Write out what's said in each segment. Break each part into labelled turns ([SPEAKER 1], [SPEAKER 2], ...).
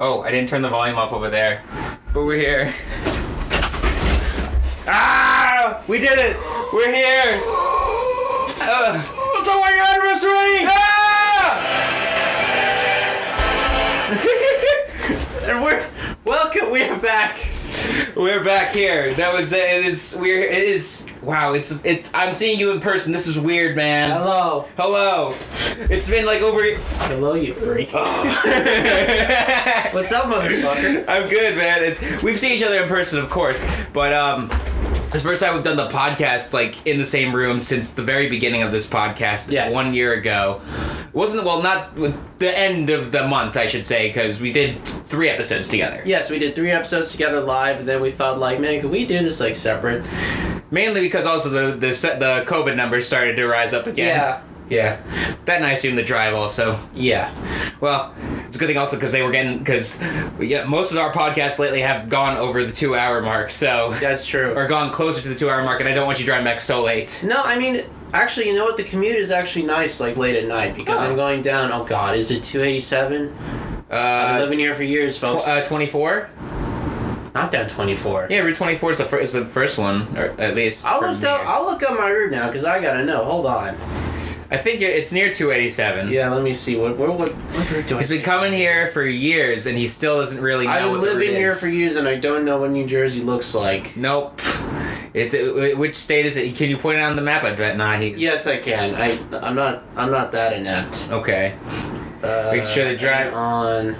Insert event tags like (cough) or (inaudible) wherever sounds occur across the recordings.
[SPEAKER 1] Oh, I didn't turn the volume off over there. But we're here. Ah! We did it! We're here! it's our anniversary! Ah! Ah! (laughs) and we're welcome. We are back. We're back here. That was it. It is we're it is wow. It's it's. I'm seeing you in person. This is weird, man.
[SPEAKER 2] Hello.
[SPEAKER 1] Hello. It's been like over.
[SPEAKER 2] Hello, you freak. What's up, motherfucker?
[SPEAKER 1] (laughs) I'm good, man. It's, we've seen each other in person, of course, but um, it's the first time we've done the podcast like in the same room since the very beginning of this podcast
[SPEAKER 2] Yes.
[SPEAKER 1] one year ago. It wasn't well, not the end of the month, I should say, because we did three episodes together.
[SPEAKER 2] yes, we did three episodes together live, and then we thought, like, man, could we do this like separate?
[SPEAKER 1] Mainly because also the the se- the COVID numbers started to rise up again. Yeah. That and I assume the drive also.
[SPEAKER 2] Yeah.
[SPEAKER 1] Well, it's a good thing also because they were getting because yeah, most of our podcasts lately have gone over the two hour mark, so (laughs)
[SPEAKER 2] That's true.
[SPEAKER 1] or gone closer to the two hour mark, and I don't want you driving back so late.
[SPEAKER 2] No, I mean, actually, you know what? The commute is actually nice, like late at night, because
[SPEAKER 1] Huh.
[SPEAKER 2] I'm going down. Oh God, is it 287? I've been
[SPEAKER 1] Uh,
[SPEAKER 2] living here for years, folks.
[SPEAKER 1] twenty four.
[SPEAKER 2] Not down 24.
[SPEAKER 1] Yeah, Route twenty four is the fir- is the first one, or at least.
[SPEAKER 2] I'll
[SPEAKER 1] for
[SPEAKER 2] look
[SPEAKER 1] me. Mm-hmm.
[SPEAKER 2] up. I'll look up my route now, cause I gotta know. Hold on.
[SPEAKER 1] I think it- it's near two eighty seven.
[SPEAKER 2] Yeah, let me see. What? Where? What? What route do I
[SPEAKER 1] He's been
[SPEAKER 2] take?
[SPEAKER 1] coming here for years, and he still doesn't really know
[SPEAKER 2] I've
[SPEAKER 1] what
[SPEAKER 2] been
[SPEAKER 1] the
[SPEAKER 2] living
[SPEAKER 1] route
[SPEAKER 2] here
[SPEAKER 1] is.
[SPEAKER 2] for years, and I don't know what New Jersey looks like.
[SPEAKER 1] Nope. It's it, which state is it? Can you point it on the map? I bet not. He's,
[SPEAKER 2] Yes, I can. I I'm not I'm not that inept.
[SPEAKER 1] Okay.
[SPEAKER 2] Uh,
[SPEAKER 1] Make sure to drive-
[SPEAKER 2] I'm on.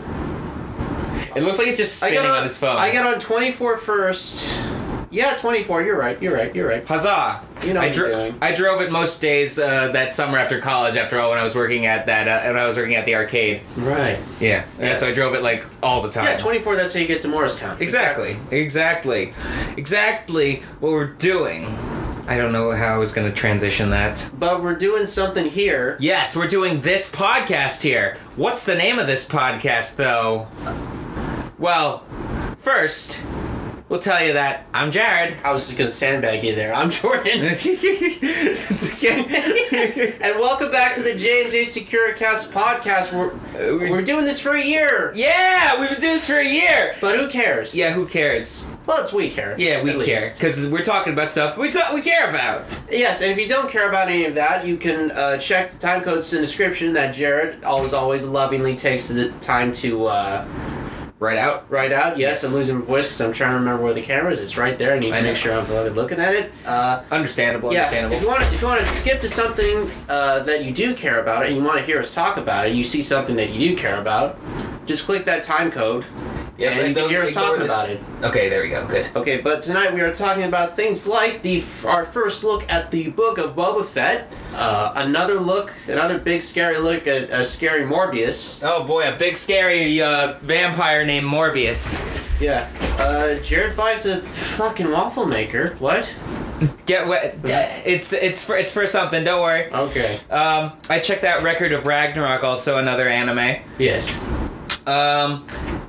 [SPEAKER 1] It looks like it's just
[SPEAKER 2] I
[SPEAKER 1] spinning
[SPEAKER 2] got
[SPEAKER 1] on,
[SPEAKER 2] on,
[SPEAKER 1] his phone.
[SPEAKER 2] I got on 24 first. Yeah, 24. You're right. You're right. You're right.
[SPEAKER 1] Huzzah!
[SPEAKER 2] You know
[SPEAKER 1] I,
[SPEAKER 2] what
[SPEAKER 1] dro-
[SPEAKER 2] I'm doing.
[SPEAKER 1] I drove it most days uh, that summer after college. After all, when I was working at that, uh, when I was working at the arcade.
[SPEAKER 2] Right.
[SPEAKER 1] Yeah.
[SPEAKER 2] Yeah.
[SPEAKER 1] So I drove it like all the time.
[SPEAKER 2] Yeah, 24. That's how you get to Morristown.
[SPEAKER 1] Exactly. Exactly. Exactly what we're doing. I don't know how I was going to transition that.
[SPEAKER 2] But we're doing something here.
[SPEAKER 1] Yes, we're doing this podcast here. What's the name of this podcast, though? Well, first, we'll tell you that I'm Jared. (laughs)
[SPEAKER 2] I was just gonna sandbag you there. I'm (laughs) Jordan.
[SPEAKER 1] it's okay.
[SPEAKER 2] And welcome back to the J&J Securicast podcast. We're,
[SPEAKER 1] Uh, we-
[SPEAKER 2] we're doing this for a year.
[SPEAKER 1] yeah, we've been doing this for a year.
[SPEAKER 2] But who cares?
[SPEAKER 1] Yeah, who cares?
[SPEAKER 2] Well, it's we care.
[SPEAKER 1] Yeah, we
[SPEAKER 2] at
[SPEAKER 1] care
[SPEAKER 2] least.
[SPEAKER 1] because we're talking about stuff we ta- we care about.
[SPEAKER 2] Yes, and if you don't care about any of that, you can uh, check the time codes in the description that Jared always, always lovingly takes the time to uh,
[SPEAKER 1] Right out.
[SPEAKER 2] write out. Yes,
[SPEAKER 1] Yes.
[SPEAKER 2] I'm losing my voice because I'm trying to remember where the camera is. It's right there. I need to
[SPEAKER 1] I know.
[SPEAKER 2] make sure I'm fucking looking at it. Uh,
[SPEAKER 1] Understandable.
[SPEAKER 2] yeah,
[SPEAKER 1] Understandable.
[SPEAKER 2] if you want, if you want to skip to something uh, that you do care about and you want to hear us talk about it, you see something that you do care about, just click that time code.
[SPEAKER 1] Yeah,
[SPEAKER 2] and
[SPEAKER 1] but
[SPEAKER 2] you can
[SPEAKER 1] don't
[SPEAKER 2] hear us
[SPEAKER 1] ignore
[SPEAKER 2] talking
[SPEAKER 1] this-
[SPEAKER 2] about it.
[SPEAKER 1] Okay, there we go. Good.
[SPEAKER 2] Okay, but tonight we are talking about things like the f- our first look at the book of Boba Fett, uh, another look, another big scary look at a scary Morbius.
[SPEAKER 1] Oh boy, a big scary uh, vampire named Morbius.
[SPEAKER 2] Yeah. Uh, Jared buys a fucking waffle maker. What?
[SPEAKER 1] Get wet. It's it's for it's for something. Don't worry.
[SPEAKER 2] Okay.
[SPEAKER 1] Um, I checked out record of Ragnarok, also another anime.
[SPEAKER 2] Yes.
[SPEAKER 1] Um,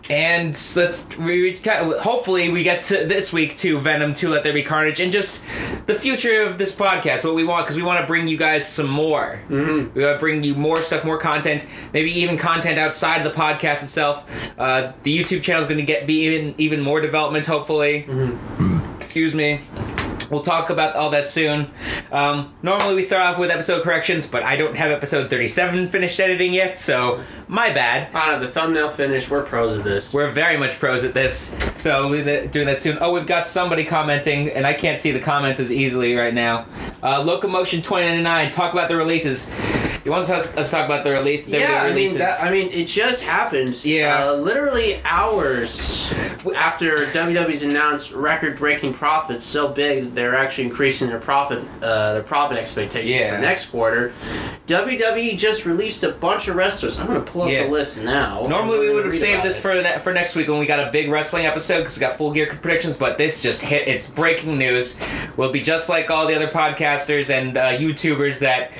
[SPEAKER 1] and let's we, we kind of- hopefully we get to this week to Venom to Let There Be Carnage and just the future of this podcast. What we want because we want to bring you guys some more. Mm-hmm. We want to bring you more stuff, more content, maybe even content outside the podcast itself. Uh, the YouTube channel is going to get be even even more development. Hopefully, excuse me. We'll talk about all that soon. Um, normally we start off with episode corrections, but I don't have episode thirty-seven finished editing yet, so my bad.
[SPEAKER 2] I don't know, the thumbnail finish, we're pros of this.
[SPEAKER 1] We're very much pros at this, so we'll be th- doing that soon. Oh, we've got somebody commenting, and I can't see the comments as easily right now. Uh, Locomotion 2099, talk about the releases. He wants us, us to talk about the release. The
[SPEAKER 2] yeah, I mean,
[SPEAKER 1] releases.
[SPEAKER 2] that, I mean, it just happened.
[SPEAKER 1] Yeah.
[SPEAKER 2] Uh, literally hours after WWE's announced record-breaking profits so big that they're actually increasing their profit, uh, their profit expectations
[SPEAKER 1] Yeah.
[SPEAKER 2] for next quarter. WWE just released a bunch of wrestlers. I'm gonna pull up
[SPEAKER 1] Yeah.
[SPEAKER 2] the list now.
[SPEAKER 1] Normally
[SPEAKER 2] I'm
[SPEAKER 1] we
[SPEAKER 2] gonna
[SPEAKER 1] would have
[SPEAKER 2] read
[SPEAKER 1] saved
[SPEAKER 2] about
[SPEAKER 1] this
[SPEAKER 2] it.
[SPEAKER 1] for ne- for next week when we got a big wrestling episode because we got full gear predictions. But this just hit. It's breaking news. We'll be just like all the other podcasters and uh, YouTubers that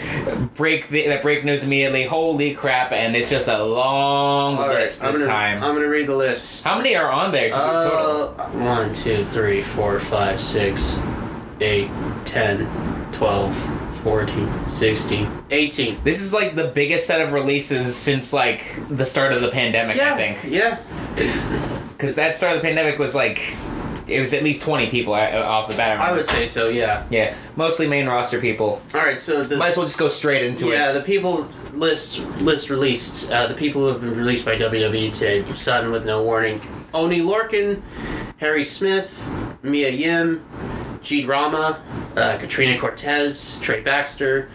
[SPEAKER 1] break the, that break news immediately. Holy crap! And it's just a long
[SPEAKER 2] All right,
[SPEAKER 1] list
[SPEAKER 2] I'm
[SPEAKER 1] this
[SPEAKER 2] gonna,
[SPEAKER 1] time.
[SPEAKER 2] I'm gonna read the list.
[SPEAKER 1] How many are on there to total?
[SPEAKER 2] Uh, one, two, three, four, five, six, eight, ten, twelve, 14, 16, 18.
[SPEAKER 1] This is like the biggest set of releases since like the start of the pandemic, I
[SPEAKER 2] Yeah,
[SPEAKER 1] think.
[SPEAKER 2] yeah.
[SPEAKER 1] Because that start of the pandemic was like, it was at least 20 people uh, off the bat. remember.
[SPEAKER 2] I would say so, yeah.
[SPEAKER 1] Yeah, mostly main roster people.
[SPEAKER 2] All right, so the
[SPEAKER 1] Might as well just go straight into
[SPEAKER 2] yeah,
[SPEAKER 1] it.
[SPEAKER 2] the people list list released. Uh, the people who have been released by WWE to sudden with no warning: Oni Lorkin, Harry Smith, Mia Yim, Jeed Rama, uh, Katrina Cortez, Trey Baxter,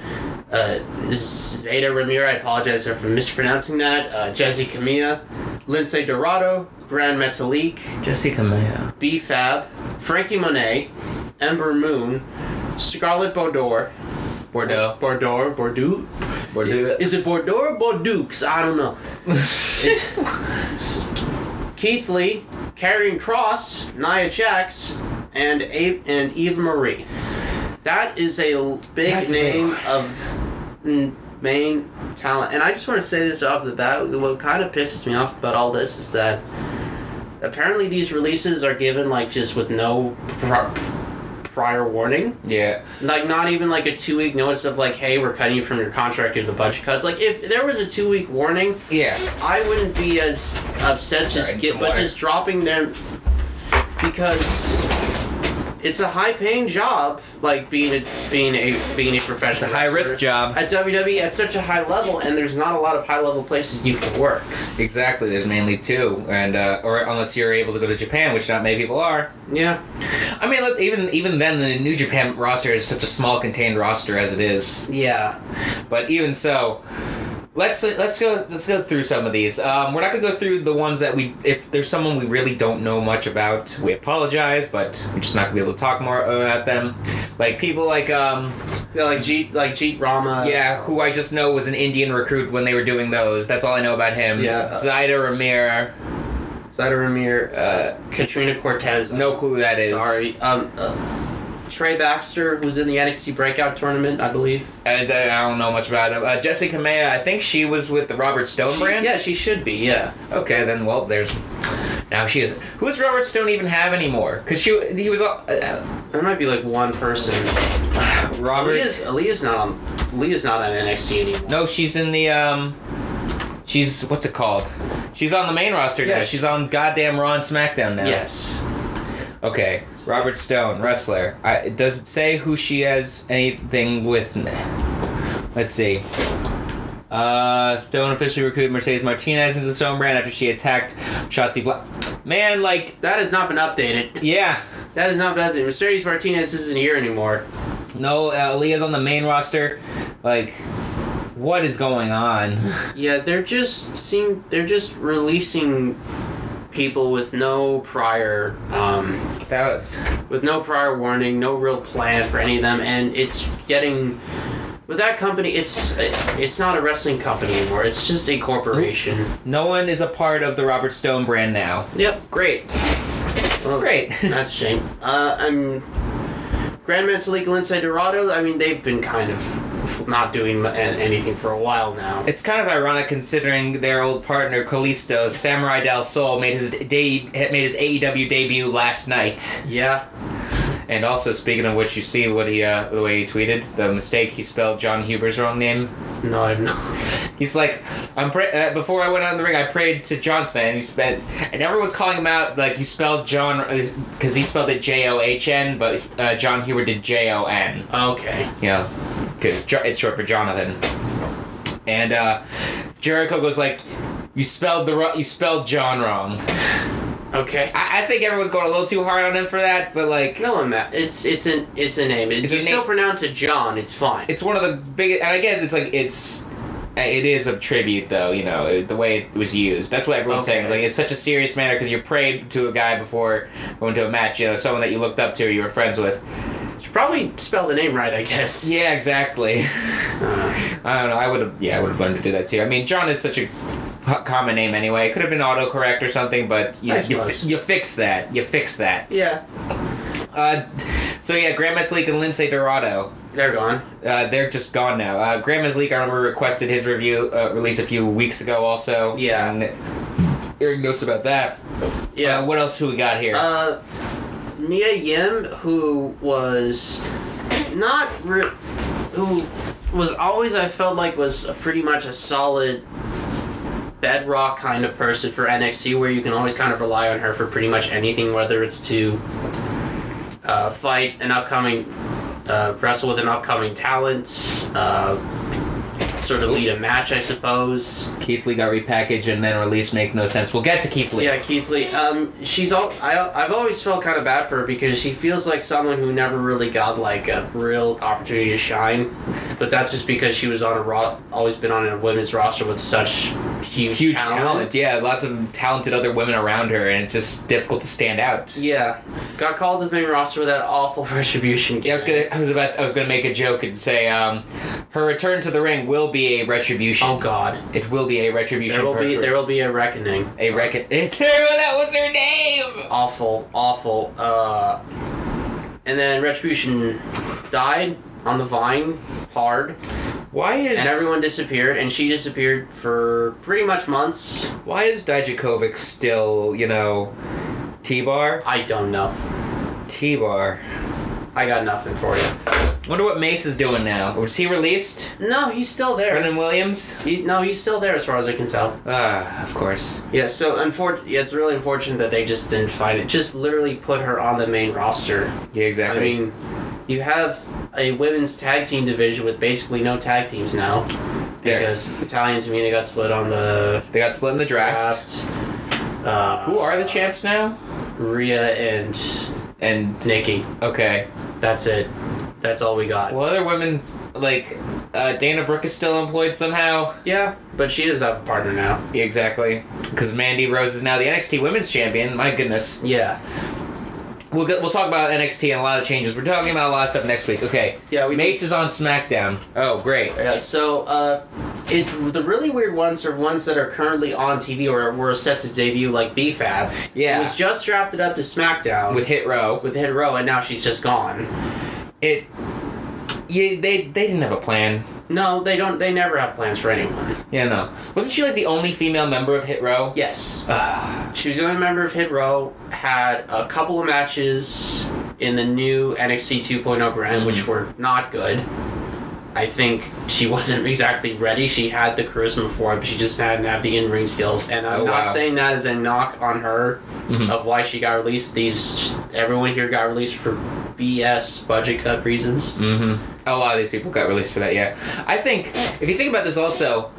[SPEAKER 2] uh, Zeta Ramirez. I apologize for mispronouncing that. Uh, Jesse Camilla, Lindsay Dorado, Grand Metalik,
[SPEAKER 1] Jessica Maya.
[SPEAKER 2] B Fab, Frankie Monet, Ember Moon, Scarlett Bordeaux,
[SPEAKER 1] Bordeaux.
[SPEAKER 2] Bordeaux, Bordeaux. Is it Bordeaux or Bordeaux? 'Cause I don't know. It's (laughs) Keith Lee, Karrion Cross, Nia Jax, and Abe and Eve Marie. That is a l- big
[SPEAKER 1] That's
[SPEAKER 2] name
[SPEAKER 1] big.
[SPEAKER 2] of mm, main talent. And I just want to say this off the bat. What kind of pisses me off about all this is that apparently these releases are given like just with no pro- prior warning
[SPEAKER 1] (laughs) Yeah.
[SPEAKER 2] like not even like a two week notice of like, hey, we're cutting you from your contract due to the budget cuts. Like if there was a two week warning,
[SPEAKER 1] Yeah.
[SPEAKER 2] I wouldn't be as
[SPEAKER 1] Sorry,
[SPEAKER 2] upset
[SPEAKER 1] I
[SPEAKER 2] just
[SPEAKER 1] need
[SPEAKER 2] get
[SPEAKER 1] some
[SPEAKER 2] but
[SPEAKER 1] water.
[SPEAKER 2] just dropping them because it's a high paying job, like being a being a being a professional.
[SPEAKER 1] It's a high risk
[SPEAKER 2] wrestler.
[SPEAKER 1] job.
[SPEAKER 2] At WWE at such a high level and there's not a lot of high level places you can work.
[SPEAKER 1] Exactly. There's mainly two, and uh, or unless you're able to go to Japan, which not many people are.
[SPEAKER 2] Yeah.
[SPEAKER 1] I mean, look, even even then, the New Japan roster is such a small, contained roster as it is.
[SPEAKER 2] Yeah.
[SPEAKER 1] But even so, let's let's go let's go through some of these. Um, we're not gonna go through the ones that we if there's someone we really don't know much about, we apologize, but we're just not gonna be able to talk more about them. Like people like um
[SPEAKER 2] Yeah, like Jeet like Jeet Rama.
[SPEAKER 1] yeah, who I just know was an Indian recruit when they were doing those. That's all I know about him.
[SPEAKER 2] Yeah.
[SPEAKER 1] Zaida Ramir,
[SPEAKER 2] Zeta Ramir,
[SPEAKER 1] uh,
[SPEAKER 2] Katrina Cortez.
[SPEAKER 1] no clue who that is.
[SPEAKER 2] Sorry. Um, uh, Trey Baxter was in the NXT Breakout Tournament, I believe.
[SPEAKER 1] I, I don't know much about him. Uh, Jessica Maya, I think she was with the Robert Stone
[SPEAKER 2] She-
[SPEAKER 1] brand.
[SPEAKER 2] Yeah, she should be. Yeah.
[SPEAKER 1] Okay, then well, there's now she is. Who does Robert Stone even have anymore? Because she he was all- uh,
[SPEAKER 2] There might be like one person.
[SPEAKER 1] uh, Robert.
[SPEAKER 2] Aaliyah's, Aaliyah's not on. Aaliyah's not on NXT anymore.
[SPEAKER 1] No, she's in the um, she's what's it called? She's on the main roster now.
[SPEAKER 2] Yeah,
[SPEAKER 1] She's on goddamn Raw and SmackDown now.
[SPEAKER 2] Yes.
[SPEAKER 1] Okay, Robert Stone, wrestler. I, does it say who she has anything with? Let's see. Uh, Stone officially recruited Mercedes Martinez into the Stone brand after she attacked Shotzi Black. Man, like,
[SPEAKER 2] That has not been updated.
[SPEAKER 1] yeah.
[SPEAKER 2] That has not been updated. Mercedes Martinez isn't here anymore.
[SPEAKER 1] No, uh, Leah's on the main roster. Like, what is going on? (laughs)
[SPEAKER 2] Yeah, they're just seem they're just releasing people with no prior um,
[SPEAKER 1] That was,
[SPEAKER 2] with no prior warning, no real plan for any of them, and it's getting with that company. It's it's not a wrestling company anymore. It's just a corporation.
[SPEAKER 1] no one is a part of the Robert Stone brand now.
[SPEAKER 2] Yep,
[SPEAKER 1] Great,
[SPEAKER 2] well,
[SPEAKER 1] great. (laughs)
[SPEAKER 2] Oh, That's a shame. Uh, I'm Grand Metalik and Lindsay Dorado. I mean, they've been kind of not doing mu- a- anything for a while now.
[SPEAKER 1] It's kind of ironic considering their old partner Kalisto, Samurai Del Sol, made his de- had made his AEW debut last night.
[SPEAKER 2] Yeah,
[SPEAKER 1] And also, speaking of which, you see what he uh, the way he tweeted the mistake he spelled John Huber's wrong name.
[SPEAKER 2] no, I'm not.
[SPEAKER 1] He's like, I'm pray- uh, before I went on the ring, I prayed to Johnston, and he spent, and everyone's calling him out like you spelled John because he spelled it J O H N, but uh, John Hewer did J O N.
[SPEAKER 2] Okay.
[SPEAKER 1] You know, because it's short for Jonathan. And uh, Jericho goes like, you spelled the ro- you spelled John wrong.
[SPEAKER 2] Okay.
[SPEAKER 1] I, I think everyone's going a little too hard on him for that, but like.
[SPEAKER 2] No, I'm not. uh, It's it's an it's a name. If
[SPEAKER 1] It's
[SPEAKER 2] you
[SPEAKER 1] a
[SPEAKER 2] still
[SPEAKER 1] name.
[SPEAKER 2] pronounce it John, it's fine.
[SPEAKER 1] it's one of the biggest and again it's like it's it is a tribute though you know the way it was used that's what everyone's
[SPEAKER 2] Okay.
[SPEAKER 1] saying like it's such a serious manner because you prayed to a guy before going to a match you know someone that you looked up to or you were friends with
[SPEAKER 2] You should probably spell the name right, I guess.
[SPEAKER 1] yeah exactly (laughs)
[SPEAKER 2] Uh,
[SPEAKER 1] i don't know i would have yeah i would have learned to do that too i mean john is such a p- common name anyway it could have been autocorrect or something but you,
[SPEAKER 2] I
[SPEAKER 1] you,
[SPEAKER 2] suppose.
[SPEAKER 1] fi- you fix that you fix that
[SPEAKER 2] yeah.
[SPEAKER 1] uh, so yeah grand metalik and lindsay dorado
[SPEAKER 2] They're gone.
[SPEAKER 1] Uh, they're just gone now. Uh, Grandma's League, I remember, requested his review uh, release a few weeks ago, also.
[SPEAKER 2] Yeah.
[SPEAKER 1] And hearing notes about that. Uh,
[SPEAKER 2] Yeah.
[SPEAKER 1] what else who we got here?
[SPEAKER 2] Uh, Mia Yim, who was not re- who was always I felt like was a pretty much a solid bedrock kind of person for NXT, where you can always kind of rely on her for pretty much anything, whether it's to uh, fight an upcoming, uh, wrestle with an upcoming talent, uh, sort of lead a match, I suppose.
[SPEAKER 1] Keith Lee got repackaged and then released. Make no sense. We'll get to Keith Lee.
[SPEAKER 2] Yeah, Keith Lee. Um, she's all. I I've always felt kind of bad for her because she feels like someone who never really got like a real opportunity to shine, but that's just because she was on a raw, always been on a women's roster with such huge,
[SPEAKER 1] Huge talent. Yeah, lots of talented other women around her, and it's just difficult to stand out.
[SPEAKER 2] Yeah, got called to the main roster with that awful (laughs) retribution.
[SPEAKER 1] Yeah, I was gonna. I was about. I was gonna make a joke and say, um, her return to the ring will be a retribution.
[SPEAKER 2] Oh God,
[SPEAKER 1] It will be a retribution.
[SPEAKER 2] there will
[SPEAKER 1] for
[SPEAKER 2] be
[SPEAKER 1] her.
[SPEAKER 2] there will be a reckoning.
[SPEAKER 1] a reckon. (laughs) that was her name.
[SPEAKER 2] Awful, awful. Uh, and then retribution died on the vine hard.
[SPEAKER 1] Why is
[SPEAKER 2] and everyone disappeared, and she disappeared for pretty much months.
[SPEAKER 1] Why is Dijakovic still, you know, T bar?
[SPEAKER 2] I don't know.
[SPEAKER 1] T bar.
[SPEAKER 2] I got nothing for you.
[SPEAKER 1] Wonder what Mace is doing now. Was he released?
[SPEAKER 2] No, he's still there.
[SPEAKER 1] Brendan Williams?
[SPEAKER 2] He, no, he's still there as far as I can tell.
[SPEAKER 1] Ah, of course.
[SPEAKER 2] Yeah, so unfor- yeah, it's really unfortunate that they just didn't find it. Just literally put her on the main roster.
[SPEAKER 1] Yeah,
[SPEAKER 2] I
[SPEAKER 1] exactly.
[SPEAKER 2] mean, you have a women's tag team division with basically no tag teams now
[SPEAKER 1] There.
[SPEAKER 2] because Italians and Mina got split on the
[SPEAKER 1] they got split in the draft.
[SPEAKER 2] draft. Uh,
[SPEAKER 1] Who are the champs now?
[SPEAKER 2] Rhea and
[SPEAKER 1] And
[SPEAKER 2] Nikki.
[SPEAKER 1] okay,
[SPEAKER 2] That's it. That's all we got.
[SPEAKER 1] well, other women like uh, Dana Brooke is still employed somehow.
[SPEAKER 2] Yeah, but she does have a partner now.
[SPEAKER 1] Yeah, exactly. Because Mandy Rose is now the NXT Women's Champion. My goodness.
[SPEAKER 2] Yeah.
[SPEAKER 1] We'll get, we'll talk about NXT and a lot of changes. We're talking about a lot of stuff next week. Okay.
[SPEAKER 2] Yeah, we-
[SPEAKER 1] Mace is on SmackDown. Oh, great.
[SPEAKER 2] Yeah. So, uh, it's the really weird ones are ones that are currently on TV or were set to debut, like B-Fab.
[SPEAKER 1] Yeah.
[SPEAKER 2] Who was just drafted up to SmackDown
[SPEAKER 1] With Hit Row,
[SPEAKER 2] with Hit Row, and now she's just gone.
[SPEAKER 1] it. Yeah, they they didn't have a plan.
[SPEAKER 2] No, they don't. They never have plans for anyone.
[SPEAKER 1] Yeah, no. Wasn't she like the only female member of Hit Row?
[SPEAKER 2] Yes.
[SPEAKER 1] Yeah.
[SPEAKER 2] She was the only member of Hit Row. Had a couple of matches in the new NXT 2.0
[SPEAKER 1] Mm-hmm.
[SPEAKER 2] brand, which were not good. I think she wasn't exactly ready. She had the charisma for it, but she just hadn't had the in ring skills. And I'm
[SPEAKER 1] Oh,
[SPEAKER 2] not
[SPEAKER 1] wow.
[SPEAKER 2] saying that as a knock on her
[SPEAKER 1] Mhm.
[SPEAKER 2] of why she got released. These everyone here got released for BS budget cut
[SPEAKER 1] (sighs)
[SPEAKER 2] reasons.
[SPEAKER 1] Mm-hmm. A lot of these people got released for that, yeah. I think, if you think about this also,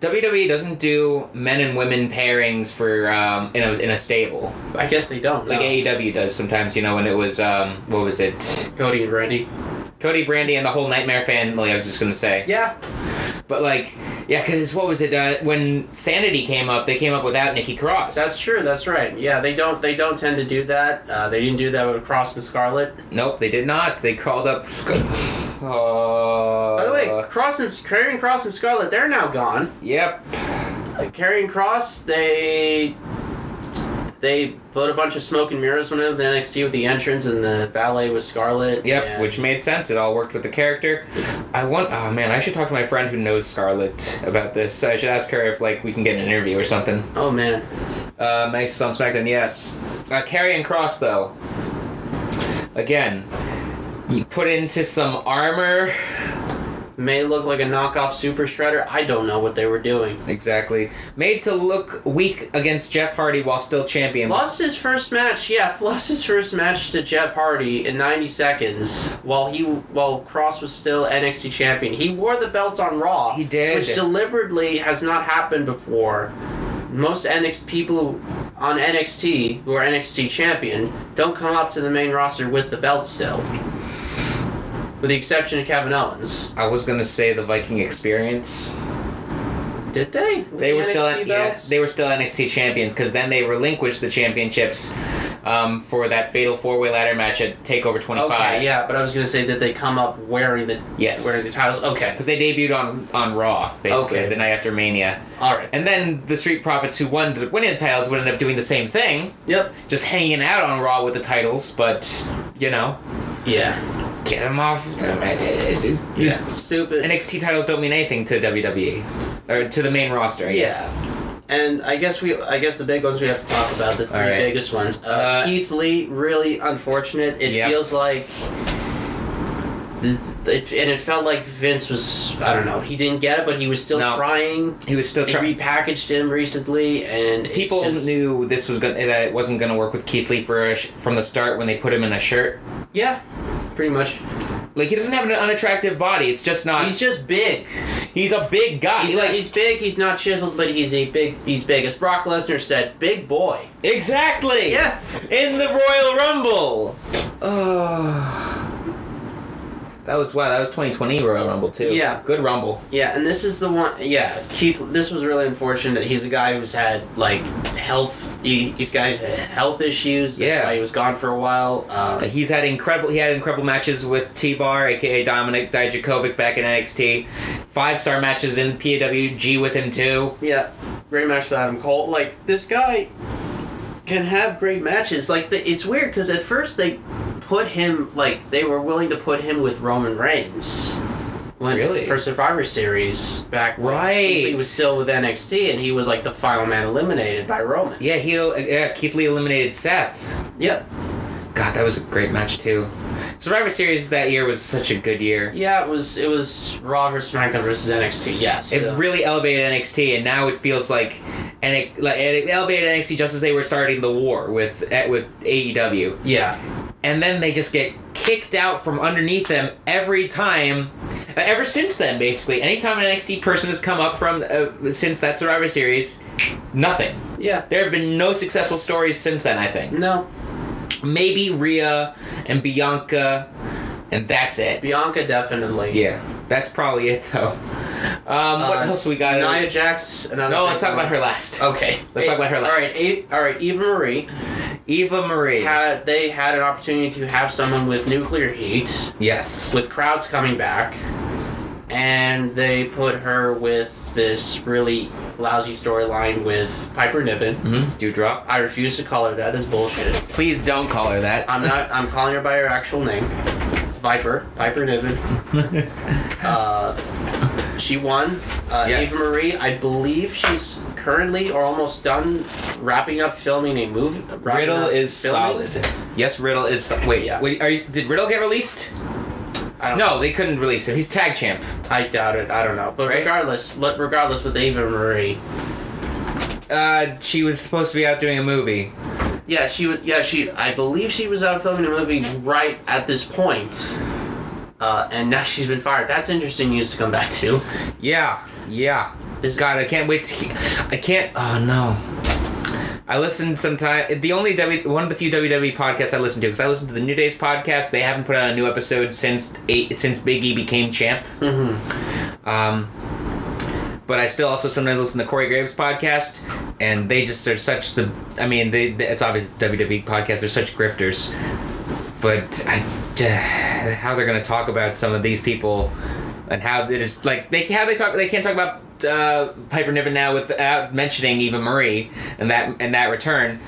[SPEAKER 1] WWE doesn't do men and women pairings for, um, in a, in a stable.
[SPEAKER 2] I guess they don't.
[SPEAKER 1] Like
[SPEAKER 2] no.
[SPEAKER 1] AEW does sometimes, you know, when it was, um, what was it?
[SPEAKER 2] Cody and Randy.
[SPEAKER 1] Cody Brandy and the whole Nightmare family, I was just gonna say.
[SPEAKER 2] Yeah.
[SPEAKER 1] But like, yeah, because what was it? Uh, when Sanity came up, they came up without Nikki Cross.
[SPEAKER 2] That's true. That's right. Yeah, they don't. They don't tend to do that. Uh, they didn't do that with Cross and Scarlet.
[SPEAKER 1] Nope, they did not. They called up. Sc- (sighs) oh.
[SPEAKER 2] By the way, Cross and Karrion Cross and Scarlet, they're now gone.
[SPEAKER 1] Yep.
[SPEAKER 2] Karrion Cross, they they put a bunch of smoke and mirrors on him. The NXT with the entrance and the ballet with Scarlet.
[SPEAKER 1] Yep,
[SPEAKER 2] and-
[SPEAKER 1] which made sense. It all worked with the character. I want. Oh man, I should talk to my friend who knows Scarlett about this. I should ask her if like we can get an interview or something.
[SPEAKER 2] oh man,
[SPEAKER 1] Uh, Mace is on SmackDown. Yes. Uh, Carry and Cross though. Again, you put into some armor.
[SPEAKER 2] may look like a knockoff Super Shredder. I don't know what they were doing.
[SPEAKER 1] Exactly. Made to look weak against Jeff Hardy while still champion.
[SPEAKER 2] Lost his first match, yeah, lost his first match to Jeff Hardy in 90 seconds while he while Cross was still NXT champion. He wore the belt on Raw.
[SPEAKER 1] He did.
[SPEAKER 2] Which deliberately has not happened before. Most NXT people on NXT who are NXT champion don't come up to the main roster with the belt still. With the exception of Kevin Owens.
[SPEAKER 1] I was gonna say the Viking experience.
[SPEAKER 2] Did they? With
[SPEAKER 1] They
[SPEAKER 2] the
[SPEAKER 1] were still
[SPEAKER 2] NXT
[SPEAKER 1] yeah,
[SPEAKER 2] belts?
[SPEAKER 1] they were still NXT champions because then they relinquished the championships um, for that fatal four way ladder match at Takeover twenty
[SPEAKER 2] Okay,
[SPEAKER 1] five.
[SPEAKER 2] yeah, but I was gonna say that they come up wearing the
[SPEAKER 1] Yes.
[SPEAKER 2] wearing the titles. Okay.
[SPEAKER 1] Because they debuted on, on Raw, basically,
[SPEAKER 2] Okay.
[SPEAKER 1] the night after Mania.
[SPEAKER 2] Alright.
[SPEAKER 1] And then the Street Profits, who won the winning the titles, would end up doing the same thing,
[SPEAKER 2] Yep.
[SPEAKER 1] just hanging out on Raw with the titles, but, you know,
[SPEAKER 2] Yeah.
[SPEAKER 1] get them off. Yeah.
[SPEAKER 2] Yeah. Stupid.
[SPEAKER 1] NXT titles don't mean anything to WWE, or to the main roster, I guess.
[SPEAKER 2] yeah. And I guess we, I guess the big ones we have to talk about, the three
[SPEAKER 1] All right.
[SPEAKER 2] biggest ones. Uh,
[SPEAKER 1] Uh,
[SPEAKER 2] Keith Lee, really unfortunate. It
[SPEAKER 1] Yep.
[SPEAKER 2] feels like th- it, and it felt like Vince was I don't know he didn't get it, but he was still
[SPEAKER 1] No.
[SPEAKER 2] trying.
[SPEAKER 1] He was still
[SPEAKER 2] They
[SPEAKER 1] trying.
[SPEAKER 2] repackaged him recently, and it's
[SPEAKER 1] People
[SPEAKER 2] just-
[SPEAKER 1] knew this was gonna that it wasn't gonna work with Keith Lee for a sh- from the start when they put him in a shirt.
[SPEAKER 2] Yeah, pretty much.
[SPEAKER 1] Like he doesn't have an unattractive body. It's just not.
[SPEAKER 2] He's
[SPEAKER 1] He's,
[SPEAKER 2] just big.
[SPEAKER 1] a big guy.
[SPEAKER 2] He's like he's big. He's not chiseled, but he's a big. He's big. As Brock Lesnar said, "Big boy."
[SPEAKER 1] exactly.
[SPEAKER 2] Yeah.
[SPEAKER 1] In the Royal Rumble. Oh. (sighs) That was wow. That was 2020 Royal Rumble too.
[SPEAKER 2] Yeah.
[SPEAKER 1] Good Rumble.
[SPEAKER 2] Yeah, and this is the one. Yeah, Keith. This was really unfortunate. He's a guy who's had like health. He, he's got health issues. That's
[SPEAKER 1] Yeah.
[SPEAKER 2] why he was gone for a while. Um,
[SPEAKER 1] He's had incredible. He had incredible matches with T Bar, aka Dominic Dijakovic, back in NXT. Five star matches in PWG with him too.
[SPEAKER 2] yeah, great match with Adam Cole. Like this guy can have great matches. Like the, it's weird because at first they put him like they were willing to put him with Roman Reigns. When,
[SPEAKER 1] Really?
[SPEAKER 2] For Survivor Series back when
[SPEAKER 1] Right.
[SPEAKER 2] he was still with NXT and he was like the final man eliminated by Roman.
[SPEAKER 1] Yeah, he. Yeah, Keith Lee eliminated Seth.
[SPEAKER 2] Yep.
[SPEAKER 1] God, that was a great match too. Survivor Series that year was such a good year.
[SPEAKER 2] Yeah, it was it was Raw versus SmackDown versus NXT. Yes.
[SPEAKER 1] It really elevated NXT, and now it feels like, and it like and it elevated NXT just as they were starting the war with eh, with AEW,
[SPEAKER 2] yeah.
[SPEAKER 1] and then they just get kicked out from underneath them every time. uh, Ever since then, basically, anytime an NXT person has come up from uh, since that Survivor Series, nothing.
[SPEAKER 2] Yeah.
[SPEAKER 1] There have been no successful stories since then. I think
[SPEAKER 2] No.
[SPEAKER 1] maybe Rhea and Bianca, and that's it.
[SPEAKER 2] Bianca definitely.
[SPEAKER 1] Yeah, that's probably it though. Um, what
[SPEAKER 2] Uh,
[SPEAKER 1] else we got?
[SPEAKER 2] Nia Jax. Another
[SPEAKER 1] No,
[SPEAKER 2] big
[SPEAKER 1] let's talk
[SPEAKER 2] one.
[SPEAKER 1] about her last.
[SPEAKER 2] Okay.
[SPEAKER 1] Let's talk about her last.
[SPEAKER 2] All right. Eve, all right. Eva Marie
[SPEAKER 1] Eva Marie.
[SPEAKER 2] had they had an opportunity to have someone with nuclear heat,
[SPEAKER 1] yes.
[SPEAKER 2] with crowds coming back, and they put her with this really lousy storyline with Piper Niven.
[SPEAKER 1] Mm-hmm. Dewdrop.
[SPEAKER 2] I refuse to call her that. Is bullshit.
[SPEAKER 1] Please don't call her that.
[SPEAKER 2] I'm
[SPEAKER 1] (laughs)
[SPEAKER 2] not. I'm calling her by her actual name, Viper. Viper Niven. uh, she won. Uh,
[SPEAKER 1] Yes.
[SPEAKER 2] Eva Marie. I believe she's currently or almost done wrapping up filming a movie. wrapping
[SPEAKER 1] Riddle
[SPEAKER 2] up
[SPEAKER 1] is
[SPEAKER 2] filming-
[SPEAKER 1] solid. Yes, Riddle is. so- Wait,
[SPEAKER 2] Yeah.
[SPEAKER 1] wait. Are you, did Riddle get released?
[SPEAKER 2] I don't,
[SPEAKER 1] No, they couldn't release him. He's tag champ.
[SPEAKER 2] I doubt it. I don't know. But
[SPEAKER 1] Right?
[SPEAKER 2] regardless, but regardless with Eva Marie,
[SPEAKER 1] Uh, she was supposed to be out doing a movie.
[SPEAKER 2] yeah, she would. Yeah, she. I believe she was out filming a movie right at this point. Uh, and now (laughs) she's been fired. That's interesting news to come back to.
[SPEAKER 1] Yeah, yeah.
[SPEAKER 2] Is-
[SPEAKER 1] God, I can't wait. To, I can't. Oh no. I listened sometime. The only W, one of the few WWE podcasts I listen to, because I listen to the New Days podcast. They haven't put out a new episode since eight since Big E became champ.
[SPEAKER 2] Mm-hmm.
[SPEAKER 1] Um, but I still also sometimes listen to Corey Graves podcast, and they just are such the. I mean, they, they- it's obvious it's WWE podcast. They're E such grifters, but I, how they're gonna talk about some of these people, and how it is like they how they talk they can't talk about. Uh, Piper Niven now without mentioning Eva Marie and that and that return,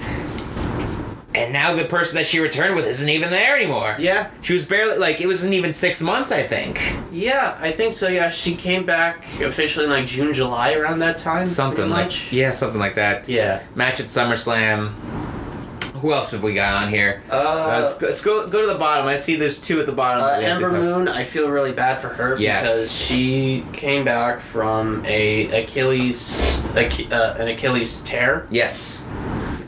[SPEAKER 1] and now the person that she returned with isn't even there anymore.
[SPEAKER 2] Yeah.
[SPEAKER 1] She was barely like it wasn't even six months, I think.
[SPEAKER 2] Yeah, I think so. Yeah, she came back officially in like June, July around that time.
[SPEAKER 1] Something
[SPEAKER 2] pretty
[SPEAKER 1] like
[SPEAKER 2] much.
[SPEAKER 1] yeah, something like that.
[SPEAKER 2] Yeah.
[SPEAKER 1] Match at SummerSlam. Who else have we got on here?
[SPEAKER 2] Uh,
[SPEAKER 1] Uh, let's go, let's go, go to the bottom. I see there's two at the bottom.
[SPEAKER 2] uh,
[SPEAKER 1] that we have to
[SPEAKER 2] Ember
[SPEAKER 1] cover.
[SPEAKER 2] Moon, I feel really bad for her
[SPEAKER 1] Yes.
[SPEAKER 2] because she came back from a Achilles, Ach- uh, an Achilles tear.
[SPEAKER 1] Yes.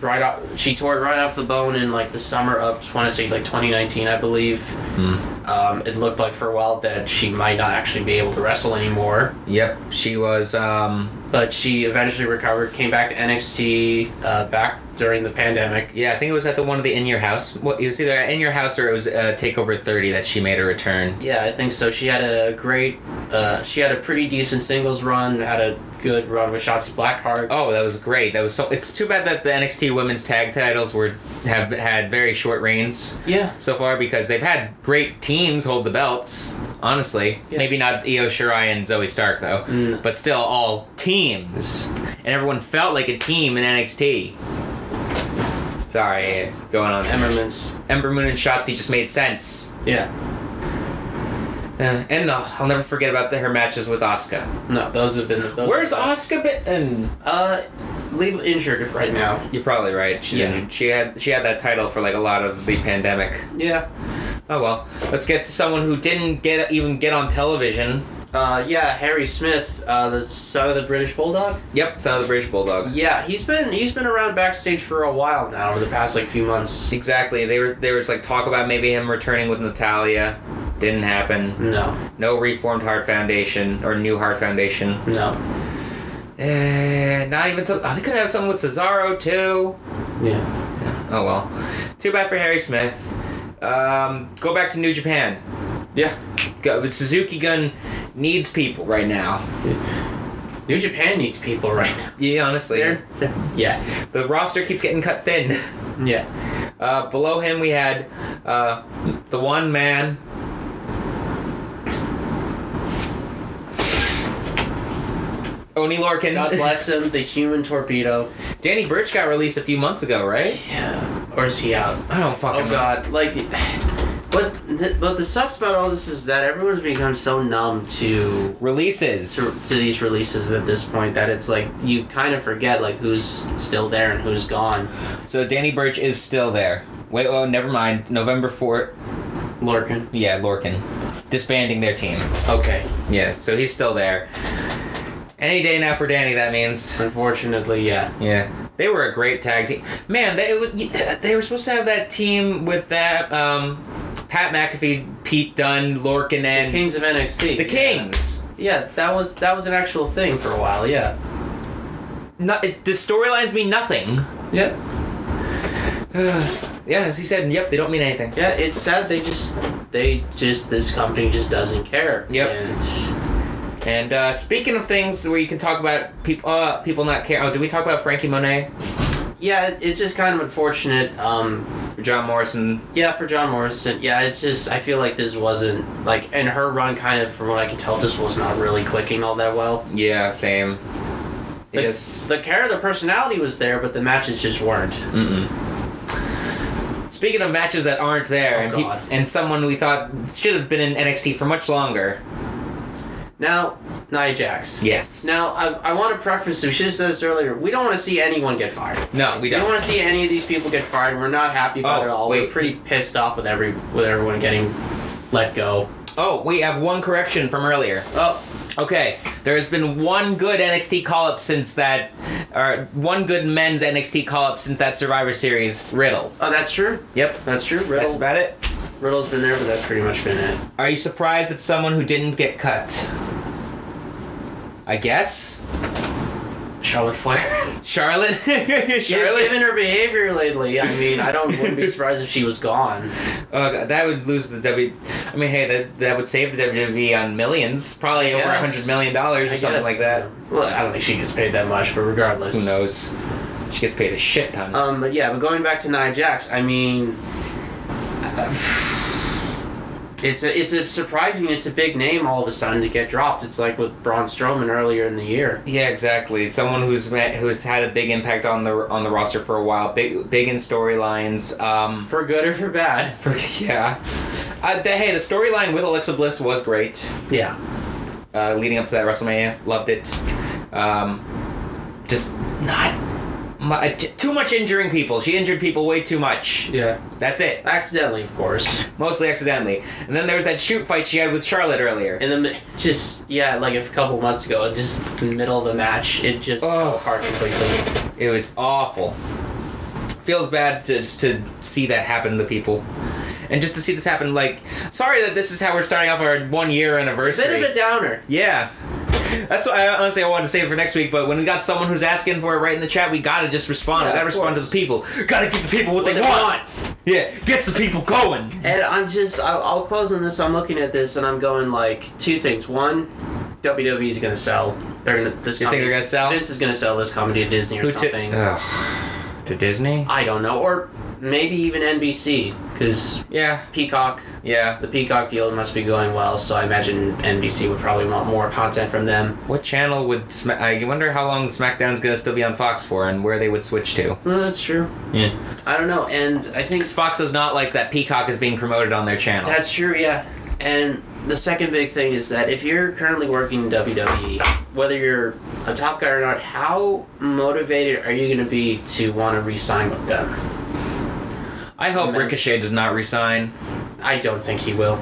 [SPEAKER 2] Right off, she tore it right off the bone in like the summer of twenty, say, like twenty nineteen, I believe.
[SPEAKER 1] Hmm.
[SPEAKER 2] Um, it looked like for a while that she might not actually be able to wrestle anymore.
[SPEAKER 1] Yep. She was. Um,
[SPEAKER 2] but she eventually recovered, came back to NXT uh, back during the pandemic.
[SPEAKER 1] yeah, I think it was at the one of the In Your House. What it was either at In Your House or it was uh, Takeover 30 that she made a return.
[SPEAKER 2] Yeah, I think so. She had a great, uh, she had a pretty decent singles run, had a good run with Shotzi Blackheart.
[SPEAKER 1] Oh, that was great. That was so. It's too bad that the NXT Women's Tag Titles were have had very short reigns.
[SPEAKER 2] Yeah.
[SPEAKER 1] so far because they've had great teams hold the belts. Honestly,
[SPEAKER 2] Yeah.
[SPEAKER 1] maybe not Io Shirai and Zoe Stark though,
[SPEAKER 2] Mm.
[SPEAKER 1] but still all teams, and everyone felt like a team in NXT. Sorry, going on. Em-
[SPEAKER 2] Emmerman's.
[SPEAKER 1] Ember Moon and Shotzi just made sense,
[SPEAKER 2] Yeah.
[SPEAKER 1] Uh, and uh, I'll never forget about the, her matches with Asuka.
[SPEAKER 2] No, those have been. Those
[SPEAKER 1] Where's Asuka been?
[SPEAKER 2] Uh, leave injured right now.
[SPEAKER 1] You're probably right. She's
[SPEAKER 2] Yeah.
[SPEAKER 1] injured. She had she had that title for like a lot of the pandemic.
[SPEAKER 2] Yeah.
[SPEAKER 1] Oh well, let's get to someone who didn't get even get on television.
[SPEAKER 2] Uh, yeah, Harry Smith, uh, the son of the British Bulldog.
[SPEAKER 1] Yep, son of the British Bulldog.
[SPEAKER 2] Yeah, he's been he's been around backstage for a while now. Over the past like few months.
[SPEAKER 1] Exactly. They were there was like talk about maybe him returning with Natalia. Didn't happen.
[SPEAKER 2] No,
[SPEAKER 1] No reformed Heart Foundation or new Heart Foundation.
[SPEAKER 2] no.
[SPEAKER 1] Eh, not even some. Oh, they could have something with Cesaro too.
[SPEAKER 2] Yeah.
[SPEAKER 1] Oh well, too bad for Harry Smith. Um, go back to New Japan.
[SPEAKER 2] Yeah.
[SPEAKER 1] Go, Suzuki Gun needs people right now.
[SPEAKER 2] New Japan needs people right now.
[SPEAKER 1] Yeah, honestly,
[SPEAKER 2] (laughs) Yeah.
[SPEAKER 1] the roster keeps getting cut thin. (laughs)
[SPEAKER 2] Yeah.
[SPEAKER 1] Uh, below him, we had uh, the one man. Oni Lorcan.
[SPEAKER 2] God bless him, the human torpedo.
[SPEAKER 1] (laughs) Danny Birch got released a few months ago, right?
[SPEAKER 2] Yeah. Or is he out?
[SPEAKER 1] I don't fucking
[SPEAKER 2] Oh
[SPEAKER 1] know.
[SPEAKER 2] God! Like, (sighs) what? What the sucks about all this is that everyone's become so numb to
[SPEAKER 1] Releases.
[SPEAKER 2] to, to these releases at this point that it's like you kind of forget like who's still there and who's gone.
[SPEAKER 1] So Danny Birch is still there. Wait, oh, never mind. November 4th.
[SPEAKER 2] Lorcan.
[SPEAKER 1] Yeah, Lorcan. Disbanding their team.
[SPEAKER 2] Okay.
[SPEAKER 1] Yeah, so he's still there. Any day now for Danny, that means.
[SPEAKER 2] Unfortunately, yeah.
[SPEAKER 1] Yeah. They were a great tag team. Man, they, it was, they were supposed to have that team with that um, Pat McAfee, Pete Dunn, Lorcan,
[SPEAKER 2] The
[SPEAKER 1] and
[SPEAKER 2] Kings of NXT.
[SPEAKER 1] the Kings.
[SPEAKER 2] Yeah, that was that was an actual thing for a while. Yeah.
[SPEAKER 1] No, it, the storylines mean nothing. (sighs)
[SPEAKER 2] Yep.
[SPEAKER 1] Yeah, as he said, yep, they don't mean anything.
[SPEAKER 2] Yeah. It's sad they just they just this company just doesn't care.
[SPEAKER 1] Yep.
[SPEAKER 2] And
[SPEAKER 1] And uh, speaking of things where you can talk about people, uh, people not care. Oh, did we talk about Frankie Monet,
[SPEAKER 2] yeah, it- it's just kind of unfortunate. Um,
[SPEAKER 1] John Morrison?
[SPEAKER 2] Yeah, for John Morrison. Yeah, it's just I feel like this wasn't like, and her run kind of, from what I can tell, just was not really clicking all that well.
[SPEAKER 1] Yeah, same. It
[SPEAKER 2] Like-
[SPEAKER 1] just
[SPEAKER 2] The character, the personality was there, but the matches just weren't.
[SPEAKER 1] speaking of matches that aren't there,
[SPEAKER 2] Oh,
[SPEAKER 1] and, peop-
[SPEAKER 2] God.
[SPEAKER 1] and someone we thought should have been in NXT for much longer.
[SPEAKER 2] Now, Nia Jax.
[SPEAKER 1] Yes. No,
[SPEAKER 2] Now, I, I want to preface. We should have said this earlier. We don't want to see anyone get fired.
[SPEAKER 1] we
[SPEAKER 2] We don't
[SPEAKER 1] don't.
[SPEAKER 2] want to see any of these people get fired. We're not happy about
[SPEAKER 1] Oh,
[SPEAKER 2] it at all.
[SPEAKER 1] wait.
[SPEAKER 2] We're pretty pissed off with every with everyone getting let go.
[SPEAKER 1] Oh, we have one correction from earlier.
[SPEAKER 2] Oh,
[SPEAKER 1] Okay, there has been one good NXT call up since that, or one good men's NXT call up since that Survivor Series. Riddle.
[SPEAKER 2] oh, that's true.
[SPEAKER 1] Yep.
[SPEAKER 2] That's true. Riddle,
[SPEAKER 1] That's about it.
[SPEAKER 2] Riddle's been there, but that's pretty much been it.
[SPEAKER 1] Are you surprised that someone who didn't get cut? I guess
[SPEAKER 2] Charlotte Flair.
[SPEAKER 1] (laughs) Charlotte.
[SPEAKER 2] Yeah,
[SPEAKER 1] Charlotte.
[SPEAKER 2] given her behavior lately, I mean, I don't
[SPEAKER 1] (laughs)
[SPEAKER 2] wouldn't be surprised if she was gone.
[SPEAKER 1] Oh, God, that would lose the W. I mean, hey, that that would save the WWE on millions, probably over a
[SPEAKER 2] guess.
[SPEAKER 1] hundred million dollars or
[SPEAKER 2] I
[SPEAKER 1] something
[SPEAKER 2] guess.
[SPEAKER 1] like that.
[SPEAKER 2] Well, I don't think she gets paid that much, but regardless.
[SPEAKER 1] Who knows? She gets paid a shit ton.
[SPEAKER 2] Um, but yeah, but going back to Nia Jax, I mean, it's a, it's a surprising, it's a big name all of a sudden to get dropped. It's like with Braun Strowman earlier in the year.
[SPEAKER 1] yeah, exactly. Someone who's met, who's had a big impact on the on the roster for a while, big big in storylines. Um, (laughs)
[SPEAKER 2] For good or for bad.
[SPEAKER 1] for, yeah. Uh, the, hey, the storyline with Alexa Bliss was great.
[SPEAKER 2] Yeah.
[SPEAKER 1] uh, leading up to that WrestleMania. Loved it. Um, just not mu- uh, t- too much injuring people. She injured people way too much.
[SPEAKER 2] Yeah.
[SPEAKER 1] That's it.
[SPEAKER 2] Accidentally, of course.
[SPEAKER 1] Mostly accidentally. And then there was that shoot fight she had with Charlotte earlier.
[SPEAKER 2] And then it just, yeah, like a couple months ago, just in the middle of the match, it just
[SPEAKER 1] Oh.
[SPEAKER 2] fell apart completely.
[SPEAKER 1] It was awful. Feels bad just to see that happen to people. And just to see this happen, like, sorry that this is how we're starting off our one year anniversary.
[SPEAKER 2] Bit of a downer.
[SPEAKER 1] Yeah. That's what I honestly I wanted to save for next week, but when we got someone who's asking for it right in the chat, we gotta just respond.
[SPEAKER 2] Yeah,
[SPEAKER 1] we gotta
[SPEAKER 2] of
[SPEAKER 1] respond to
[SPEAKER 2] course.
[SPEAKER 1] the people. Gotta give the people what,
[SPEAKER 2] What
[SPEAKER 1] they, want. Yeah, gets the people going.
[SPEAKER 2] And I'm just, I'll, I'll close on this. I'm looking at this and I'm going like two things. One, WWE's gonna sell. They're gonna this.
[SPEAKER 1] You think they're
[SPEAKER 2] company's-
[SPEAKER 1] gonna sell?
[SPEAKER 2] Vince is gonna sell this company to Disney or
[SPEAKER 1] Who uh. to,
[SPEAKER 2] something.
[SPEAKER 1] Ugh. to Disney?
[SPEAKER 2] I don't know, or maybe even NBC because
[SPEAKER 1] Yeah,
[SPEAKER 2] Peacock.
[SPEAKER 1] yeah.
[SPEAKER 2] The Peacock deal must be going well, so I imagine NBC would probably want more content from them.
[SPEAKER 1] What channel would Sma- I wonder how long SmackDown's gonna still be on Fox for and where they would switch to?
[SPEAKER 2] Well, that's true.
[SPEAKER 1] Yeah.
[SPEAKER 2] I don't know, and I think
[SPEAKER 1] Fox is not like that Peacock is being promoted on their channel.
[SPEAKER 2] That's true, yeah. And the second big thing is that if you're currently working in WWE, whether you're a top guy or not, how motivated are you going to be to want to re sign with them?
[SPEAKER 1] I hope Ricochet does not resign.
[SPEAKER 2] I don't think he will.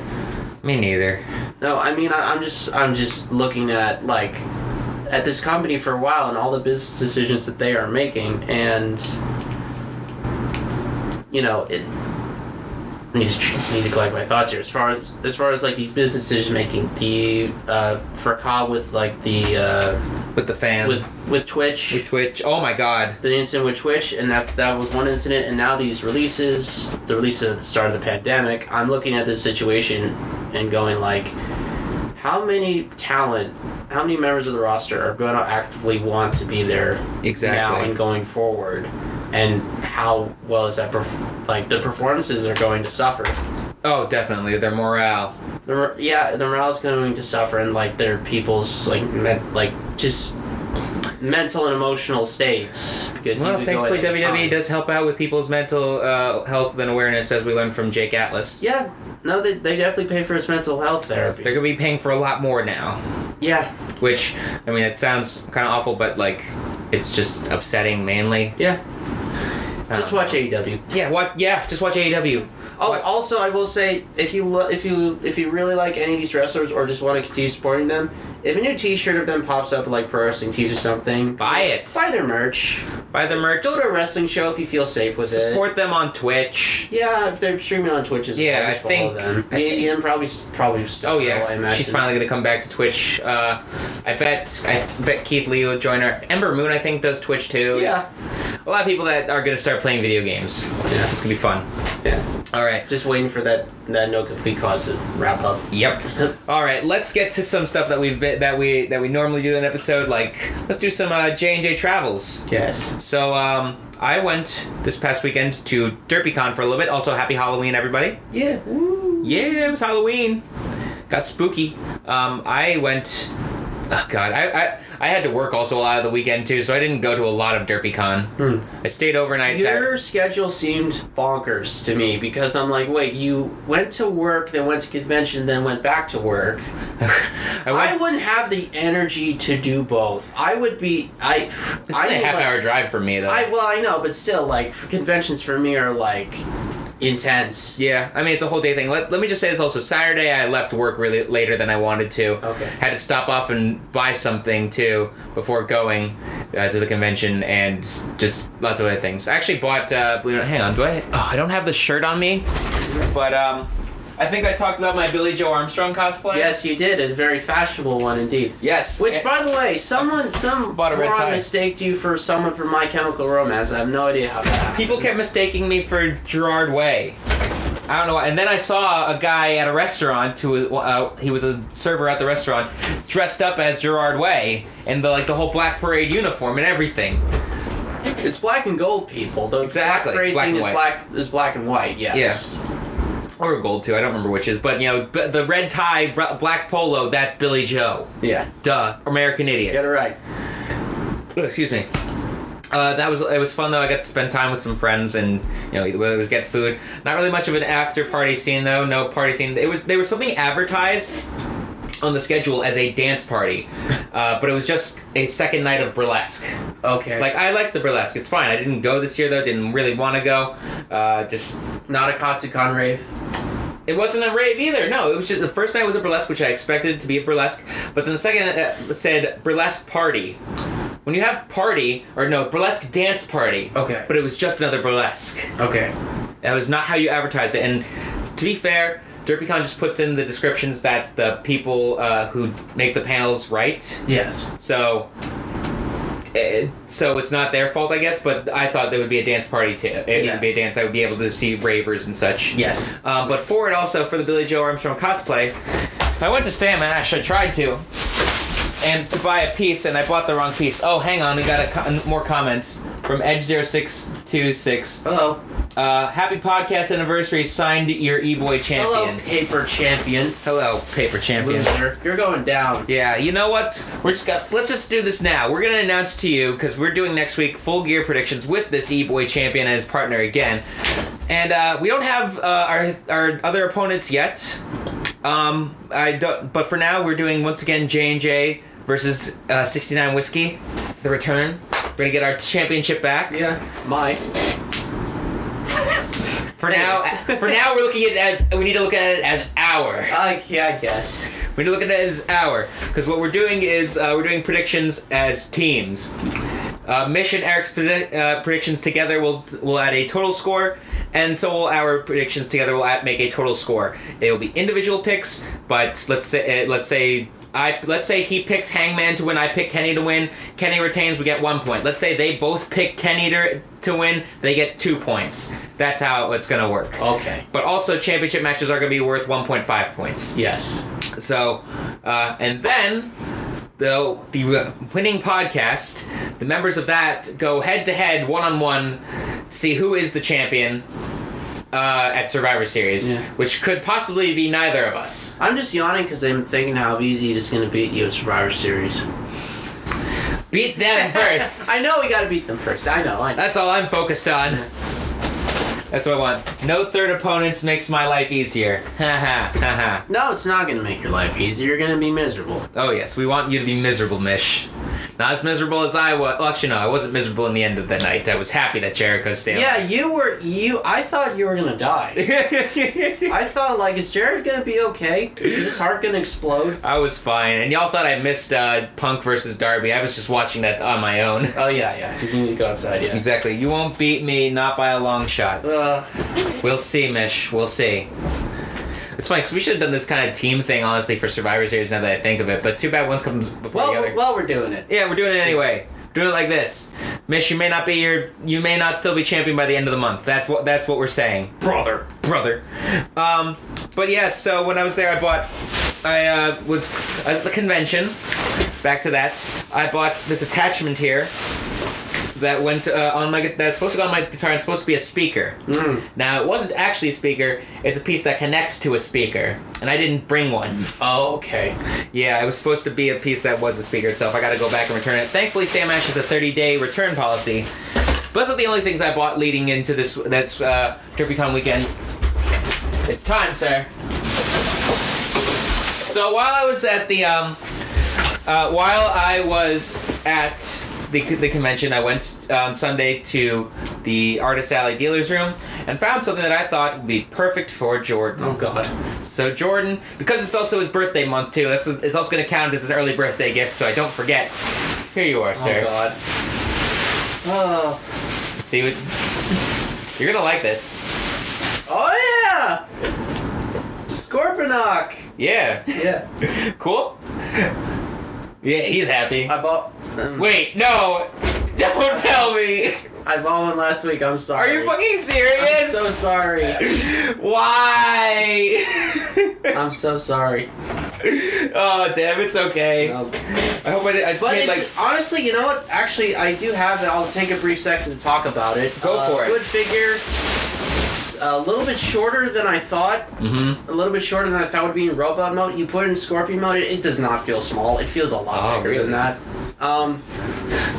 [SPEAKER 1] Me neither.
[SPEAKER 2] No, I mean I, I'm just I'm just looking at like at this company for a while and all the business decisions that they are making and you know it. I need to, need to collect my thoughts here. As far as as far as like these business decision making, the uh, for Cobb with like the uh,
[SPEAKER 1] With the fan.
[SPEAKER 2] with with Twitch,
[SPEAKER 1] With Twitch. Oh my god.
[SPEAKER 2] the incident with Twitch, and that that was one incident. And now these releases, the release at the start of the pandemic, I'm looking at this situation and going like, how many talent, how many members of the roster are going to actively want to be there now
[SPEAKER 1] Exactly.
[SPEAKER 2] and going forward, and how well is that perf- like the performances are going to suffer.
[SPEAKER 1] Oh, definitely. Their morale.
[SPEAKER 2] The, mor- yeah, the morale's going to suffer, and like their people's like men, like just mental and emotional states. Because you
[SPEAKER 1] Well,
[SPEAKER 2] could go at
[SPEAKER 1] thankfully, E
[SPEAKER 2] any
[SPEAKER 1] WWE
[SPEAKER 2] time.
[SPEAKER 1] does help out with people's mental uh, health and awareness, as we learned from Jake Atlas.
[SPEAKER 2] Yeah, no, they, they definitely pay for his mental health
[SPEAKER 1] They're
[SPEAKER 2] therapy.
[SPEAKER 1] gonna be paying for a lot more now,
[SPEAKER 2] Yeah,
[SPEAKER 1] which I mean, it sounds kind of awful, but like, it's just upsetting mainly.
[SPEAKER 2] yeah. Just
[SPEAKER 1] Um,
[SPEAKER 2] watch E AEW.
[SPEAKER 1] Yeah, what? Yeah, just watch E AEW.
[SPEAKER 2] Oh,
[SPEAKER 1] What-
[SPEAKER 2] also, I will say if you lo- if you if you really like any of these wrestlers or just want to continue supporting them, if a new T-shirt of them pops up like pro wrestling tees or something,
[SPEAKER 1] Buy it.
[SPEAKER 2] buy their merch.
[SPEAKER 1] Buy the merch.
[SPEAKER 2] Go to a wrestling show if you feel safe with it.
[SPEAKER 1] Support them on Twitch.
[SPEAKER 2] Yeah, if they're streaming on Twitch, as well,
[SPEAKER 1] Yeah,
[SPEAKER 2] just
[SPEAKER 1] I
[SPEAKER 2] follow
[SPEAKER 1] think-
[SPEAKER 2] them.
[SPEAKER 1] I
[SPEAKER 2] Mia
[SPEAKER 1] think-
[SPEAKER 2] Yim probably probably still.
[SPEAKER 1] Oh
[SPEAKER 2] I
[SPEAKER 1] yeah,
[SPEAKER 2] imagine.
[SPEAKER 1] she's finally gonna come back to Twitch. Uh, I bet I bet Keith Lee will join her. Ember Moon, I think, does Twitch too.
[SPEAKER 2] Yeah,
[SPEAKER 1] a lot of people that are gonna start playing video games.
[SPEAKER 2] Yeah.
[SPEAKER 1] it's gonna be fun.
[SPEAKER 2] yeah.
[SPEAKER 1] All right.
[SPEAKER 2] Just waiting for that that no complete cause to wrap up.
[SPEAKER 1] Yep. (laughs) All right. Let's get to some stuff that we've been, that we that we normally do in an episode. Like let's do some uh, J and J travels.
[SPEAKER 2] Yes.
[SPEAKER 1] So um, I went this past weekend to DerpyCon for a little bit. Also, happy Halloween, everybody.
[SPEAKER 2] Yeah.
[SPEAKER 1] Yeah, it was Halloween. Got spooky. Um, I went. Oh God, I, I I had to work also a lot of the weekend too, so I didn't go to a lot of DerpyCon.
[SPEAKER 2] Hmm.
[SPEAKER 1] I stayed overnight. Saturday.
[SPEAKER 2] Your schedule seemed bonkers to me because I'm like, wait, you went to work, then went to convention, then went back to work.
[SPEAKER 1] (laughs) I went.
[SPEAKER 2] I wouldn't have the energy to do both. I would be, I,
[SPEAKER 1] it's
[SPEAKER 2] I
[SPEAKER 1] only a
[SPEAKER 2] would
[SPEAKER 1] half
[SPEAKER 2] like-
[SPEAKER 1] hour drive for me though.
[SPEAKER 2] I well, I know, but still, like conventions for me are like intense.
[SPEAKER 1] Yeah, I mean it's a whole day thing. Let, let me just say this also. Saturday I left work really later than I wanted to.
[SPEAKER 2] Okay.
[SPEAKER 1] Had to stop off and buy something too before going uh, to the convention and just lots of other things. I actually bought. Uh, believe it or not, hang on. Do I? Oh, I don't have the shirt on me. But um, I think I talked about my Billy Joe Armstrong cosplay.
[SPEAKER 2] Yes, you did a very fashionable one indeed.
[SPEAKER 1] Yes.
[SPEAKER 2] Which,
[SPEAKER 1] And-
[SPEAKER 2] by the way, someone some
[SPEAKER 1] Bought a red
[SPEAKER 2] moron
[SPEAKER 1] tie.
[SPEAKER 2] mistaked you for someone from My Chemical Romance. I have no idea how that. happened.
[SPEAKER 1] People kept mistaking me for Gerard Way. I don't know why. And then I saw a guy at a restaurant who was uh, he was a server at the restaurant, dressed up as Gerard Way in the like the whole Black Parade uniform and everything.
[SPEAKER 2] It's black and gold, people. The
[SPEAKER 1] Exactly.
[SPEAKER 2] Black, parade
[SPEAKER 1] Black
[SPEAKER 2] thing
[SPEAKER 1] and
[SPEAKER 2] is
[SPEAKER 1] white.
[SPEAKER 2] black is black and white. Yes.
[SPEAKER 1] Or gold too. I don't remember which is, but you know b- the red tie, br- black polo. That's Billy Joe.
[SPEAKER 2] Yeah.
[SPEAKER 1] Duh, American idiot.
[SPEAKER 2] Get it right.
[SPEAKER 1] Oh, excuse me. Uh, that was it was fun though. I got to spend time with some friends and you know whether it was get food. Not really much of an after party scene though. No party scene. It was there was something advertised on the schedule as a dance party, uh, but it was just a second night of burlesque.
[SPEAKER 2] Okay.
[SPEAKER 1] Like I like the burlesque. It's fine. I didn't go this year though. Didn't really want to go. Uh, just
[SPEAKER 2] not a Katsukan rave.
[SPEAKER 1] it wasn't a rave either. No, it was just the first night was a burlesque, which I expected to be a burlesque, but then the second uh, said burlesque party. When you have party or no burlesque dance party,
[SPEAKER 2] Okay.
[SPEAKER 1] but it was just another burlesque.
[SPEAKER 2] Okay.
[SPEAKER 1] That was not how you advertise it. And to be fair, DerpyCon just puts in the descriptions that the people uh, who make the panels write.
[SPEAKER 2] Yes.
[SPEAKER 1] So, eh, so it's not their fault, I guess. But I thought there would be a dance party too. It
[SPEAKER 2] Yeah.
[SPEAKER 1] would be a dance. I would be able to see ravers and such.
[SPEAKER 2] Yes.
[SPEAKER 1] Um, but for it also for the Billy Joe Armstrong cosplay, I went to Sam Ash. I tried to, and to buy a piece, and I bought the wrong piece. Oh, hang on, we got a co- more comments from Edge 0626
[SPEAKER 2] Hello.
[SPEAKER 1] Uh, happy podcast anniversary! Signed your e boy
[SPEAKER 2] Hello,
[SPEAKER 1] champion.
[SPEAKER 2] paper champion.
[SPEAKER 1] Hello, paper champion.
[SPEAKER 2] Loser. You're going down.
[SPEAKER 1] Yeah, you know what? We're just got. Let's just do this now. We're gonna announce to you because we're doing next week full gear predictions with this E Boy champion and his partner again, and uh, we don't have uh, our our other opponents yet. Um, I don't. But for now, we're doing once again J and J versus uh, sixty nine whiskey, the return. We're gonna get our championship back.
[SPEAKER 2] Yeah. My.
[SPEAKER 1] For now,
[SPEAKER 2] Thanks.
[SPEAKER 1] for now, we're looking at it as we need to look at it as hour.
[SPEAKER 2] I, yeah, I guess.
[SPEAKER 1] We need to look at it as hour because what we're doing is uh, we're doing predictions as teams. Uh, Mish and Eric's posi- uh, predictions together will will add a total score, and so will our predictions together will add, make a total score. It will be individual picks, but let's say uh, let's say. I, let's say he picks Hangman to win. I pick Kenny to win. Kenny retains. We get one point. Let's say they both pick Kenny to, to win. They get two points. That's how it's gonna work.
[SPEAKER 2] Okay.
[SPEAKER 1] But also, championship matches are gonna be worth one point five points.
[SPEAKER 2] Yes.
[SPEAKER 1] So, uh, and then the the winning podcast, the members of that go head to head, one on one, see who is the champion uh, at Survivor Series,
[SPEAKER 2] Yeah.
[SPEAKER 1] which could possibly be neither of us.
[SPEAKER 2] I'm just yawning because I'm thinking how easy it is going to beat you at Survivor Series.
[SPEAKER 1] Beat
[SPEAKER 2] (laughs)
[SPEAKER 1] them first.
[SPEAKER 2] I know we got to beat them first. I know. I know.
[SPEAKER 1] That's all I'm focused on. That's what I want. No third opponents makes my life easier. (laughs) Ha ha ha ha.
[SPEAKER 2] No, it's not going to make your life easier. You're going to be miserable.
[SPEAKER 1] Oh yes, we want you to be miserable, Mish. Not as miserable as I was. Well, actually, no, I wasn't miserable in the end of the night. I was happy that Jericho stayed.
[SPEAKER 2] Yeah, you were. You. I thought you were going
[SPEAKER 1] (laughs)
[SPEAKER 2] to die.
[SPEAKER 1] I
[SPEAKER 2] I thought like, is Jared going to be okay? Is his heart going to explode?
[SPEAKER 1] was fine, and y'all thought I missed uh, Punk versus Darby. I was just watching that on my own. (laughs)
[SPEAKER 2] Oh yeah, yeah. Because you need to go outside. Yeah.
[SPEAKER 1] Exactly. You won't beat me, not by a long shot.
[SPEAKER 2] Uh,
[SPEAKER 1] We'll see, Mish. We'll see. It's funny because we should have done this kind of team thing, honestly, for Survivor Series. Now that I think of it, but too bad one comes before the other.
[SPEAKER 2] well, well, we're doing it.
[SPEAKER 1] yeah, we're doing it anyway. Doing it like this, Mish. You may not be your. You may not still be champion by the end of the month. That's what. That's what we're saying.
[SPEAKER 2] Brother.
[SPEAKER 1] brother. Um, but yeah, so when I was there, I bought. I uh, was at the convention. Back to that, I bought this attachment here that went uh, on my gu- that's supposed to go on my guitar. and It's supposed to be a speaker. Now it wasn't actually a speaker. It's a piece that connects to a speaker, and I didn't bring one.
[SPEAKER 2] Oh, okay.
[SPEAKER 1] Yeah, it was supposed to be a piece that was the speaker itself. I got to go back and return it. Thankfully, Sam Ash has a 30-day return policy. But those are the only things I bought leading into this that's uh, DerbyCon weekend. It's time, sir. So while I was at the um, uh, while I was at the, the convention, I went uh, on Sunday to the Artist Alley dealer's room and found something that I thought would be perfect for Jordan.
[SPEAKER 2] Oh God.
[SPEAKER 1] So Jordan, because it's also his birthday month too, that's it's also going to count as an early birthday gift, so I don't forget. Here you are, sir.
[SPEAKER 2] Oh God. Oh.
[SPEAKER 1] See what you're gonna like this.
[SPEAKER 2] Oh yeah! Scorponok!
[SPEAKER 1] Yeah, (laughs)
[SPEAKER 2] Yeah.
[SPEAKER 1] cool. Yeah, he's happy.
[SPEAKER 2] I bought
[SPEAKER 1] Wait, no, don't tell me.
[SPEAKER 2] I bought one last week, I'm
[SPEAKER 1] Are
[SPEAKER 2] sorry.
[SPEAKER 1] you fucking
[SPEAKER 2] I'm
[SPEAKER 1] serious?
[SPEAKER 2] so sorry.
[SPEAKER 1] Why? (laughs)
[SPEAKER 2] I'm so (laughs) sorry. Um,
[SPEAKER 1] oh damn, it's okay.
[SPEAKER 2] No.
[SPEAKER 1] I hope I, did, I
[SPEAKER 2] But
[SPEAKER 1] made like
[SPEAKER 2] it's honestly, you know what? Actually, I do have it. I'll take a brief second to talk about it.
[SPEAKER 1] Go
[SPEAKER 2] Uh,
[SPEAKER 1] for it.
[SPEAKER 2] Good figure. S- A little bit shorter than I thought.
[SPEAKER 1] Mhm.
[SPEAKER 2] A little bit shorter than I thought would be in robot mode. You put it in scorpion mode, it, it does not feel small. It feels a lot
[SPEAKER 1] Oh,
[SPEAKER 2] bigger
[SPEAKER 1] really?
[SPEAKER 2] than that. Um,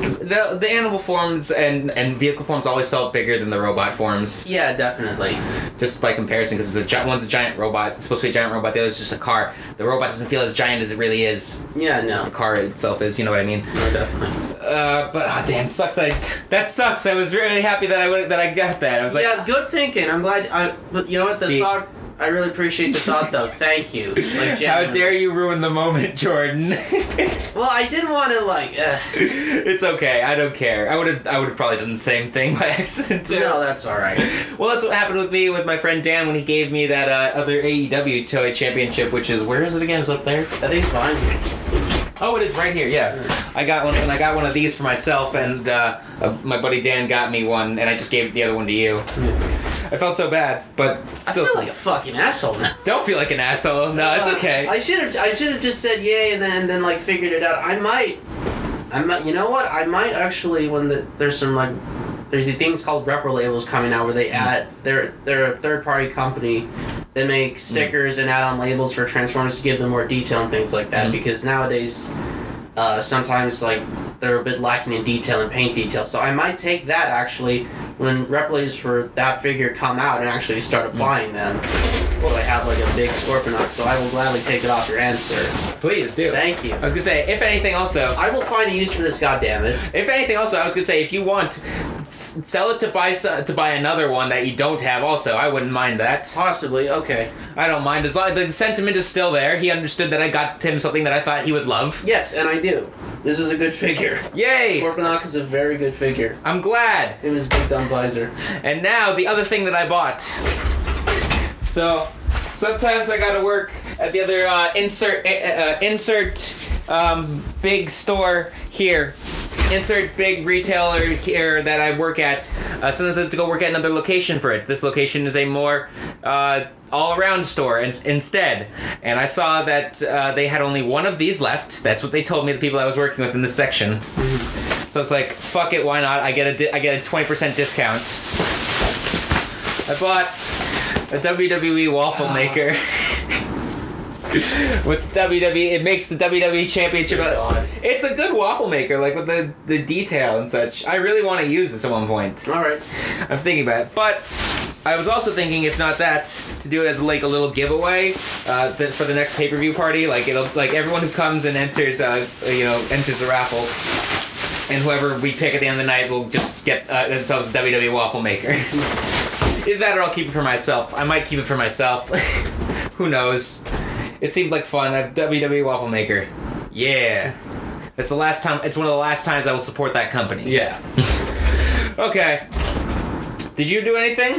[SPEAKER 1] the the animal forms and and vehicle forms always felt bigger than the robot forms.
[SPEAKER 2] yeah, definitely.
[SPEAKER 1] just by comparison, because it's a gi- one's a giant robot. It's supposed to be a giant robot. The other's just a car. The robot doesn't feel as giant as it really is.
[SPEAKER 2] Yeah,
[SPEAKER 1] As
[SPEAKER 2] no.
[SPEAKER 1] the car itself is. You know what I mean?
[SPEAKER 2] No, definitely.
[SPEAKER 1] Uh, but oh, damn, sucks. I that sucks. I was really happy that I would that I got that. I was like,
[SPEAKER 2] yeah, good thinking. I'm glad. I, but you know what? The
[SPEAKER 1] The-
[SPEAKER 2] thought. I really appreciate the thought, though. Thank you. Like,
[SPEAKER 1] (laughs) how
[SPEAKER 2] genuinely.
[SPEAKER 1] dare you ruin the moment, (laughs) Jordan?
[SPEAKER 2] Well, I didn't want to like. Uh,
[SPEAKER 1] it's okay. I don't care. I would have I would have probably done the same thing (laughs) by accident too.
[SPEAKER 2] no, that's all right.
[SPEAKER 1] Well, that's what happened with me with my friend Dan when he gave me that uh, other AEW toy championship, which is where is it again? It's up there.
[SPEAKER 2] I think it's fine.
[SPEAKER 1] Oh, it is right here. Yeah, I got one, and I got one of these for myself, and uh, uh, my buddy Dan got me one, and I just gave the other one to you. I felt so bad, but
[SPEAKER 2] I
[SPEAKER 1] still,
[SPEAKER 2] feel like a fucking asshole now.
[SPEAKER 1] don't feel like an asshole. No, it's okay.
[SPEAKER 2] Uh, I should have. I should have just said yay and then and then like figured it out. I might. I might. You know what? I might actually when the, there's some like. There's these things called repro labels coming out where they add they're they're a third party company that
[SPEAKER 1] Hmm.
[SPEAKER 2] make stickers and add on labels for Transformers to give them more detail and things like that
[SPEAKER 1] Mm.
[SPEAKER 2] because nowadays uh, sometimes like they're a bit lacking in detail and paint detail. So I might take
[SPEAKER 1] Hmm.
[SPEAKER 2] that actually when replicas for that figure come out and actually start applying them. Well, I have like a big Scorponok, so I will gladly take it off your end, sir.
[SPEAKER 1] Please do.
[SPEAKER 2] Thank you.
[SPEAKER 1] I was gonna say, if anything, also,
[SPEAKER 2] I will find a use for this, goddammit.
[SPEAKER 1] If anything, also, I was gonna say, if you want, s- sell it to buy s- to buy another one that you don't have. Also, I wouldn't mind that.
[SPEAKER 2] Possibly, okay.
[SPEAKER 1] I don't mind as long the sentiment is still there. He understood that I got him something that I thought he would love.
[SPEAKER 2] Yes, and I do. This is a good figure.
[SPEAKER 1] Yay!
[SPEAKER 2] Scorponok is a very good figure.
[SPEAKER 1] I'm glad.
[SPEAKER 2] Him is big dumb visor.
[SPEAKER 1] And now the other thing that I bought. So sometimes I gotta work at the other uh, insert uh, uh, insert um, big store here. Insert big retailer here that I work at. Uh, sometimes I have to go work at another location for it. This location is a more uh, all around store in- instead. And I saw that uh, they had only one of these left. That's what they told me, the people I was working with in this section.
[SPEAKER 2] Mm-hmm.
[SPEAKER 1] So it's like, fuck it, why not? I get a, di- I get a 20% discount. I bought a WWE
[SPEAKER 2] Ah.
[SPEAKER 1] waffle maker. (laughs) with WWE, it makes the WWE Championship. uh,
[SPEAKER 2] Good
[SPEAKER 1] a-
[SPEAKER 2] God.
[SPEAKER 1] it's a good waffle maker, like with the, the detail and such. I really want to use this at one point.
[SPEAKER 2] Alright.
[SPEAKER 1] I'm thinking about it. But I was also thinking, if not that, to do it as like a little giveaway uh, th- for the next pay per view party. Like it'll like everyone who comes and enters, uh, you know, enters the raffle, and whoever we pick at the end of the night will just get uh, themselves a WWE waffle maker. (laughs) Either that, or I'll keep it for myself. I might keep it for myself. (laughs) who knows? It seemed like fun. A WWE waffle maker. Yeah. It's the last time. It's one of the last times I will support that company.
[SPEAKER 2] Yeah.
[SPEAKER 1] (laughs) Okay. Did you do anything?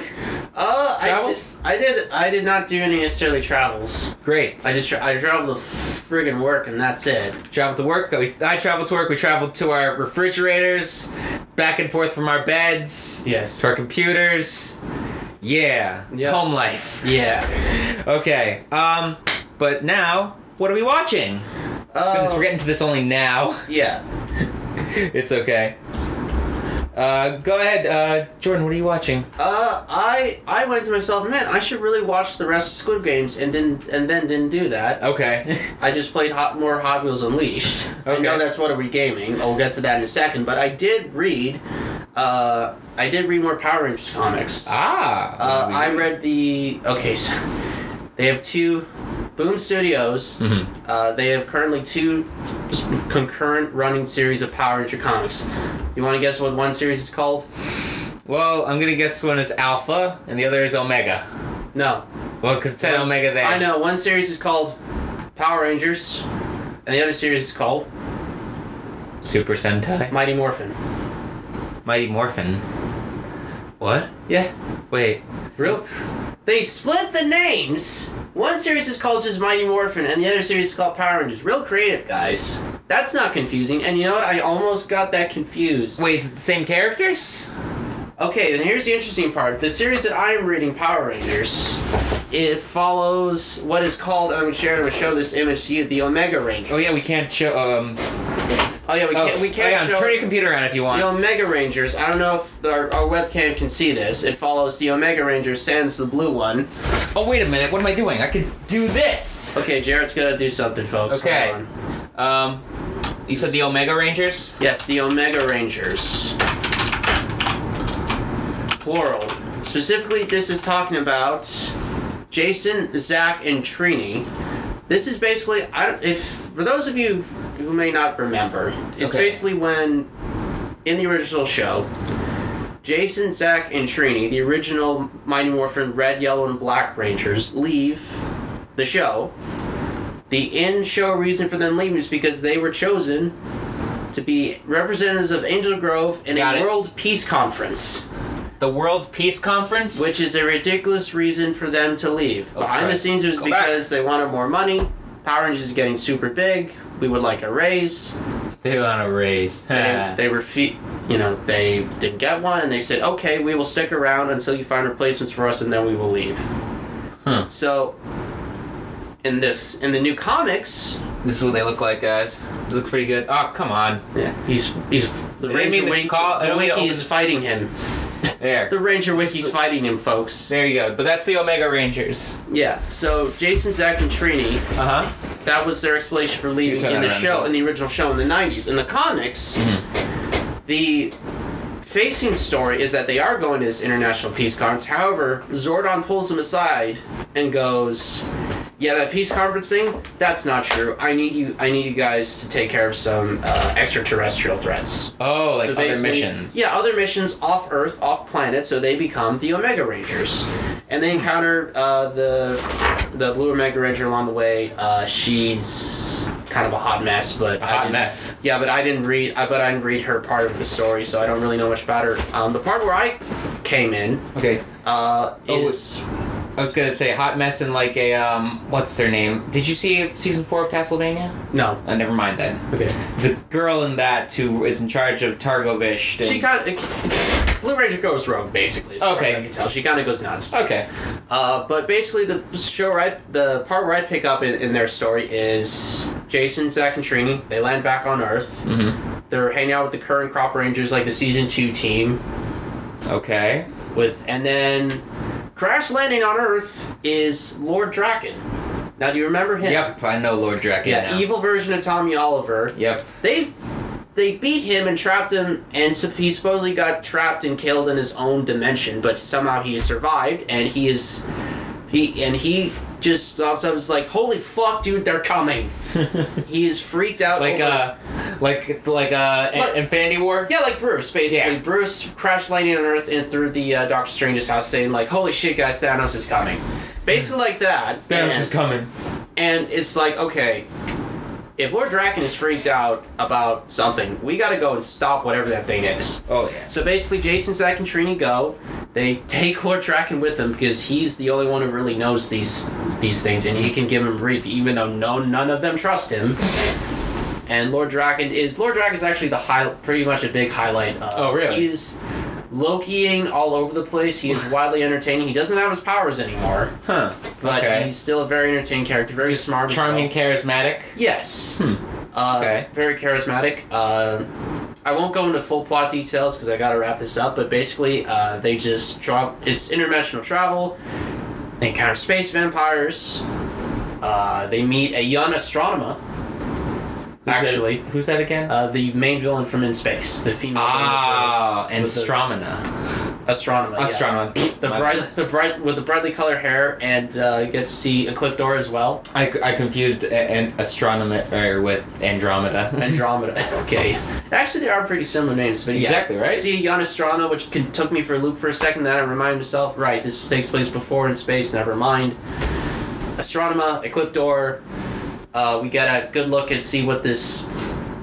[SPEAKER 2] Uh, I
[SPEAKER 1] Travels?
[SPEAKER 2] just I did I did not do any necessarily travels.
[SPEAKER 1] Great.
[SPEAKER 2] I just tra- I traveled to friggin' work and that's it.
[SPEAKER 1] traveled to work. We, I traveled to work. We traveled to our refrigerators, back and forth from our beds,
[SPEAKER 2] Yes.
[SPEAKER 1] to our computers. Yeah.
[SPEAKER 2] Yeah.
[SPEAKER 1] Home life.
[SPEAKER 2] Yeah.
[SPEAKER 1] Okay. Um, but now, what are we watching? Goodness, we're
[SPEAKER 2] Uh,
[SPEAKER 1] getting to this only now. (laughs)
[SPEAKER 2] yeah.
[SPEAKER 1] it's okay. Uh, go ahead, uh, Jordan. What are you watching?
[SPEAKER 2] Uh, I I went to myself, man. I should really watch the rest of Squid Games, and didn't and then didn't do that.
[SPEAKER 1] Okay. (laughs)
[SPEAKER 2] I just played hot, more Hot Wheels Unleashed. I
[SPEAKER 1] Okay.
[SPEAKER 2] know that's what are we gaming. I'll get to that in a second. But I did read, uh, I did read more Power Rangers comics.
[SPEAKER 1] ah.
[SPEAKER 2] Uh, I read the okay. So they have two Boom Studios.
[SPEAKER 1] Mhm.
[SPEAKER 2] Uh, they have currently two s- concurrent running series of Power Ranger comics. You want to guess what one series is called?
[SPEAKER 1] Well, I'm gonna guess one is Alpha and the other is Omega.
[SPEAKER 2] No.
[SPEAKER 1] Well, because it said
[SPEAKER 2] Well,
[SPEAKER 1] Omega there.
[SPEAKER 2] I know one series is called Power Rangers, and the other series is called
[SPEAKER 1] Super Sentai.
[SPEAKER 2] Mighty Morphin.
[SPEAKER 1] Mighty Morphin. What?
[SPEAKER 2] Yeah.
[SPEAKER 1] Wait.
[SPEAKER 2] Real. They split the names. One series is called just Mighty Morphin, and the other series is called Power Rangers. Real creative, guys. That's not confusing. And you know what? I almost got that confused.
[SPEAKER 1] Wait, is it the same characters?
[SPEAKER 2] Okay, and here's the interesting part. The series that I am reading, Power Rangers, it follows what is called. I'm sure I'm gonna show this image to you. The Omega Rangers.
[SPEAKER 1] Oh yeah, we can't show. Um.
[SPEAKER 2] Oh yeah, we
[SPEAKER 1] oh,
[SPEAKER 2] can't. we can't
[SPEAKER 1] oh, yeah,
[SPEAKER 2] show.
[SPEAKER 1] Turn your computer on if you want.
[SPEAKER 2] The Omega Rangers, I don't know if the, our, our webcam can see this. It follows the Omega Rangers, sans the blue one.
[SPEAKER 1] Oh wait a minute. What am I doing? I could do this.
[SPEAKER 2] Okay, Jared's gonna do something, folks. Hold
[SPEAKER 1] Okay.
[SPEAKER 2] on.
[SPEAKER 1] Um. You said the Omega Rangers.
[SPEAKER 2] Yes, the Omega Rangers. Plural. Specifically, this is talking about Jason, Zach, and Trini. This is basically, I don't, if for those of you who may not remember, it's
[SPEAKER 1] Okay.
[SPEAKER 2] basically when in the original show, Jason, Zach, and Trini, the original Mighty Morphin Red, Yellow, and Black Rangers, leave the show. The in-show reason for them leaving is because they were chosen to be representatives of Angel Grove in
[SPEAKER 1] Got
[SPEAKER 2] a
[SPEAKER 1] it.
[SPEAKER 2] World Peace Conference,
[SPEAKER 1] The World Peace Conference.
[SPEAKER 2] which is a ridiculous reason for them to leave. Behind the
[SPEAKER 1] Christ.
[SPEAKER 2] scenes, it was
[SPEAKER 1] Go back.
[SPEAKER 2] because they wanted more money. Power Rangers is getting super big. We would like a raise.
[SPEAKER 1] they want a raise. (laughs)
[SPEAKER 2] They, they were fe- you know, they didn't get one, and they said, "Okay, we will stick around until you find replacements for us, and then we will leave."
[SPEAKER 1] Huh.
[SPEAKER 2] So, in this, in the new comics,
[SPEAKER 1] this is what they look like, guys. They look pretty good. Oh come on.
[SPEAKER 2] yeah, he's he's the
[SPEAKER 1] They
[SPEAKER 2] Ranger
[SPEAKER 1] mean to
[SPEAKER 2] Wink,
[SPEAKER 1] call- I
[SPEAKER 2] the
[SPEAKER 1] don't mean to
[SPEAKER 2] Wiki
[SPEAKER 1] open
[SPEAKER 2] is
[SPEAKER 1] this-
[SPEAKER 2] fighting him.
[SPEAKER 1] There.
[SPEAKER 2] The Ranger Wiki's fighting him, folks.
[SPEAKER 1] There you go. But that's the Omega Rangers.
[SPEAKER 2] Yeah. So Jason, Zach, and Trini,
[SPEAKER 1] Uh huh.
[SPEAKER 2] that was their explanation for
[SPEAKER 1] You
[SPEAKER 2] leaving
[SPEAKER 1] turn
[SPEAKER 2] in
[SPEAKER 1] that
[SPEAKER 2] the
[SPEAKER 1] around.
[SPEAKER 2] show, in the original show in the 90s. In the comics, the facing story is that they are going to this international peace conference. However, Zordon pulls them aside and goes, "Yeah, that peace conference thing, that's not true. I need you. I need you guys to take care of some uh, extraterrestrial threats.
[SPEAKER 1] Oh, like
[SPEAKER 2] So
[SPEAKER 1] other
[SPEAKER 2] basically-
[SPEAKER 1] missions.
[SPEAKER 2] Yeah, other missions off Earth, off planet. So they become the Omega Rangers, and they encounter uh, the the blue Omega Ranger along the way. Uh, she's kind of a hot mess, but
[SPEAKER 1] A
[SPEAKER 2] I
[SPEAKER 1] hot
[SPEAKER 2] didn't-
[SPEAKER 1] mess.
[SPEAKER 2] yeah, but I didn't read. I but I didn't read her part of the story, so I don't really know much about her. Um, the part where I came in
[SPEAKER 1] Okay,
[SPEAKER 2] uh,
[SPEAKER 1] Oh,
[SPEAKER 2] is
[SPEAKER 1] I was gonna say hot mess and like a um, what's their name? Did you see season four of Castlevania?
[SPEAKER 2] no.
[SPEAKER 1] Uh, never mind then.
[SPEAKER 2] Okay.
[SPEAKER 1] The girl in that who is in charge of Targovish.
[SPEAKER 2] She kind of Blue Ranger goes rogue, basically. As Far
[SPEAKER 1] Okay.
[SPEAKER 2] as I can tell she kind of goes nuts.
[SPEAKER 1] okay.
[SPEAKER 2] Uh, but basically, the show right, the part where I pick up in, in their story is Jason, Zach, and Trini. They land back on Earth.
[SPEAKER 1] Mm-hmm.
[SPEAKER 2] They're hanging out with the current Crop Rangers, like the season two team.
[SPEAKER 1] Okay.
[SPEAKER 2] With and then, crash landing on Earth is Lord Draken. Now, do you remember him?
[SPEAKER 1] Yep, I know Lord Draken
[SPEAKER 2] Yeah,
[SPEAKER 1] now.
[SPEAKER 2] evil version of Tommy Oliver.
[SPEAKER 1] Yep.
[SPEAKER 2] They they beat him and trapped him, and sup- he supposedly got trapped and killed in his own dimension, but somehow he survived, and he is he and he just stops up and is like, "Holy fuck, dude,
[SPEAKER 1] (laughs)
[SPEAKER 2] they're coming!" he is freaked out.
[SPEAKER 1] Like
[SPEAKER 2] over-
[SPEAKER 1] uh, like like uh,
[SPEAKER 2] Look-
[SPEAKER 1] Infinity War.
[SPEAKER 2] Yeah, like Bruce, basically.
[SPEAKER 1] Yeah.
[SPEAKER 2] Bruce crash landing on Earth and through the uh, Doctor Strange's house, saying like, "Holy shit, guys, Thanos is coming!" Basically, like that.
[SPEAKER 1] Thanos
[SPEAKER 2] and-
[SPEAKER 1] is coming.
[SPEAKER 2] and it's like, okay, if Lord Draken is freaked out about something, we gotta go and stop whatever that thing is.
[SPEAKER 1] Oh yeah.
[SPEAKER 2] So basically, Jason, Zack, and Trini go. They take (laughs) Lord Draken with them because he's the only one who really knows these these things, and he can give them brief, even though no none of them trust him. And Lord Draken is Lord Draken is actually the high, pretty much a big highlight. Of,
[SPEAKER 1] Oh, really?
[SPEAKER 2] He's Lokiing all over the place.
[SPEAKER 1] (laughs)
[SPEAKER 2] He is wildly entertaining. He doesn't have his powers anymore,
[SPEAKER 1] Huh.
[SPEAKER 2] but
[SPEAKER 1] okay.
[SPEAKER 2] he's still a very entertaining character, very
[SPEAKER 1] Just
[SPEAKER 2] smart, as well.
[SPEAKER 1] charming, charismatic.
[SPEAKER 2] Yes.
[SPEAKER 1] Hmm.
[SPEAKER 2] Uh,
[SPEAKER 1] Okay.
[SPEAKER 2] Very charismatic. Uh, I won't go into full plot details because I gotta wrap this up. But basically, uh, they just drop. It's international travel. They encounter space vampires. Uh, they meet a young astronomer.
[SPEAKER 1] Who's that-
[SPEAKER 2] actually,
[SPEAKER 1] who's that again?
[SPEAKER 2] uh, the main villain from In Space, the female
[SPEAKER 1] ah,
[SPEAKER 2] with the-
[SPEAKER 1] and Stromina.
[SPEAKER 2] astronomer. yeah.
[SPEAKER 1] Astromina.
[SPEAKER 2] The
[SPEAKER 1] My-
[SPEAKER 2] bright, the bright, with the brightly colored hair, and uh, you get to see Ecliptor as well.
[SPEAKER 1] I, I confused a- an astronomer er, with (laughs) Andromeda.
[SPEAKER 2] (laughs) Andromeda. okay. Actually, they are pretty similar names, but yeah.
[SPEAKER 1] Exactly, right?
[SPEAKER 2] See Yanastrana, which can, took me for a loop for a second. Then I remind myself, right, this takes place before in space. Never mind. Astronoma, Ecliptor. Uh, we get a good look and see what this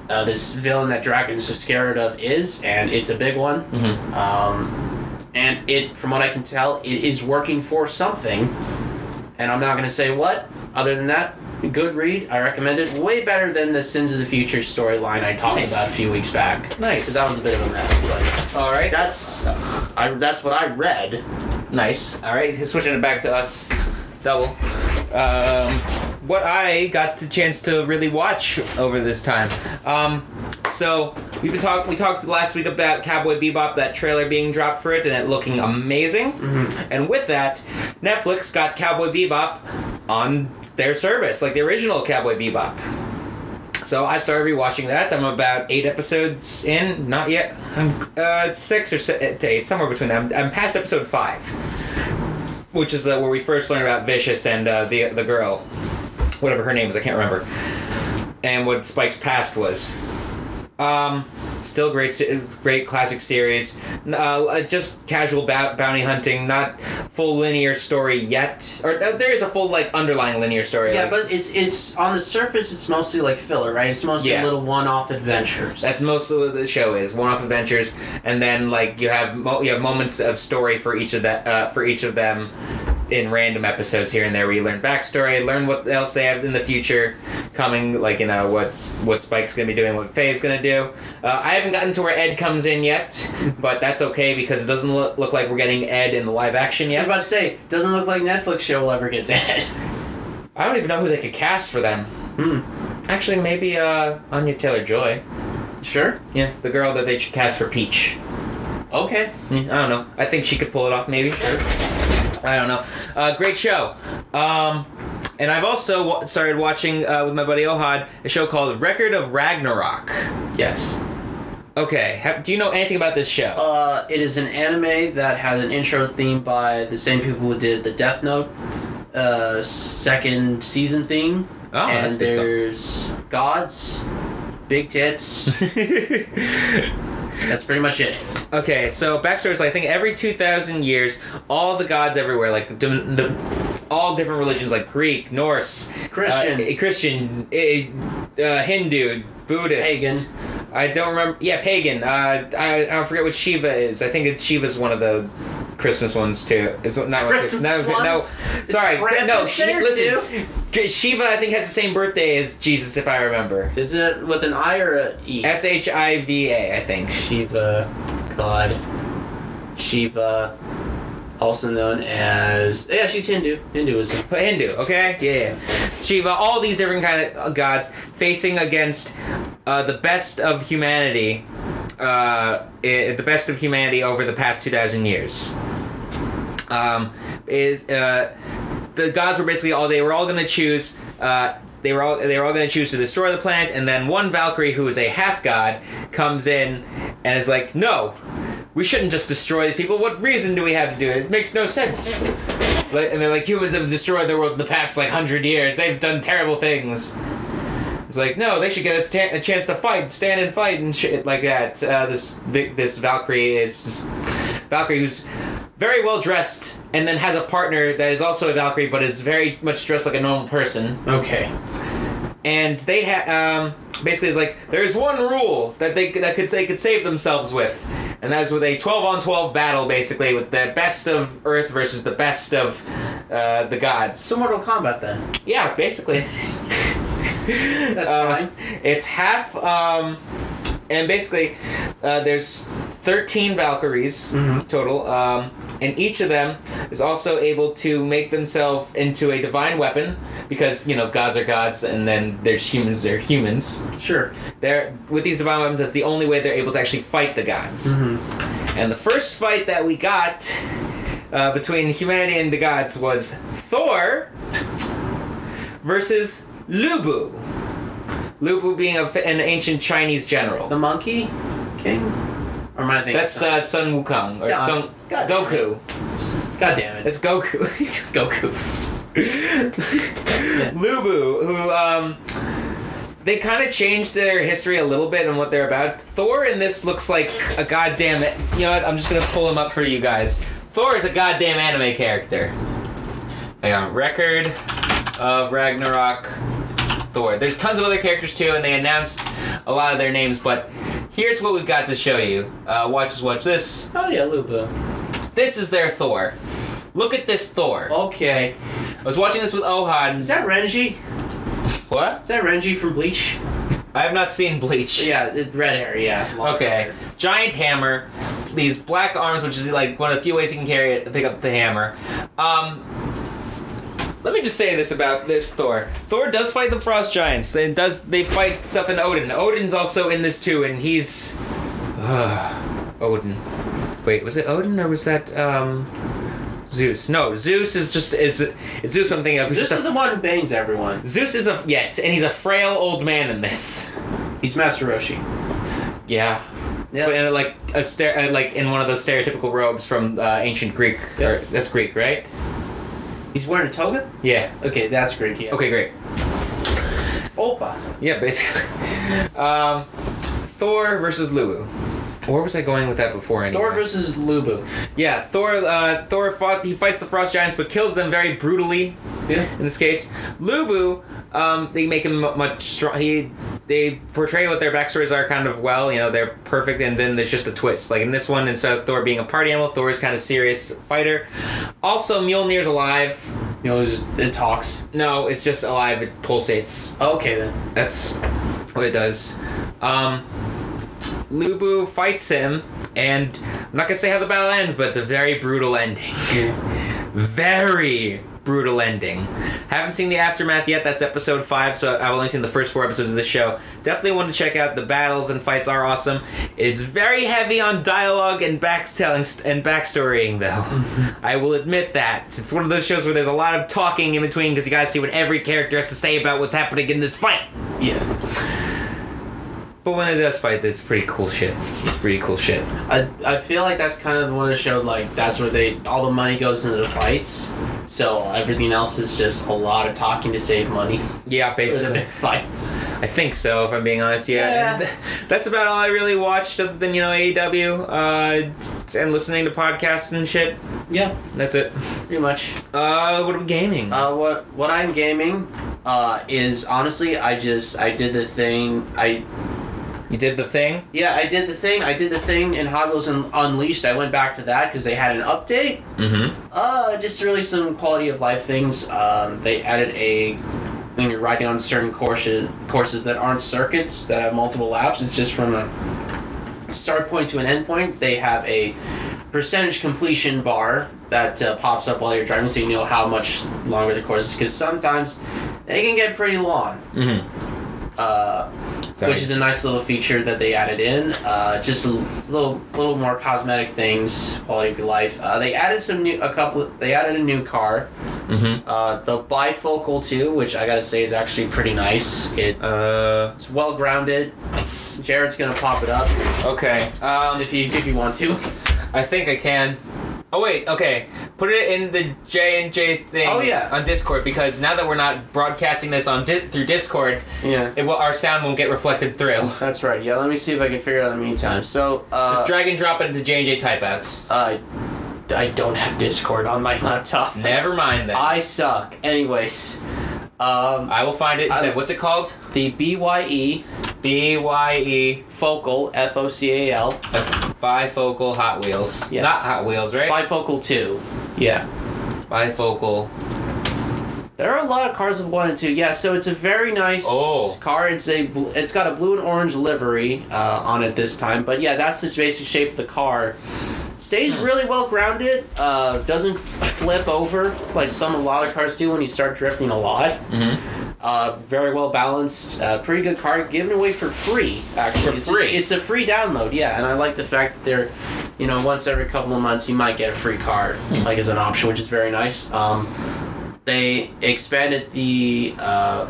[SPEAKER 2] uh, this villain that Dragon's so scared of is, and it's a big one.
[SPEAKER 1] Mhm.
[SPEAKER 2] Um, and it, from what I can tell, it is working for something. And I'm not going to say what. Other than that, good read. I recommend it. Way better than the Sins of the Future storyline I talked
[SPEAKER 1] Nice.
[SPEAKER 2] about a few weeks back.
[SPEAKER 1] Nice.
[SPEAKER 2] Because that was a bit of a mess. But
[SPEAKER 1] All right.
[SPEAKER 2] that's, I, that's what I read.
[SPEAKER 1] Nice. All right, switching it back to us, double. Um, what I got the chance to really watch over this time. Um, so we've been talk. We talked last week about Cowboy Bebop, that trailer being dropped for it, and it looking amazing. And with that, Netflix got Cowboy Bebop on their service, like the original Cowboy Bebop. So I started rewatching that. I'm about eight episodes in, not yet. I'm uh, six or se- to eight, somewhere between them. I'm past episode five, which is uh, where we first learn about Vicious and uh, the the girl, whatever her name is, I can't remember, and what Spike's past was. Um, still great, se- great classic series. N- Uh, just casual bou- bounty hunting, not full linear story yet. Or no, there is a full like underlying linear story.
[SPEAKER 2] Yeah,
[SPEAKER 1] like,
[SPEAKER 2] but it's it's on the surface. It's mostly like filler, right? It's mostly
[SPEAKER 1] Yeah.
[SPEAKER 2] little one-off adventures.
[SPEAKER 1] That's mostly what the show is one-off adventures, and then like you have mo- you have moments of story for each of that uh, for each of them in random episodes here and there. where you learn backstory, learn what else they have in the future coming, like you know what's what Spike's gonna be doing, what Faye's gonna do. Uh, I haven't gotten to where Ed comes in yet, but that's okay because it doesn't look, look like we're getting Ed in the live action
[SPEAKER 2] I was about
[SPEAKER 1] yet.
[SPEAKER 2] to say, doesn't look like Netflix show will ever get to (laughs) end.
[SPEAKER 1] I don't even know who they could cast for them.
[SPEAKER 2] Hmm.
[SPEAKER 1] Actually, maybe uh, Anya Taylor Joy.
[SPEAKER 2] Sure.
[SPEAKER 1] Yeah, the girl that they should cast for Peach.
[SPEAKER 2] Okay.
[SPEAKER 1] Yeah, I don't know. I think she could pull it off, maybe. I don't know. Uh, great show. Um, and I've also wa started watching uh, with my buddy Ohad a show called Record of Ragnarok.
[SPEAKER 2] Yes.
[SPEAKER 1] Okay. Have, do you know anything about this show?
[SPEAKER 2] Uh, it is an anime that has an intro theme by the same people who did the Death Note uh, second season theme.
[SPEAKER 1] Oh,
[SPEAKER 2] and
[SPEAKER 1] that's a good song.
[SPEAKER 2] there's gods, big tits.
[SPEAKER 1] (laughs)
[SPEAKER 2] That's pretty much it.
[SPEAKER 1] okay, so backstory is I think every 2,000 years, all the gods everywhere, like the, the, all different religions, like Greek, Norse,
[SPEAKER 2] Christian.
[SPEAKER 1] uh, eh, Christian, eh, uh, Hindu, Buddhist,
[SPEAKER 2] Pagan.
[SPEAKER 1] I don't remember. Yeah, pagan. Uh, I I forget what Shiva is. I think it's Shiva's one of the Christmas ones too. It's not one of
[SPEAKER 2] Christmas
[SPEAKER 1] no, no.
[SPEAKER 2] ones? Is
[SPEAKER 1] Sorry,
[SPEAKER 2] Krampus
[SPEAKER 1] no.
[SPEAKER 2] there,
[SPEAKER 1] listen, G- Shiva I think has the same birthday as Jesus, if I remember.
[SPEAKER 2] Is it with an I or a E?
[SPEAKER 1] S H I V A, I think.
[SPEAKER 2] Shiva, God. Shiva, also known as yeah, she's Hindu. Hinduism.
[SPEAKER 1] But (laughs) Hindu, okay? Yeah, yeah. Shiva, all these different kind of uh, gods facing against uh, the best of humanity, uh, i the best of humanity over the past two thousand years. Um, is uh, the gods were basically all they were all going to choose. Uh, they were all they were all going to choose to destroy the planet, and then one Valkyrie who is a half god comes in and is like, no. We shouldn't just destroy these people. What reason do we have to do it? It makes no sense. Like, and they're like, humans have destroyed the world in the past like hundred years. They've done terrible things. It's like, no, they should get a, sta- a chance to fight, stand and fight and shit like that. Uh, this vi- this Valkyrie is Valkyrie who's very well dressed and then has a partner that is also a Valkyrie but is very much dressed like a normal person.
[SPEAKER 2] Okay.
[SPEAKER 1] And they ha- um, basically is like, there's one rule that they that could they could save themselves with. And that's with a 12 on 12 battle, basically, with the best of Earth versus the best of uh, the gods.
[SPEAKER 2] So Mortal Kombat then.
[SPEAKER 1] Yeah,
[SPEAKER 2] (laughs)
[SPEAKER 1] basically.
[SPEAKER 2] That's
[SPEAKER 1] Uh,
[SPEAKER 2] fine.
[SPEAKER 1] It's half, um, and basically, uh, there's 13 Valkyries
[SPEAKER 2] Mhm.
[SPEAKER 1] total, um, and each of them is also able to make themselves into a divine weapon because you know gods are gods, and then there's humans, they're humans.
[SPEAKER 2] Sure.
[SPEAKER 1] They're with these divine weapons. That's the only way they're able to actually fight the gods.
[SPEAKER 2] Mm-hmm.
[SPEAKER 1] And the first fight that we got uh, between humanity and the gods was Thor versus Lubu. Lubu being a, an ancient Chinese
[SPEAKER 2] The
[SPEAKER 1] general.
[SPEAKER 2] monkey king. Or am I thinking?
[SPEAKER 1] That's uh, Sun Wukong or
[SPEAKER 2] Yeah.
[SPEAKER 1] Sun
[SPEAKER 2] God damn
[SPEAKER 1] Goku.
[SPEAKER 2] something? God damn it.
[SPEAKER 1] That's Goku. (laughs)
[SPEAKER 2] (laughs) Goku.
[SPEAKER 1] Lubu, who um, they kind of changed their history a little bit and what they're about. Thor in this looks like a goddamn. You know what? I'm just gonna pull him up for you guys. Thor is a goddamn anime character. Hang on, record of Ragnarok. Thor. There's tons of other characters too, and they announced a lot of their names. But here's what we've got to show you. Uh, watch us watch this.
[SPEAKER 2] Oh yeah, Luba.
[SPEAKER 1] This is their Thor. Look at this Thor.
[SPEAKER 2] Okay.
[SPEAKER 1] I was watching this with Ohan.
[SPEAKER 2] Is that Renji?
[SPEAKER 1] What?
[SPEAKER 2] Is that Renji from Bleach?
[SPEAKER 1] I have not seen Bleach.
[SPEAKER 2] Yeah, the red hair. Yeah. long
[SPEAKER 1] Okay.
[SPEAKER 2] hair.
[SPEAKER 1] Giant hammer, these black arms, which is like one of the few ways he can carry it, pick up the hammer. Um, let me just say this about this Thor. Thor does fight the frost giants, and does they fight stuff in Odin. Odin's also in this too, and he's Ugh, Odin. Wait, was it Odin or was that um, Zeus? No, Zeus is just is it's Zeus. I'm thinking of. He's
[SPEAKER 2] This
[SPEAKER 1] just
[SPEAKER 2] is
[SPEAKER 1] a-
[SPEAKER 2] the one who bangs everyone.
[SPEAKER 1] Zeus is a yes, and he's a frail old man in this.
[SPEAKER 2] He's Master Roshi.
[SPEAKER 1] Yeah.
[SPEAKER 2] Yeah.
[SPEAKER 1] But in like a stere- uh, like in one of those stereotypical robes from uh, ancient Greek.
[SPEAKER 2] Yeah.
[SPEAKER 1] Or, that's Greek, right?
[SPEAKER 2] He's wearing a toga.
[SPEAKER 1] Yeah.
[SPEAKER 2] Okay, that's Greek. Yeah.
[SPEAKER 1] Okay, great.
[SPEAKER 2] Opa.
[SPEAKER 1] Yeah, basically. (laughs) um, Thor versus Lubu. Where was I going with that before? Anyway?
[SPEAKER 2] Thor versus Lubu.
[SPEAKER 1] yeah, Thor. Uh, Thor fought. He fights the frost giants, but kills them very brutally.
[SPEAKER 2] Yeah.
[SPEAKER 1] in this case. Lubu, um, they make him mu- much strong. He, they portray what their backstories are kind of well. You know, they're perfect, and then there's just a twist. Like in this one, instead of Thor being a party animal, Thor is kind of serious fighter. Also, Mjolnir's alive.
[SPEAKER 2] You know, it's- it talks.
[SPEAKER 1] No, it's just alive. It pulsates.
[SPEAKER 2] Okay then.
[SPEAKER 1] That's what it does. Um, Lubu fights him, and I'm not gonna say how the battle ends, but it's a very brutal ending very brutal ending. Haven't seen the aftermath yet. That's episode five, so I've only seen the first four episodes of the show. Definitely want to check out. The battles and fights are awesome. It's very heavy on dialogue and backtelling st- and backstorying, though. I will admit that it's one of those shows where there's a lot of talking in between because you guys see what every character has to say about what's happening in this fight.
[SPEAKER 2] Yeah.
[SPEAKER 1] But when it does fight, it's pretty cool shit. It's pretty cool shit.
[SPEAKER 2] I, I feel like that's kind of what it showed. Like that's where they all the money goes into the fights, so everything else is just a lot of talking to save money (laughs)
[SPEAKER 1] Yeah,
[SPEAKER 2] for the
[SPEAKER 1] basically.
[SPEAKER 2] big fights.
[SPEAKER 1] I think so, if I'm being honest. Yeah,
[SPEAKER 2] Yeah.
[SPEAKER 1] And th- that's about all I really watched, other than you know AEW uh, and listening to podcasts and shit.
[SPEAKER 2] Yeah,
[SPEAKER 1] That's it.
[SPEAKER 2] pretty much.
[SPEAKER 1] Uh, what are we gaming?
[SPEAKER 2] Uh, what what I'm gaming, uh, is honestly I just I did the thing I
[SPEAKER 1] you did the thing.
[SPEAKER 2] yeah I did the thing I did the thing in Hoggles Un- Unleashed. I went back to that because they had an update.
[SPEAKER 1] Mm-hmm.
[SPEAKER 2] Uh, just really some quality of life things. Um, they added a when you're riding on certain courses courses that aren't circuits that have multiple laps. It's just from a start point to an end point. They have a percentage completion bar that uh, pops up while you're driving, so you know how much longer the course is. Because sometimes they can get pretty long.
[SPEAKER 1] Mm-hmm.
[SPEAKER 2] Uh, which is a nice little feature that they added in. Uh, just a l- little, little more cosmetic things, quality of life. Uh, they added some new, a couple. They added a new car,
[SPEAKER 1] Mm-hmm.
[SPEAKER 2] uh, the bifocal too, which I gotta say is actually pretty nice. It,
[SPEAKER 1] Uh,
[SPEAKER 2] it's well grounded. Jared's gonna pop it up
[SPEAKER 1] okay. Um,
[SPEAKER 2] if you if you want to.
[SPEAKER 1] I think I can. Oh wait, okay. Put it in the J and J thing.
[SPEAKER 2] Oh, yeah.
[SPEAKER 1] On Discord because now that we're not broadcasting this on di- through Discord,
[SPEAKER 2] (laughs) Yeah,
[SPEAKER 1] it will, our sound won't get reflected through.
[SPEAKER 2] that's right. Yeah, let me see if I can figure it out in the meantime. So uh,
[SPEAKER 1] Just drag and drop it into J and J typeouts.
[SPEAKER 2] uh, I don't have Discord on my (laughs) laptop.
[SPEAKER 1] Never mind then.
[SPEAKER 2] I suck. Anyways, um,
[SPEAKER 1] I will find it. You
[SPEAKER 2] I-
[SPEAKER 1] said, what's it called?
[SPEAKER 2] the E BYE
[SPEAKER 1] B Y E
[SPEAKER 2] Focal, F O C A L.
[SPEAKER 1] bifocal Hot Wheels.
[SPEAKER 2] Yeah.
[SPEAKER 1] Not Hot Wheels, right?
[SPEAKER 2] Bifocal 2. Yeah.
[SPEAKER 1] bifocal.
[SPEAKER 2] There are a lot of cars with 1 and 2. Yeah, so it's a very nice
[SPEAKER 1] Oh.
[SPEAKER 2] car. It's a bl- it's got a blue and orange livery uh, on it this time. But yeah, that's the basic shape of the car. Stays really well grounded. Uh, doesn't flip over like some a lot of cars do when you start drifting a lot.
[SPEAKER 1] Mm-hmm.
[SPEAKER 2] Uh, very well balanced. Uh, pretty good car. Given away for free, actually.
[SPEAKER 1] For
[SPEAKER 2] it's
[SPEAKER 1] free?
[SPEAKER 2] it's a free download, yeah. And I like the fact that they're, you know, once every couple of months you might get a free car,
[SPEAKER 1] Hmm.
[SPEAKER 2] like as an option, which is very nice. Um, they expanded the. Uh,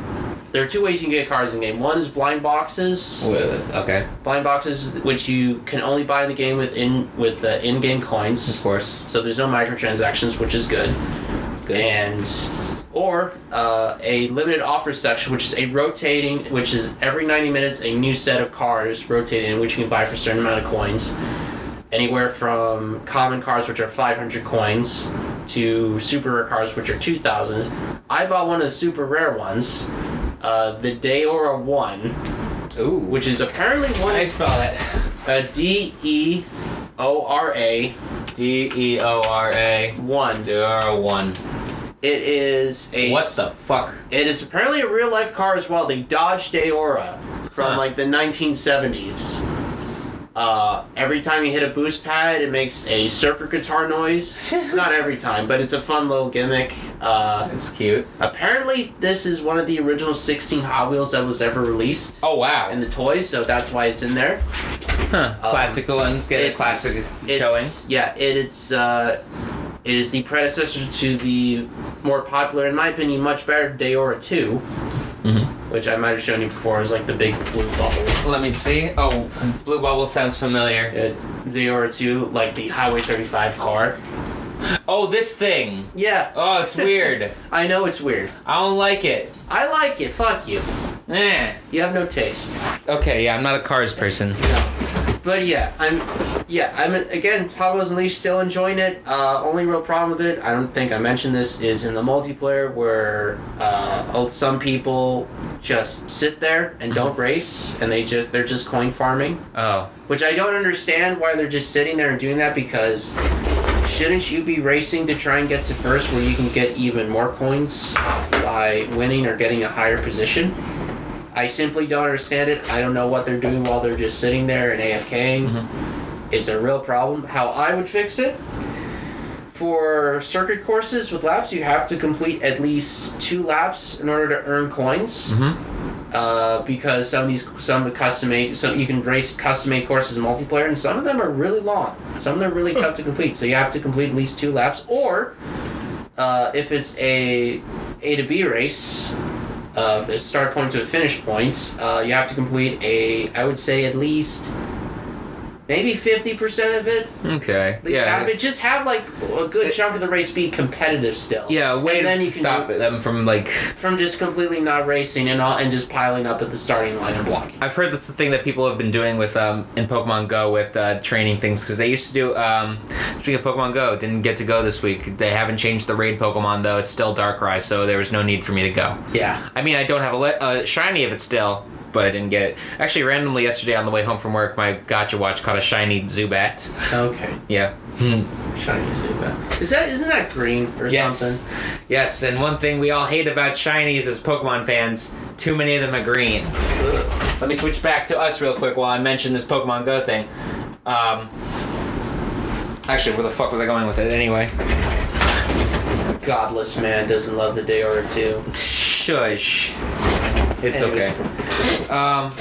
[SPEAKER 2] there are two ways you can get cars in the game. One is blind
[SPEAKER 1] Hmm.
[SPEAKER 2] boxes.
[SPEAKER 1] Okay,
[SPEAKER 2] Blind boxes, which you can only buy in the game with in with uh, in-game
[SPEAKER 1] of
[SPEAKER 2] coins.
[SPEAKER 1] course.
[SPEAKER 2] So there's no microtransactions, which is good
[SPEAKER 1] Good.
[SPEAKER 2] and or uh, a limited offer section, which is a rotating, which is every 90 minutes a new set of cars rotating, which you can buy for a certain amount of coins. Anywhere from common cars, which are 500 coins, to super rare cars, which are 2,000. I bought one of the super rare ones, uh, the Deora 1,
[SPEAKER 1] Ooh,
[SPEAKER 2] which is apparently one
[SPEAKER 1] I spell that.
[SPEAKER 2] uh, D E O R A
[SPEAKER 1] D E O R A.
[SPEAKER 2] 1.
[SPEAKER 1] There are one.
[SPEAKER 2] It is a.
[SPEAKER 1] What the fuck?
[SPEAKER 2] It is apparently a real life car as well, the Dodge Deora from
[SPEAKER 1] Huh.
[SPEAKER 2] like the 1970s. Uh, every time you hit a boost pad, it makes a surfer guitar noise. Not every time, but it's a fun little gimmick. Uh,
[SPEAKER 1] It's cute.
[SPEAKER 2] apparently, this is one of the original 16 Hot Wheels that was ever released
[SPEAKER 1] Oh wow.
[SPEAKER 2] in the toys, so that's why it's in there.
[SPEAKER 1] Huh. classic ones get a
[SPEAKER 2] it's-
[SPEAKER 1] classic showing.
[SPEAKER 2] It's, yeah, it, it's uh, it is the predecessor to the more popular, in my opinion, much better Deora 2 which I might have shown you before. Is like the big blue bubble.
[SPEAKER 1] Let me see. Oh, blue bubble sounds familiar.
[SPEAKER 2] It, Deora 2, like the Highway 35 car.
[SPEAKER 1] Oh, this thing.
[SPEAKER 2] Yeah,
[SPEAKER 1] Oh, it's (laughs) weird.
[SPEAKER 2] I know it's weird.
[SPEAKER 1] I don't like it.
[SPEAKER 2] I like it. Fuck you.
[SPEAKER 1] Eh.
[SPEAKER 2] You have no taste.
[SPEAKER 1] Okay, yeah, I'm not a cars person.
[SPEAKER 2] But yeah, I'm. Yeah, I'm again. Hot Wheels Unleashed still enjoying it. Uh, only real problem with it, I don't think I mentioned this, is in the multiplayer where uh, oh, some people just sit there and don't race, and they just they're just coin farming,
[SPEAKER 1] Oh.
[SPEAKER 2] which I don't understand why they're just sitting there and doing that because shouldn't you be racing to try and get to first where you can get even more coins by winning or getting a higher position? I simply don't understand it. I don't know what they're doing while they're just sitting there and AFKing. It's a real problem. How I would fix it for circuit courses with laps, you have to complete at least two laps in order to earn coins.
[SPEAKER 1] Mhm.
[SPEAKER 2] Uh, because some of these, some custom made, some you can race custom made courses in multiplayer, and some of them are really long. Some of them are really
[SPEAKER 1] Hmm.
[SPEAKER 2] tough to complete. So you have to complete at least two laps, or uh, if it's a A to B race, of a start point to a finish point. Uh, you have to complete a, I would say, at least maybe 50% of it.
[SPEAKER 1] Okay.
[SPEAKER 2] At least
[SPEAKER 1] yeah.
[SPEAKER 2] half of it.
[SPEAKER 1] it's-
[SPEAKER 2] Just have like a good
[SPEAKER 1] It-
[SPEAKER 2] chunk of the race be competitive still.
[SPEAKER 1] yeah. Way
[SPEAKER 2] and then
[SPEAKER 1] to
[SPEAKER 2] you can
[SPEAKER 1] stop
[SPEAKER 2] do-
[SPEAKER 1] it them from like.
[SPEAKER 2] From just completely not racing and all, and just piling up at the starting line and blocking.
[SPEAKER 1] I've heard that's the thing that people have been doing with um in Pokemon Go with uh, training things because they used to do um speaking of Pokemon Go didn't get to go this week they haven't changed the raid Pokemon though it's still Darkrai so there was no need for me to go
[SPEAKER 2] Yeah.
[SPEAKER 1] I mean, I don't have a, le- a shiny of it still, but I didn't get it. Actually, randomly yesterday on the way home from work, my gotcha watch caught a shiny Zubat.
[SPEAKER 2] Okay.
[SPEAKER 1] Yeah.
[SPEAKER 2] Shiny Zubat. Is that isn't that green Hmm.
[SPEAKER 1] (laughs)
[SPEAKER 2] or
[SPEAKER 1] Yes.
[SPEAKER 2] something?
[SPEAKER 1] Yes, and one thing we all hate about shinies as Pokemon fans, too many of them are green. Let me switch back to us real quick while I mention this Pokemon Go thing. Um, actually, where the fuck was I going with it anyway?
[SPEAKER 2] Godless man doesn't love the day or two.
[SPEAKER 1] Shush. It's okay.
[SPEAKER 2] Anyways,
[SPEAKER 1] Um,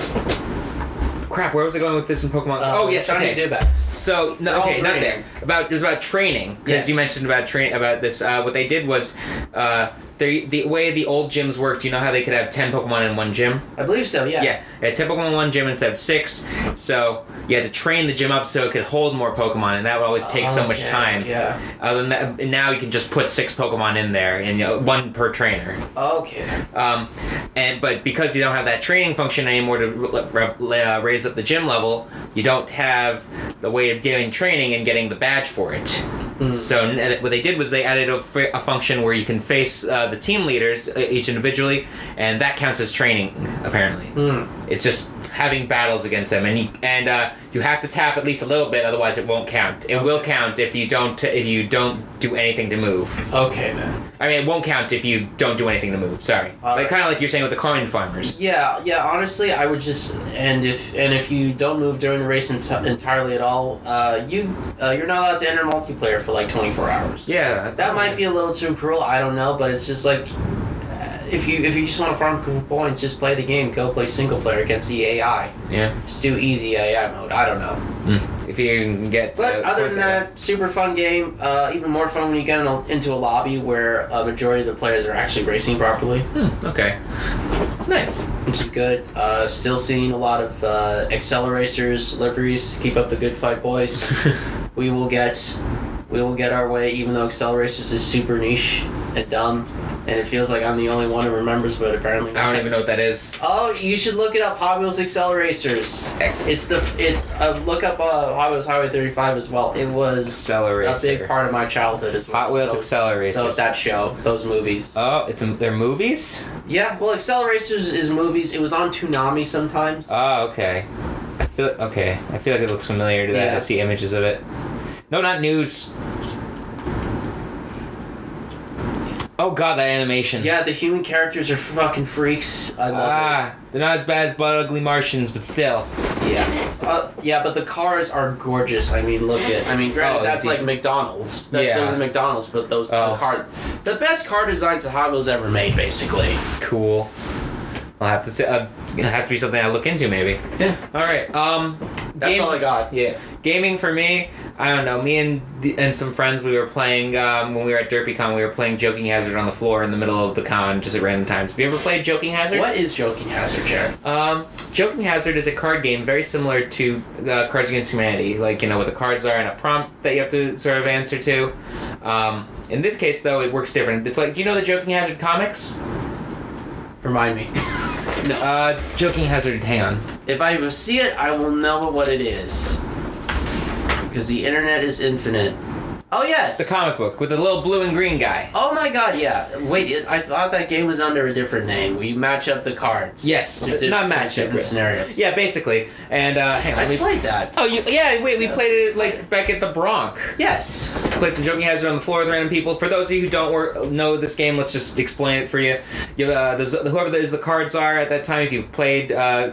[SPEAKER 1] crap, where was I going with this in Pokemon?
[SPEAKER 2] uh,
[SPEAKER 1] oh, yes,
[SPEAKER 2] Shiny
[SPEAKER 1] okay.
[SPEAKER 2] Zubats.
[SPEAKER 1] So
[SPEAKER 2] They're
[SPEAKER 1] no,
[SPEAKER 2] all
[SPEAKER 1] okay, not
[SPEAKER 2] green.
[SPEAKER 1] there. About it was about training because
[SPEAKER 2] Yes.
[SPEAKER 1] you mentioned about train about this. Uh, what they did was, uh, they, the way the old gyms worked. You know how they could have ten Pokemon in one gym.
[SPEAKER 2] I believe so. Yeah.
[SPEAKER 1] Yeah, they had ten Pokemon in one gym instead of six. So you had to train the gym up so it could hold more Pokemon, and that would always take so much
[SPEAKER 2] Okay,
[SPEAKER 1] time.
[SPEAKER 2] Yeah.
[SPEAKER 1] Other than that, and now you can just put six Pokemon in there, and you know, one per trainer.
[SPEAKER 2] Okay.
[SPEAKER 1] Um, and but because you don't have that training function anymore to re- re- uh, raise up the gym level, you don't have the way of doing training and getting the badge for it.
[SPEAKER 2] Hmm.
[SPEAKER 1] So n- and what they did was they added a, f- a function where you can face uh, the team leaders uh, each individually, and that counts as training. Apparently,
[SPEAKER 2] Hmm.
[SPEAKER 1] it's just having battles against them, and you, and uh, you have to tap at least a little bit, otherwise it won't count. It will count if you don't if you don't do anything to move.
[SPEAKER 2] Okay then.
[SPEAKER 1] I mean, it won't count if you don't do anything to move. Sorry,
[SPEAKER 2] All
[SPEAKER 1] like
[SPEAKER 2] right.
[SPEAKER 1] kind of like you're saying with the coin farmers.
[SPEAKER 2] Yeah. Yeah. Honestly, I would just and if and if you don't move during the race enti- entirely at all, uh, you uh, you're not allowed to enter multiplayer for like 24 hours.
[SPEAKER 1] Yeah,
[SPEAKER 2] That might be a little too cruel. I don't know, but it's just like. uh, If you if you just want to farm cool points, just play the game. Go play single player against the AI.
[SPEAKER 1] Yeah, Hmm.
[SPEAKER 2] Just do easy AI mode. I don't know.
[SPEAKER 1] if you can get.
[SPEAKER 2] But
[SPEAKER 1] uh,
[SPEAKER 2] other
[SPEAKER 1] points
[SPEAKER 2] than
[SPEAKER 1] out of
[SPEAKER 2] that, super fun game. Uh, even more fun when you get in a, into a lobby where a majority of the players are actually racing properly,
[SPEAKER 1] it. Hmm, okay. (laughs) Nice.
[SPEAKER 2] which is good. Uh, still seeing a lot of uh, acceleracers, liveries. Keep up the good fight, boys. we will get, we will get our way. Even though acceleracers is super niche and dumb, and it feels like I'm the only one who remembers, but apparently
[SPEAKER 1] I don't even know what that is.
[SPEAKER 2] Oh, you should look it up. Hot Wheels Acceleracers. It's the it. Uh, look up uh, Hot Wheels Highway Thirty Five as well. It was a big
[SPEAKER 1] Accelerator. Oh.
[SPEAKER 2] part of my childhood as well.
[SPEAKER 1] Hot Wheels
[SPEAKER 2] those,
[SPEAKER 1] accelerators.
[SPEAKER 2] those, that show, those movies.
[SPEAKER 1] oh, it's in, they're movies.
[SPEAKER 2] Yeah, well, Acceleracers is movies. It was on Toonami sometimes.
[SPEAKER 1] Oh, okay. I feel okay. I feel like it looks familiar to that.
[SPEAKER 2] Yeah.
[SPEAKER 1] I see images of it. No, not news. Oh god, that animation.
[SPEAKER 2] yeah, the human characters are fucking freaks. I love
[SPEAKER 1] Ah, they're not as bad as Blood Ugly Martians, but still.
[SPEAKER 2] it. Yeah, uh, yeah, but the cars are gorgeous. I mean, look at. I mean, granted,
[SPEAKER 1] Oh,
[SPEAKER 2] that's
[SPEAKER 1] indeed.
[SPEAKER 2] like McDonald's. That,
[SPEAKER 1] Yeah.
[SPEAKER 2] Those are McDonald's, but those
[SPEAKER 1] Oh.
[SPEAKER 2] the car, the best car designs that Hot Wheels ever made, basically.
[SPEAKER 1] Cool. I'll have to say, uh, it'll have to be something I look into maybe.
[SPEAKER 2] Yeah.
[SPEAKER 1] All right. Um,
[SPEAKER 2] That's all I got.
[SPEAKER 1] Yeah, gaming for me. I don't know. Me and the, and some friends we were playing um, when we were at DerpyCon. We were playing Joking Hazard on the floor in the middle of the con, just at random times. Have you ever played Joking Hazard?
[SPEAKER 2] What is Joking Hazard, Jared?
[SPEAKER 1] Um, Joking Hazard is a card game very similar to uh, Cards Against Humanity, like you know what the cards are and a prompt that you have to sort of answer to. Um, in this case, though, it works different. It's like, do you know the Joking Hazard comics?
[SPEAKER 2] Remind me.
[SPEAKER 1] Uh, Joking Hazard, hang on.
[SPEAKER 2] (laughs) If I ever see it, I will know what it is. Because the internet is infinite. Oh, yes.
[SPEAKER 1] The comic book with the little blue and green guy.
[SPEAKER 2] Oh my god, yeah. Wait, it, I thought that game was under a different name. We match up the cards.
[SPEAKER 1] Yes,
[SPEAKER 2] to
[SPEAKER 1] not
[SPEAKER 2] different-
[SPEAKER 1] match up,
[SPEAKER 2] different
[SPEAKER 1] really.
[SPEAKER 2] scenarios.
[SPEAKER 1] Yeah, basically. And uh, hang on,
[SPEAKER 2] I
[SPEAKER 1] let me.
[SPEAKER 2] played that.
[SPEAKER 1] Oh, you, yeah. Wait, we played it like back at the Bronx.
[SPEAKER 2] Yes.
[SPEAKER 1] Played some Joking Hazard on the floor with random people. For those of you who don't wor- know this game, let's just explain it for you. you uh, the, z- whoever the, the cards are at that time, if you've played, uh,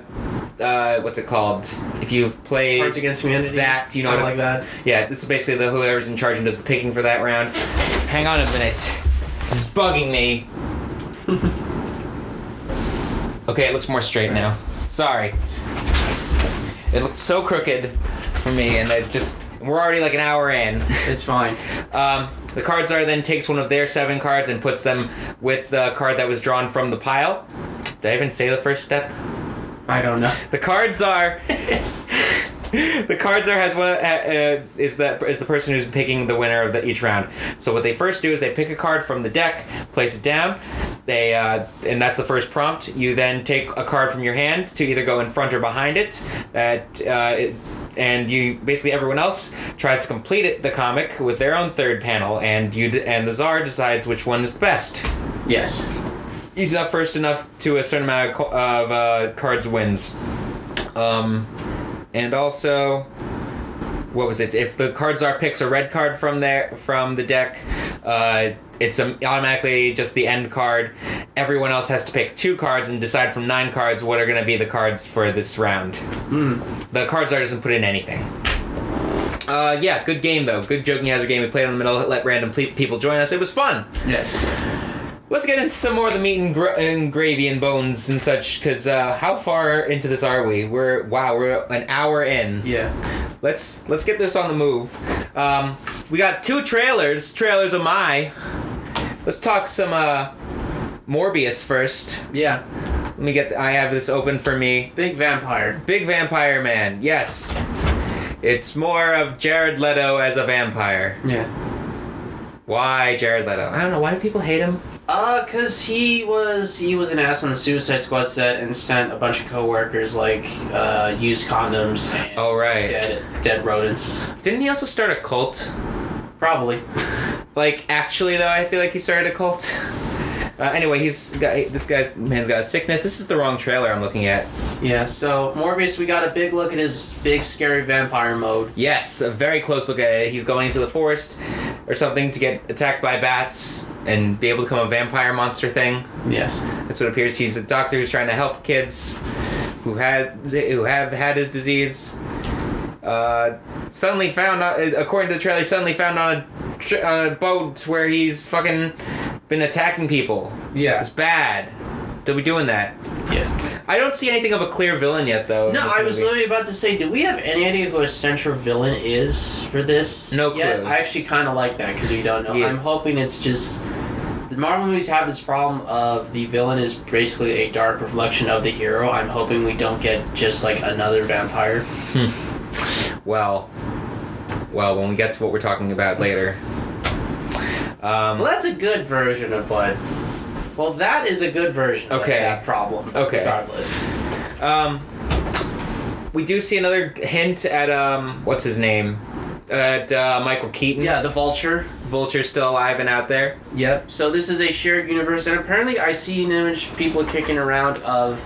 [SPEAKER 1] uh, what's it called? If you've played
[SPEAKER 2] Cards Against Humanity.
[SPEAKER 1] that, you know,
[SPEAKER 2] Something
[SPEAKER 1] what I-
[SPEAKER 2] like that.
[SPEAKER 1] yeah, this is basically the whoever's in charge and does the picking for that round. Hang on a minute. This is bugging
[SPEAKER 2] (laughs)
[SPEAKER 1] me. okay, it looks more straight now. Sorry. It looked so crooked for me, and it just. We're already like an hour in.
[SPEAKER 2] It's fine.
[SPEAKER 1] Um, the cards are then takes one of their seven cards and puts them with the card that was drawn from the pile. Did I even say the first step?
[SPEAKER 2] I don't know.
[SPEAKER 1] The cards are. the cards are has one uh, uh, is that is the person who's picking the winner of the, each round. So what they first do is they pick a card from the deck, place it down. They uh, and that's the first prompt. You then take a card from your hand to either go in front or behind it. That uh, it, and you basically everyone else tries to complete it, the comic with their own third panel, and you d- and the czar decides which one is the best.
[SPEAKER 2] Yes.
[SPEAKER 1] Easy enough, first enough to a certain amount of, co- of uh, cards wins. Um, and also, what was it? If the card czar picks a red card from there from the deck, uh, it's um, automatically just the end card. Everyone else has to pick two cards and decide from nine cards what are going to be the cards for this round. The card czar doesn't put in anything. Uh, yeah, good game though. Good joking hazard game. We played in the middle. Let random ple- people join us. It was fun.
[SPEAKER 2] Yes.
[SPEAKER 1] Let's get into some more of the meat and, gr- and gravy and bones and such, because uh, how far into this are we? We're wow, we're an hour in.
[SPEAKER 2] Yeah.
[SPEAKER 1] Let's let's get this on the move. Um, we got two trailers. Trailers of my. Let's talk some uh, Morbius first.
[SPEAKER 2] Yeah.
[SPEAKER 1] Let me get. I have this open for me.
[SPEAKER 2] Big vampire.
[SPEAKER 1] Big Vampire Man. Yes, it's more of Jared Leto as a vampire.
[SPEAKER 2] Yeah.
[SPEAKER 1] Why Jared Leto? I don't know. Why do people hate him?
[SPEAKER 2] Uh, cause he was he was an ass on the Suicide Squad set and sent a bunch of coworkers like uh used condoms and
[SPEAKER 1] Oh right.
[SPEAKER 2] dead dead rodents.
[SPEAKER 1] Didn't he also start a cult?
[SPEAKER 2] Probably.
[SPEAKER 1] Like actually though, I feel like he started a cult. (laughs) Uh, anyway, he's got this guy's man's got a sickness. This is the wrong trailer I'm looking at.
[SPEAKER 2] Yeah. So Morbius, we got a big look at his big scary vampire mode.
[SPEAKER 1] Yes, a very close look at it. He's going into the forest or something to get attacked by bats and be able to become a vampire monster thing.
[SPEAKER 2] Yes.
[SPEAKER 1] That's what it appears. He's a doctor who's trying to help kids who has who have had his disease. Uh, suddenly found out, according to the trailer, suddenly found on a tr- on a boat where he's fucking been attacking people.
[SPEAKER 2] Yeah.
[SPEAKER 1] It's bad. Did we doing that?
[SPEAKER 2] Yeah.
[SPEAKER 1] I don't see anything of a clear villain yet, though. in
[SPEAKER 2] No,
[SPEAKER 1] Oh, this
[SPEAKER 2] I was
[SPEAKER 1] movie.
[SPEAKER 2] literally about to say, do we have any idea who a central villain is for this?
[SPEAKER 1] No
[SPEAKER 2] yet?
[SPEAKER 1] clue.
[SPEAKER 2] I actually kind of like that because we don't know.
[SPEAKER 1] Yeah.
[SPEAKER 2] I'm hoping it's just the Marvel movies have this problem of the villain is basically a dark reflection of the hero. I'm hoping we don't get just like another vampire.
[SPEAKER 1] Mm. Well, well, when we get to what we're talking about later.
[SPEAKER 2] Well,
[SPEAKER 1] Um,
[SPEAKER 2] that's a good version of what. Well, that is a good version. of
[SPEAKER 1] Okay.
[SPEAKER 2] that problem.
[SPEAKER 1] Okay.
[SPEAKER 2] Regardless.
[SPEAKER 1] um, we do see another hint at um, what's his name, at uh, Michael Keaton.
[SPEAKER 2] Yeah, the vulture.
[SPEAKER 1] Vulture's still alive and out there.
[SPEAKER 2] Yep. So this is a shared universe, and apparently I see an image people kicking around of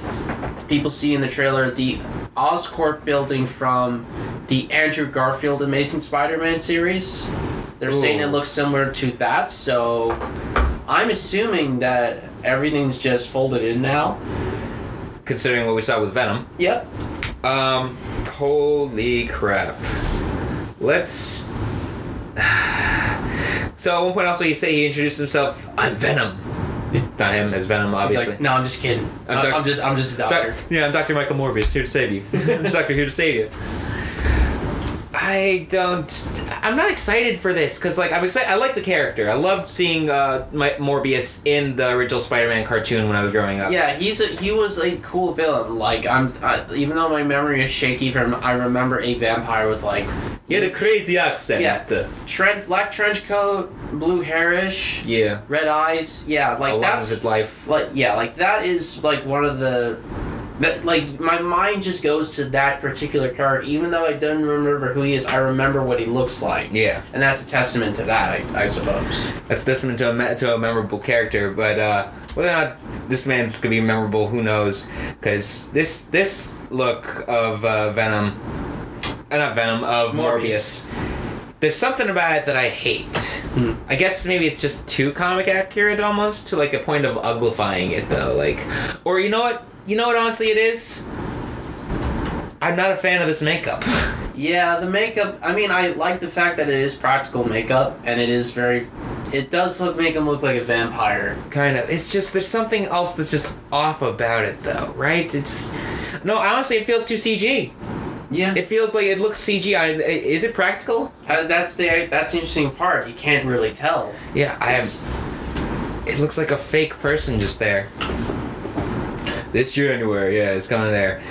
[SPEAKER 2] people see in the trailer the Oscorp building from the Andrew Garfield Amazing Spider-Man series. They're saying it
[SPEAKER 1] Ooh.
[SPEAKER 2] looks similar to that, so I'm assuming that everything's just folded in now.
[SPEAKER 1] Considering what we saw with Venom.
[SPEAKER 2] Yep.
[SPEAKER 1] Um, holy crap. Let's. (sighs) So at one point, also he said he introduced himself. I'm Venom. It's not him as Venom,
[SPEAKER 2] He's
[SPEAKER 1] obviously.
[SPEAKER 2] like, no, I'm just kidding.
[SPEAKER 1] I'm
[SPEAKER 2] I'm,
[SPEAKER 1] doc-
[SPEAKER 2] I'm just, I'm just a doctor.
[SPEAKER 1] Doc- yeah, I'm Dr. Michael Morbius, here to save
[SPEAKER 2] (laughs)
[SPEAKER 1] you. I'm Doctor, here to save you. I don't. I'm not excited for this because, like, I'm excited. I like the character. I loved seeing uh, my, Morbius in the original Spider-Man cartoon when I was growing up.
[SPEAKER 2] Yeah, he's a, he was a cool villain. Like I'm, I, even though my memory is shaky from, I remember a vampire with like
[SPEAKER 1] he had a crazy accent.
[SPEAKER 2] Yeah. Trench, black trench coat, blue hairish,
[SPEAKER 1] yeah.
[SPEAKER 2] red eyes. Yeah, like
[SPEAKER 1] a lot of
[SPEAKER 2] that's
[SPEAKER 1] his life.
[SPEAKER 2] like yeah, like that is like one of the that like my mind just goes to that particular character, even though I don't remember who he is. I remember what he looks like,
[SPEAKER 1] Yeah,
[SPEAKER 2] and that's a testament to that, I, I suppose.
[SPEAKER 1] that's testament to a me- to a memorable character, but uh, whether or not this man's gonna be memorable, who knows? Because this this look of uh, Venom, uh, not Venom of Morbius. there's something about it that I hate.
[SPEAKER 2] Hmm.
[SPEAKER 1] I guess maybe it's just too comic accurate almost to like a point of uglifying it though. Like, or you know what? You know what? Honestly, it is. I'm not a fan of this makeup. (laughs)
[SPEAKER 2] Yeah, the makeup. I mean, I like the fact that it is practical makeup, and it is very. It does look make him look like a vampire.
[SPEAKER 1] kind of. It's just there's something else that's just off about it though, right? It's no. Honestly, it feels too CG.
[SPEAKER 2] Yeah.
[SPEAKER 1] It feels like it looks CG. I, is it practical?
[SPEAKER 2] Uh, that's the that's the interesting part. You can't really tell.
[SPEAKER 1] Yeah, I
[SPEAKER 2] It's-
[SPEAKER 1] am. It looks like a fake person just there. It's January. Yeah, it's going there.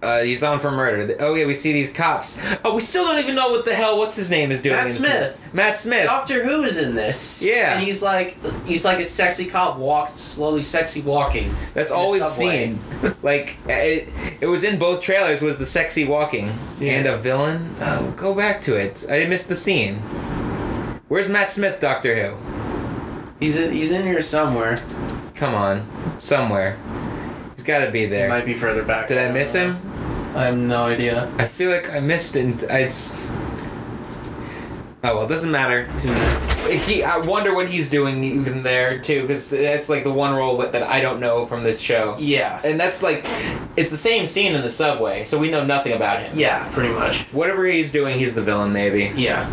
[SPEAKER 1] Uh, he's on for murder. Oh yeah, we see these cops. Oh, we still don't even know what the hell. What's his name is doing?
[SPEAKER 2] Matt
[SPEAKER 1] in this
[SPEAKER 2] Smith.
[SPEAKER 1] movie. Matt Smith.
[SPEAKER 2] Doctor Who is in this.
[SPEAKER 1] Yeah.
[SPEAKER 2] And he's like he's like a sexy cop walks slowly sexy walking.
[SPEAKER 1] That's
[SPEAKER 2] in
[SPEAKER 1] all
[SPEAKER 2] the
[SPEAKER 1] we've
[SPEAKER 2] subway.
[SPEAKER 1] seen. (laughs) Like it, it was in both trailers was the sexy walking
[SPEAKER 2] Yeah.
[SPEAKER 1] and a villain. Oh, go back to it. I missed the scene. Where's Matt Smith, Doctor Who?
[SPEAKER 2] He's in, he's in here somewhere.
[SPEAKER 1] Come on, somewhere. He's got to be
[SPEAKER 2] He
[SPEAKER 1] there.
[SPEAKER 2] might be further back.
[SPEAKER 1] Did I
[SPEAKER 2] don't
[SPEAKER 1] miss
[SPEAKER 2] know.
[SPEAKER 1] him?
[SPEAKER 2] I have no idea.
[SPEAKER 1] I feel like I missed it. I, it's oh well, it doesn't matter.
[SPEAKER 2] He's in there.
[SPEAKER 1] He, I wonder what he's doing even there too, because that's like the one role that that I don't know from this show.
[SPEAKER 2] Yeah.
[SPEAKER 1] And that's like, it's the same scene in the subway, so we know nothing about him.
[SPEAKER 2] Yeah, pretty much.
[SPEAKER 1] Whatever he's doing, he's the villain, maybe.
[SPEAKER 2] Yeah.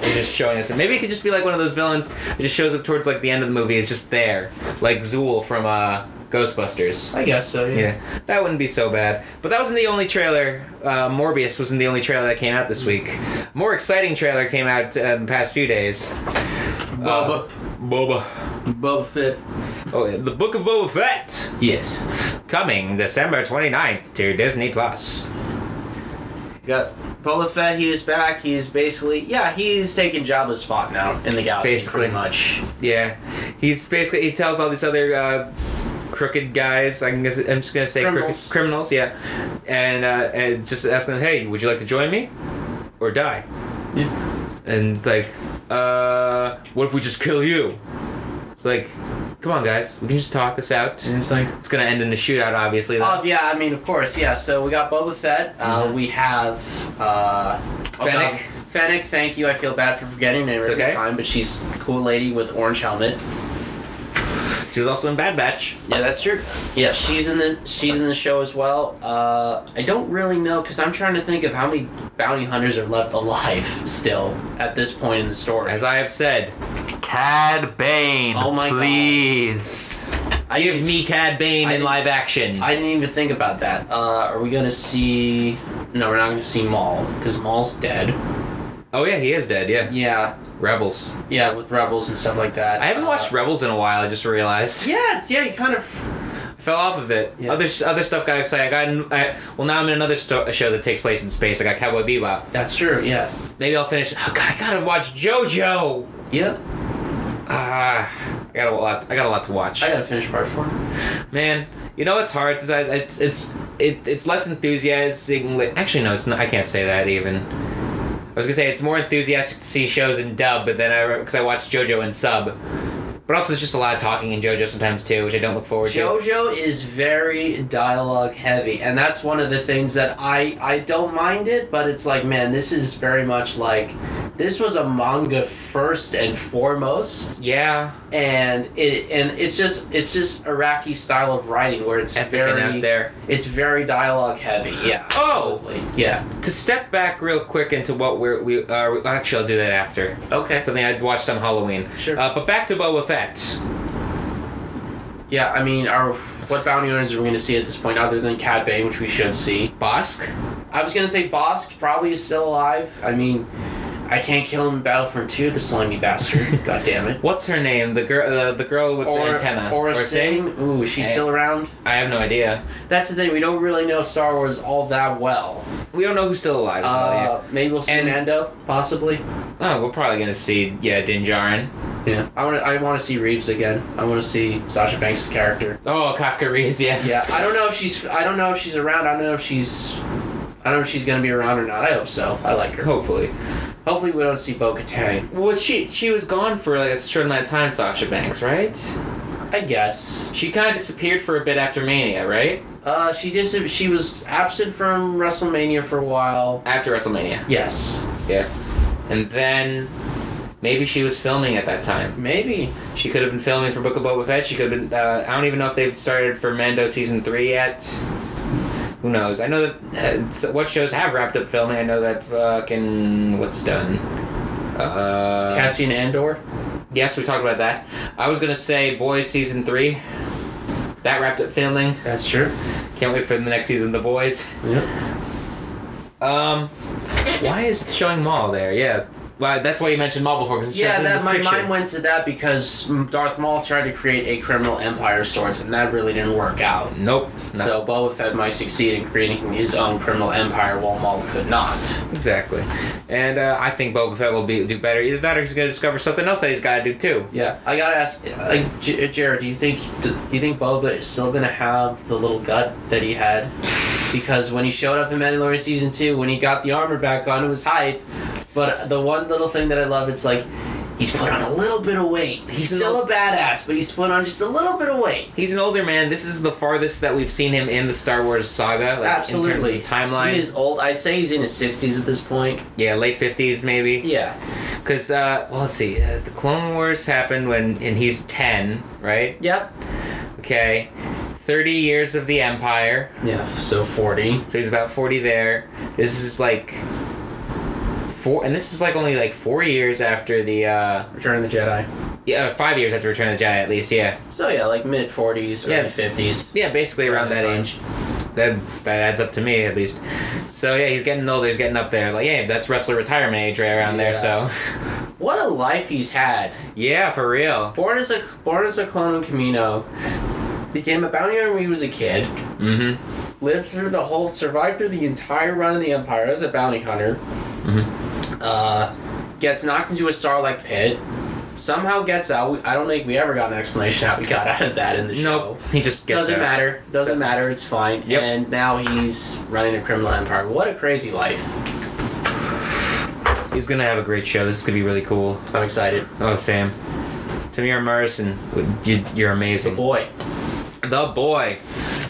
[SPEAKER 1] He's just showing us. Maybe he could just be like one of those villains that just shows up towards like the end of the movie. It's just there, like Zool from uh, Ghostbusters.
[SPEAKER 2] I guess so. Yeah.
[SPEAKER 1] Yeah, that wouldn't be so bad. But that wasn't the only trailer. Uh, Morbius wasn't the only trailer that came out this week. More exciting trailer came out uh, in the past few days.
[SPEAKER 2] Boba.
[SPEAKER 1] Boba.
[SPEAKER 2] Boba Fett.
[SPEAKER 1] Oh, yeah, the Book of Boba Fett
[SPEAKER 2] Yes.
[SPEAKER 1] coming December 29th to Disney Plus.
[SPEAKER 2] Got Boba Fett. He is back. He is basically yeah. He's taking Jabba's spot now in the galaxy.
[SPEAKER 1] Basically.
[SPEAKER 2] pretty much.
[SPEAKER 1] Yeah, he's basically he tells all these other uh, crooked guys. I can guess, I'm just gonna say
[SPEAKER 2] Criminals.
[SPEAKER 1] Crooked, criminals. Yeah, and uh, and just ask them, hey, would you like to join me, or die?
[SPEAKER 2] Yeah.
[SPEAKER 1] And it's like, uh, what if we just kill you? It's like, come on, guys, we can just talk this out.
[SPEAKER 2] it's like.
[SPEAKER 1] It's gonna end in a shootout, obviously. though.
[SPEAKER 2] Oh yeah, I mean of course, yeah. So we got Boba Fett. Uh,
[SPEAKER 1] Mhm.
[SPEAKER 2] We have uh, oh,
[SPEAKER 1] Fennec.
[SPEAKER 2] God. Fennec, thank you. I feel bad for forgetting her
[SPEAKER 1] It's
[SPEAKER 2] every
[SPEAKER 1] okay.
[SPEAKER 2] time, but she's a cool lady with orange helmet.
[SPEAKER 1] She was also in Bad Batch.
[SPEAKER 2] Yeah, that's true. Yeah, she's in the she's in the show as well. Uh, I don't really know because I'm trying to think of how many bounty hunters are left alive (laughs) still at this point in the story.
[SPEAKER 1] As I have said, Cad Bane.
[SPEAKER 2] Oh my God.
[SPEAKER 1] please.
[SPEAKER 2] I
[SPEAKER 1] Give
[SPEAKER 2] didn't-
[SPEAKER 1] me Cad Bane
[SPEAKER 2] I
[SPEAKER 1] in
[SPEAKER 2] didn't-
[SPEAKER 1] live action.
[SPEAKER 2] I didn't even think about that. Uh, are we gonna see? No, we're not gonna see Maul because Maul's dead.
[SPEAKER 1] oh yeah, he is dead. Yeah,
[SPEAKER 2] Yeah,
[SPEAKER 1] Rebels.
[SPEAKER 2] yeah, with rebels and stuff like that.
[SPEAKER 1] I haven't
[SPEAKER 2] Uh,
[SPEAKER 1] watched Rebels in a while. I just realized.
[SPEAKER 2] Yeah, it's- yeah, you kind of.
[SPEAKER 1] I (laughs) fell off of it.
[SPEAKER 2] Yeah.
[SPEAKER 1] Other other stuff got exciting. I got in, I, well now I'm in another sto- show that takes place in space. I got Cowboy Bebop.
[SPEAKER 2] That's true. Yeah.
[SPEAKER 1] Maybe I'll finish. Oh god, I gotta watch JoJo.
[SPEAKER 2] Yep.
[SPEAKER 1] Ah, I got a lot. I got a lot to watch.
[SPEAKER 2] I gotta finish part four.
[SPEAKER 1] Man, you know it's hard sometimes. It's it's it, it's less enthusiastic. Actually, no, it's not. I can't say that even. I was gonna say it's more enthusiastic to see shows in dub, but then I because I watched JoJo in sub. But also, it's just a lot of talking in JoJo sometimes too, which I don't look forward to.
[SPEAKER 2] JoJo is very dialogue heavy, and that's one of the things that I I don't mind it, but it's like, man, this is very much like this was a manga first and foremost,
[SPEAKER 1] Yeah,
[SPEAKER 2] and it and it's just it's just Iraqi style of writing where it's
[SPEAKER 1] epic and out
[SPEAKER 2] very
[SPEAKER 1] there.
[SPEAKER 2] it's very dialogue heavy. Yeah.
[SPEAKER 1] Oh!
[SPEAKER 2] absolutely. Yeah.
[SPEAKER 1] To step back real quick into what we're we are. Actually, I'll do that after
[SPEAKER 2] Okay.
[SPEAKER 1] something I watched on Halloween.
[SPEAKER 2] Sure.
[SPEAKER 1] Uh, but back to Boba Fett.
[SPEAKER 2] yeah. I mean, our what bounty hunters are we going to see at this point other than Cad Bane, which we should see?
[SPEAKER 1] Bosk.
[SPEAKER 2] I was gonna say Bosk probably is still alive. I mean, I can't kill him in Battlefront Two, the slimy bastard. God damn it.
[SPEAKER 1] What's her name? The girl. Uh, the girl with
[SPEAKER 2] Or
[SPEAKER 1] the antenna.
[SPEAKER 2] Or
[SPEAKER 1] Singh?
[SPEAKER 2] Singh. Ooh, she's
[SPEAKER 1] Hey.
[SPEAKER 2] still around.
[SPEAKER 1] I have no idea.
[SPEAKER 2] That's the thing. We don't really know Star Wars all that well.
[SPEAKER 1] We don't know who's still alive. as well yet.
[SPEAKER 2] Uh, maybe we'll see
[SPEAKER 1] And-
[SPEAKER 2] Mando, possibly.
[SPEAKER 1] Oh, we're probably gonna see yeah Din Djarin.
[SPEAKER 2] Yeah. I want. to. I want to see Reeves again. I want to see Sasha Banks' character.
[SPEAKER 1] Oh, Casca Reeves. Yeah.
[SPEAKER 2] Yeah. I don't know if she's. I don't know if she's around. I don't know if she's. I don't know if she's gonna be around or not. I hope so. I like her.
[SPEAKER 1] Hopefully.
[SPEAKER 2] Hopefully, we don't see Bo Katan.
[SPEAKER 1] Well, she she was gone for like a short amount of time, Sasha Banks, right?
[SPEAKER 2] I guess.
[SPEAKER 1] She kind of disappeared for a bit after Mania, right?
[SPEAKER 2] Uh, she just she was absent from WrestleMania for a while.
[SPEAKER 1] After WrestleMania.
[SPEAKER 2] Yes,
[SPEAKER 1] Yeah. And then maybe she was filming at that time.
[SPEAKER 2] maybe.
[SPEAKER 1] She could have been filming for Book of Boba Fett. She could have been. Uh, I don't even know if they've started for Mando season three yet. Who knows? I know that uh, so- what shows have wrapped up filming. I know that fucking what's done. Uh,
[SPEAKER 2] Cassian Andor.
[SPEAKER 1] Yes, we talked about that. I was gonna say Boys season three. That wrapped up filming.
[SPEAKER 2] That's true.
[SPEAKER 1] Can't wait for the next season of The Boys.
[SPEAKER 2] Yep.
[SPEAKER 1] Um, why is showing Maul there? Yeah. Well, that's why you mentioned Maul before because
[SPEAKER 2] Yeah, that,
[SPEAKER 1] this
[SPEAKER 2] my
[SPEAKER 1] picture.
[SPEAKER 2] mind went to that because Darth Maul tried to create a criminal empire of sorts, and that really didn't work out.
[SPEAKER 1] Nope. No.
[SPEAKER 2] So Boba Fett might succeed in creating his own criminal empire, while Maul could not.
[SPEAKER 1] Exactly. And uh, I think Boba Fett will be do better. Either that, or he's gonna discover something else that he's gotta do too.
[SPEAKER 2] Yeah, I gotta ask, uh, J- Jared, do you think do you think Boba is still gonna have the little gut that he had? Because when he showed up in Mandalorian season two, when he got the armor back on, it was hype. But the one little thing that I love, it's like he's put on a little bit of weight. He's
[SPEAKER 1] He's
[SPEAKER 2] still
[SPEAKER 1] not-
[SPEAKER 2] a badass, but he's put on just a little bit of weight.
[SPEAKER 1] He's an older man. This is the farthest that we've seen him in the Star Wars saga. Like,
[SPEAKER 2] Absolutely,
[SPEAKER 1] In terms of the timeline.
[SPEAKER 2] He is old. I'd say he's in his sixties at this point.
[SPEAKER 1] yeah, late fifties maybe.
[SPEAKER 2] Yeah,
[SPEAKER 1] Because uh, well, let's see. Uh, the Clone Wars happened when and he's ten, right?
[SPEAKER 2] yep,
[SPEAKER 1] Okay. Thirty years of the Empire.
[SPEAKER 2] yeah. So forty.
[SPEAKER 1] So he's about 40 there. This is like four, and this is like only like four years after the uh,
[SPEAKER 2] Return of the Jedi.
[SPEAKER 1] yeah, uh, five years after Return of the Jedi at least. Yeah,
[SPEAKER 2] So yeah, like mid forties,
[SPEAKER 1] Yeah.
[SPEAKER 2] early fifties.
[SPEAKER 1] yeah, basically around that age. That that adds up to me at least. So yeah, he's getting older. He's getting up there. Like yeah, that's wrestler retirement age right around there. So
[SPEAKER 2] Yeah. What a life he's had.
[SPEAKER 1] (laughs) yeah, for real.
[SPEAKER 2] Born as a born as a clone of Camino, became a bounty hunter when he was a kid.
[SPEAKER 1] Mm-hmm.
[SPEAKER 2] Lived through the whole, survived through the entire run of the Empire as a bounty hunter.
[SPEAKER 1] Mm-hmm.
[SPEAKER 2] Uh, gets knocked into a star-like pit. Somehow gets out. We, I don't think we ever got an explanation how we got out of that in the show.
[SPEAKER 1] Nope. He just gets
[SPEAKER 2] Doesn't
[SPEAKER 1] out.
[SPEAKER 2] matter. Doesn't matter. It's fine.
[SPEAKER 1] Yep.
[SPEAKER 2] And now he's running a criminal empire. What a crazy life!
[SPEAKER 1] He's gonna have a great show. This is gonna be really cool.
[SPEAKER 2] I'm excited.
[SPEAKER 1] Oh Sam, Tamir Morrison, you, you're amazing.
[SPEAKER 2] Boy,
[SPEAKER 1] The boy.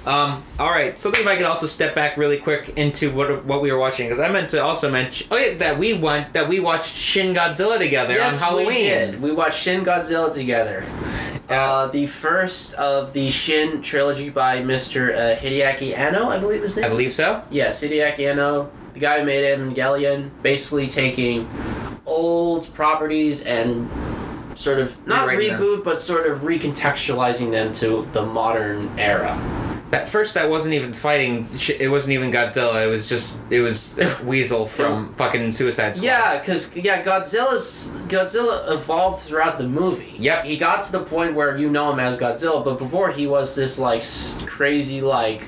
[SPEAKER 1] Um, all right. Something if I could also step back really quick into what what we were watching because I meant to also mention oh yeah that we went that we watched Shin Godzilla together
[SPEAKER 2] yes,
[SPEAKER 1] on Halloween.
[SPEAKER 2] we did. We watched Shin Godzilla together.
[SPEAKER 1] Uh,
[SPEAKER 2] Uh, the first of the Shin trilogy by Mr. Uh, Hideaki Anno, I believe his name.
[SPEAKER 1] I believe so.
[SPEAKER 2] Yes, Hideaki Anno, the guy who made Evangelion, basically taking old properties and sort of not
[SPEAKER 1] Rewriting them.
[SPEAKER 2] reboot, but sort of recontextualizing them to the modern era.
[SPEAKER 1] At first, that wasn't even fighting. Sh- It wasn't even Godzilla. It was just it
[SPEAKER 2] (laughs)
[SPEAKER 1] was Weasel from fucking Suicide Squad.
[SPEAKER 2] Yeah, because yeah, Godzilla's Godzilla evolved throughout the movie.
[SPEAKER 1] Yep.
[SPEAKER 2] he got to the point where you know him as Godzilla, but before he was this like s- crazy like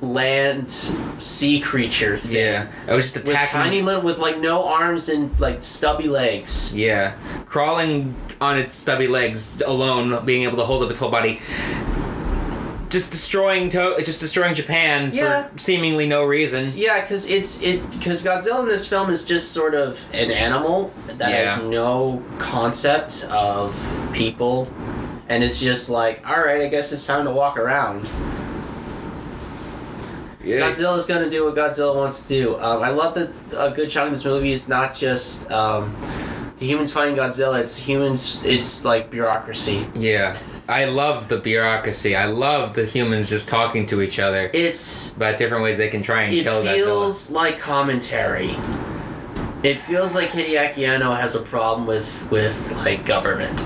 [SPEAKER 2] land sea creature thing.
[SPEAKER 1] Yeah. I was just
[SPEAKER 2] with
[SPEAKER 1] attacking.
[SPEAKER 2] tiny little with like no arms and like stubby legs.
[SPEAKER 1] Yeah, crawling on its stubby legs alone, being able to hold up its whole body, just destroying to- just destroying Japan
[SPEAKER 2] Yeah.
[SPEAKER 1] for seemingly no reason.
[SPEAKER 2] Yeah, because it's it because Godzilla in this film is just sort of an animal that
[SPEAKER 1] Yeah.
[SPEAKER 2] has no concept of people, and it's just like, all right, I guess it's time to walk around. Godzilla's gonna do what Godzilla wants to do. Um, I love that a good chunk of this movie is not just um, the humans fighting Godzilla. It's humans. It's like bureaucracy.
[SPEAKER 1] Yeah, I love the bureaucracy. I love the humans just talking to each other
[SPEAKER 2] It's
[SPEAKER 1] about different ways they can try and
[SPEAKER 2] it
[SPEAKER 1] kill Godzilla.
[SPEAKER 2] feels like commentary. It feels like Hideaki Anno has a problem with with like government.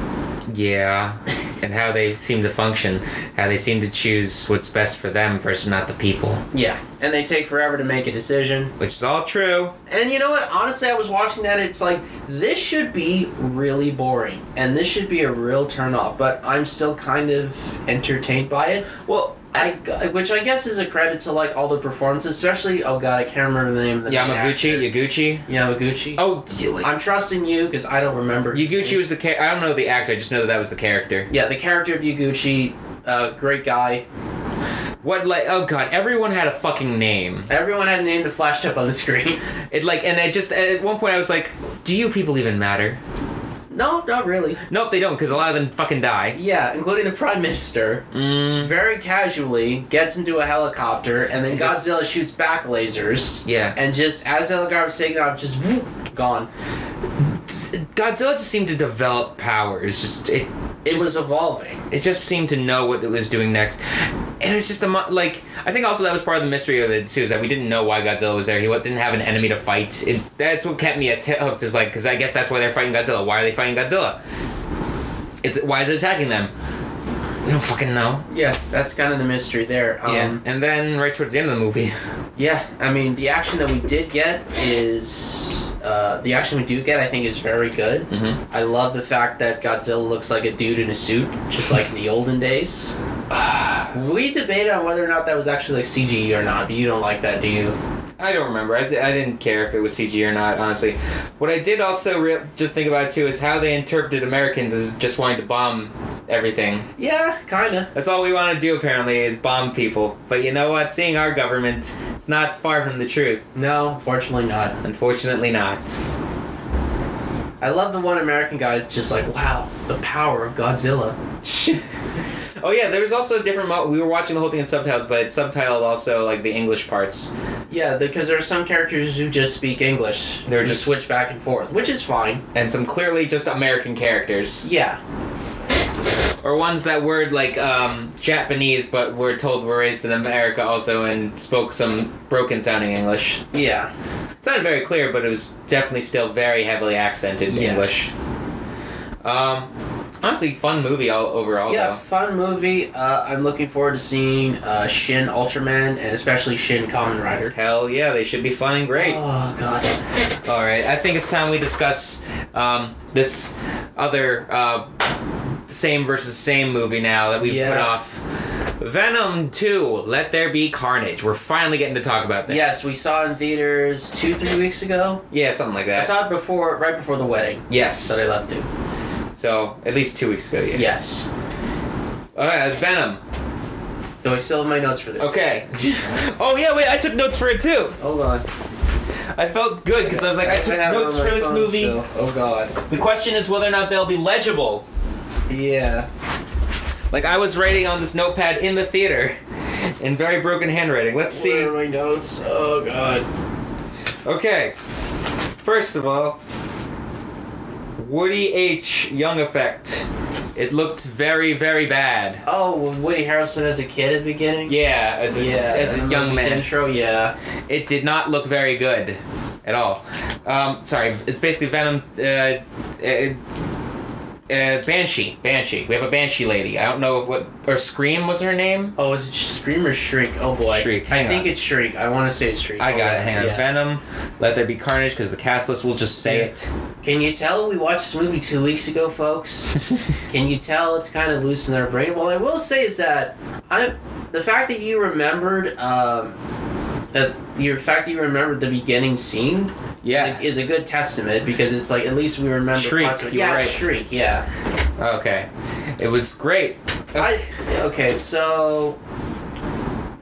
[SPEAKER 1] Yeah, and how they seem to function, how they seem to choose what's best for them versus not the people,
[SPEAKER 2] Yeah, and they take forever to make a decision.
[SPEAKER 1] which is all true.
[SPEAKER 2] And you know what? Honestly, I was watching that. It's like this should be really boring, and this should be a real turn off. But I'm still kind of entertained by it.
[SPEAKER 1] Well,
[SPEAKER 2] I, which I guess is a credit to like all the performances, especially oh god, I can't remember the name. Of the main actor.
[SPEAKER 1] Yamaguchi, Yaguchi.
[SPEAKER 2] Yamaguchi.
[SPEAKER 1] Oh, d- wait.
[SPEAKER 2] I'm trusting you because I don't remember. his name.
[SPEAKER 1] Yaguchi was the character. I don't know the actor. I just know that that was the character.
[SPEAKER 2] Yeah, the character of Yaguchi, uh, great guy.
[SPEAKER 1] What like? Oh god, everyone had a fucking name.
[SPEAKER 2] Everyone had a name that flashed up on the (laughs) screen.
[SPEAKER 1] It like, and I just at one point I was like, do you people even matter?
[SPEAKER 2] no, not really.
[SPEAKER 1] Nope, they don't, because a lot of them fucking die.
[SPEAKER 2] Yeah, including the Prime Minister.
[SPEAKER 1] Mm,
[SPEAKER 2] Very casually gets into a helicopter, and then
[SPEAKER 1] And just-
[SPEAKER 2] Godzilla shoots back lasers.
[SPEAKER 1] yeah.
[SPEAKER 2] And just as the helicopter was taking off, just gone.
[SPEAKER 1] It's- Godzilla just seemed to develop powers. Just it,
[SPEAKER 2] It
[SPEAKER 1] just-
[SPEAKER 2] was evolving.
[SPEAKER 1] it just seemed to know what it was doing next. It was just a mo- like I think also that was part of the mystery of it too is that we didn't know why Godzilla was there. He wa- didn't have an enemy to fight. It, that's what kept me at t- hooked is like because I guess that's why they're fighting Godzilla. Why are they fighting Godzilla? It's why is it attacking them? We don't fucking know.
[SPEAKER 2] Yeah, that's kind of the mystery there. Um,
[SPEAKER 1] yeah, and then right towards the end of the movie,
[SPEAKER 2] Yeah, I mean, the action that we did get is uh, uh, the action we do get, I think, is very good.
[SPEAKER 1] Mhm.
[SPEAKER 2] I love the fact that Godzilla looks like a dude in a suit, just like in the olden (sighs) days. we debated on whether or not that was actually like CG or not, but you don't like that, do you?
[SPEAKER 1] I don't remember. I, I didn't care if it was CG or not, honestly. What I did also re- just think about too is how they interpreted Americans as just wanting to bomb everything.
[SPEAKER 2] Yeah, kinda.
[SPEAKER 1] That's all we want to do apparently is bomb people. But you know what? Seeing our government, it's not far from the truth.
[SPEAKER 2] No, unfortunately not.
[SPEAKER 1] Unfortunately, not. (laughs)
[SPEAKER 2] I love the one American guy is just like, wow, the power of Godzilla.
[SPEAKER 1] oh yeah, there was also different. Mo- we were watching the whole thing in subtitles, but it's subtitled also like the English parts.
[SPEAKER 2] Yeah, because there are some characters who just speak English.
[SPEAKER 1] They're
[SPEAKER 2] They
[SPEAKER 1] just-
[SPEAKER 2] switch back and forth, which is fine.
[SPEAKER 1] and some clearly just American characters,
[SPEAKER 2] Yeah,
[SPEAKER 1] or ones that were like um, Japanese, but were told were raised in America also and spoke some broken sounding English.
[SPEAKER 2] yeah.
[SPEAKER 1] It's not very clear, but it was definitely still very heavily accented
[SPEAKER 2] Yes.
[SPEAKER 1] English. Um, honestly, fun movie all overall.
[SPEAKER 2] yeah, fun movie. Uh, I'm looking forward to seeing uh, Shin Ultraman and especially Shin Kamen Rider.
[SPEAKER 1] Though. Hell yeah, they should be fun and great.
[SPEAKER 2] Oh, God.
[SPEAKER 1] All right, I think it's time we discuss um, this other uh, same versus same movie now that we've
[SPEAKER 2] Yeah.
[SPEAKER 1] put off. Venom 2, Let There Be Carnage. We're finally getting to talk about this.
[SPEAKER 2] Yes, we saw it in theaters two, three weeks ago.
[SPEAKER 1] Yeah, something like
[SPEAKER 2] I
[SPEAKER 1] that.
[SPEAKER 2] saw it before, right before the wedding.
[SPEAKER 1] yes.
[SPEAKER 2] So
[SPEAKER 1] So,
[SPEAKER 2] they left it.
[SPEAKER 1] at least two weeks ago, yeah.
[SPEAKER 2] Yes.
[SPEAKER 1] All right, that's Venom.
[SPEAKER 2] Though I still have my notes for this.
[SPEAKER 1] Okay. (laughs) oh, yeah, wait, I took notes for it too.
[SPEAKER 2] Hold on.
[SPEAKER 1] I felt good because I was like, I took
[SPEAKER 2] have it
[SPEAKER 1] notes
[SPEAKER 2] on
[SPEAKER 1] for
[SPEAKER 2] my
[SPEAKER 1] this
[SPEAKER 2] phone
[SPEAKER 1] movie.
[SPEAKER 2] still. Oh, God.
[SPEAKER 1] The question is whether or not they'll be legible.
[SPEAKER 2] Yeah.
[SPEAKER 1] Like, I was writing on this notepad in the theater (laughs) in very broken handwriting. Let's see.
[SPEAKER 2] my notes? Oh, God.
[SPEAKER 1] Okay. First of all, Woody H. Young Effect. It looked very, very bad.
[SPEAKER 2] Oh, when Woody Harrelson as a kid at the beginning.
[SPEAKER 1] Yeah, as a, as
[SPEAKER 2] and
[SPEAKER 1] a
[SPEAKER 2] the
[SPEAKER 1] young
[SPEAKER 2] movie's
[SPEAKER 1] man.
[SPEAKER 2] Intro, yeah.
[SPEAKER 1] It did not look very good at all. Um, sorry, it's basically Venom. Uh, uh, uh, Banshee. Banshee. We have a Banshee lady. I don't know what. Or Scream was her name?
[SPEAKER 2] Oh, is it Scream or Shriek? Oh boy.
[SPEAKER 1] Shriek,
[SPEAKER 2] I
[SPEAKER 1] hang
[SPEAKER 2] think
[SPEAKER 1] on.
[SPEAKER 2] it's Shriek. I want to say it's Shriek. Oh,
[SPEAKER 1] I
[SPEAKER 2] Hold
[SPEAKER 1] got it. Hang on.
[SPEAKER 2] Yeah.
[SPEAKER 1] Venom. Let there be carnage because the cast list will just say it. (laughs)
[SPEAKER 2] Can you tell we watched this movie two weeks
[SPEAKER 1] (laughs)
[SPEAKER 2] ago, folks? Can you tell it's kind of loose in our brain? Well, I will say is that I'm the fact that you remembered um, that your fact that you remembered the beginning scene
[SPEAKER 1] yeah.
[SPEAKER 2] is, a, is a good testament because it's like at least we remember
[SPEAKER 1] Shriek,
[SPEAKER 2] parts of it.
[SPEAKER 1] you were
[SPEAKER 2] Yeah,
[SPEAKER 1] right.
[SPEAKER 2] Shriek. Yeah.
[SPEAKER 1] Okay. It was great.
[SPEAKER 2] I okay, so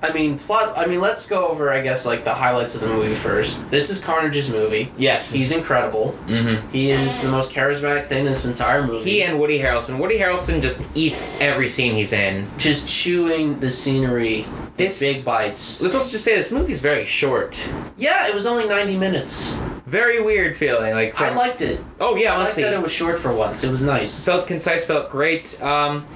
[SPEAKER 2] I mean plot I mean let's go over I guess like the highlights of the movie first. This is Carnage's movie.
[SPEAKER 1] Yes.
[SPEAKER 2] He's incredible.
[SPEAKER 1] Mm-hmm.
[SPEAKER 2] He is the most charismatic thing in this entire movie.
[SPEAKER 1] He and Woody Harrelson. Woody Harrelson just eats every scene he's in.
[SPEAKER 2] just chewing the scenery,
[SPEAKER 1] This-
[SPEAKER 2] this big bites.
[SPEAKER 1] Let's also just say this movie's very short.
[SPEAKER 2] Yeah, it was only 90 minutes.
[SPEAKER 1] Very weird feeling. Like,
[SPEAKER 2] I
[SPEAKER 1] from-
[SPEAKER 2] liked it.
[SPEAKER 1] oh yeah,
[SPEAKER 2] I liked
[SPEAKER 1] honestly,
[SPEAKER 2] that it was short for once. It was nice.
[SPEAKER 1] felt concise, felt great. Um,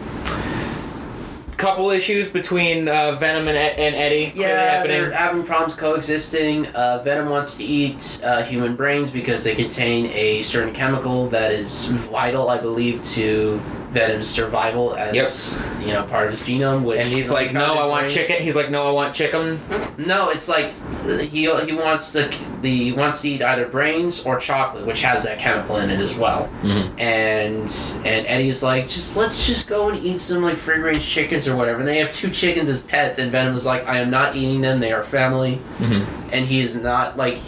[SPEAKER 1] couple issues between uh, Venom and, Ed- and Eddie. clearly
[SPEAKER 2] Yeah, they're
[SPEAKER 1] happening.
[SPEAKER 2] having problems coexisting. Uh, Venom wants to eat uh, human brains because they contain a certain chemical that is vital, I believe, to Venom's survival as you know part of his genome. Which
[SPEAKER 1] And he's like, no, I want chicken. He's like, no, I want chicken.
[SPEAKER 2] No, it's like he he wants the the he wants to eat either brains or chocolate, which has that chemical in it as well.
[SPEAKER 1] Mhm.
[SPEAKER 2] And and Eddie's like, just let's just go and eat some like free range chickens or whatever. And they have two chickens as pets, and Venom was like, I am not eating them. They are family,
[SPEAKER 1] Mhm.
[SPEAKER 2] and he is not like.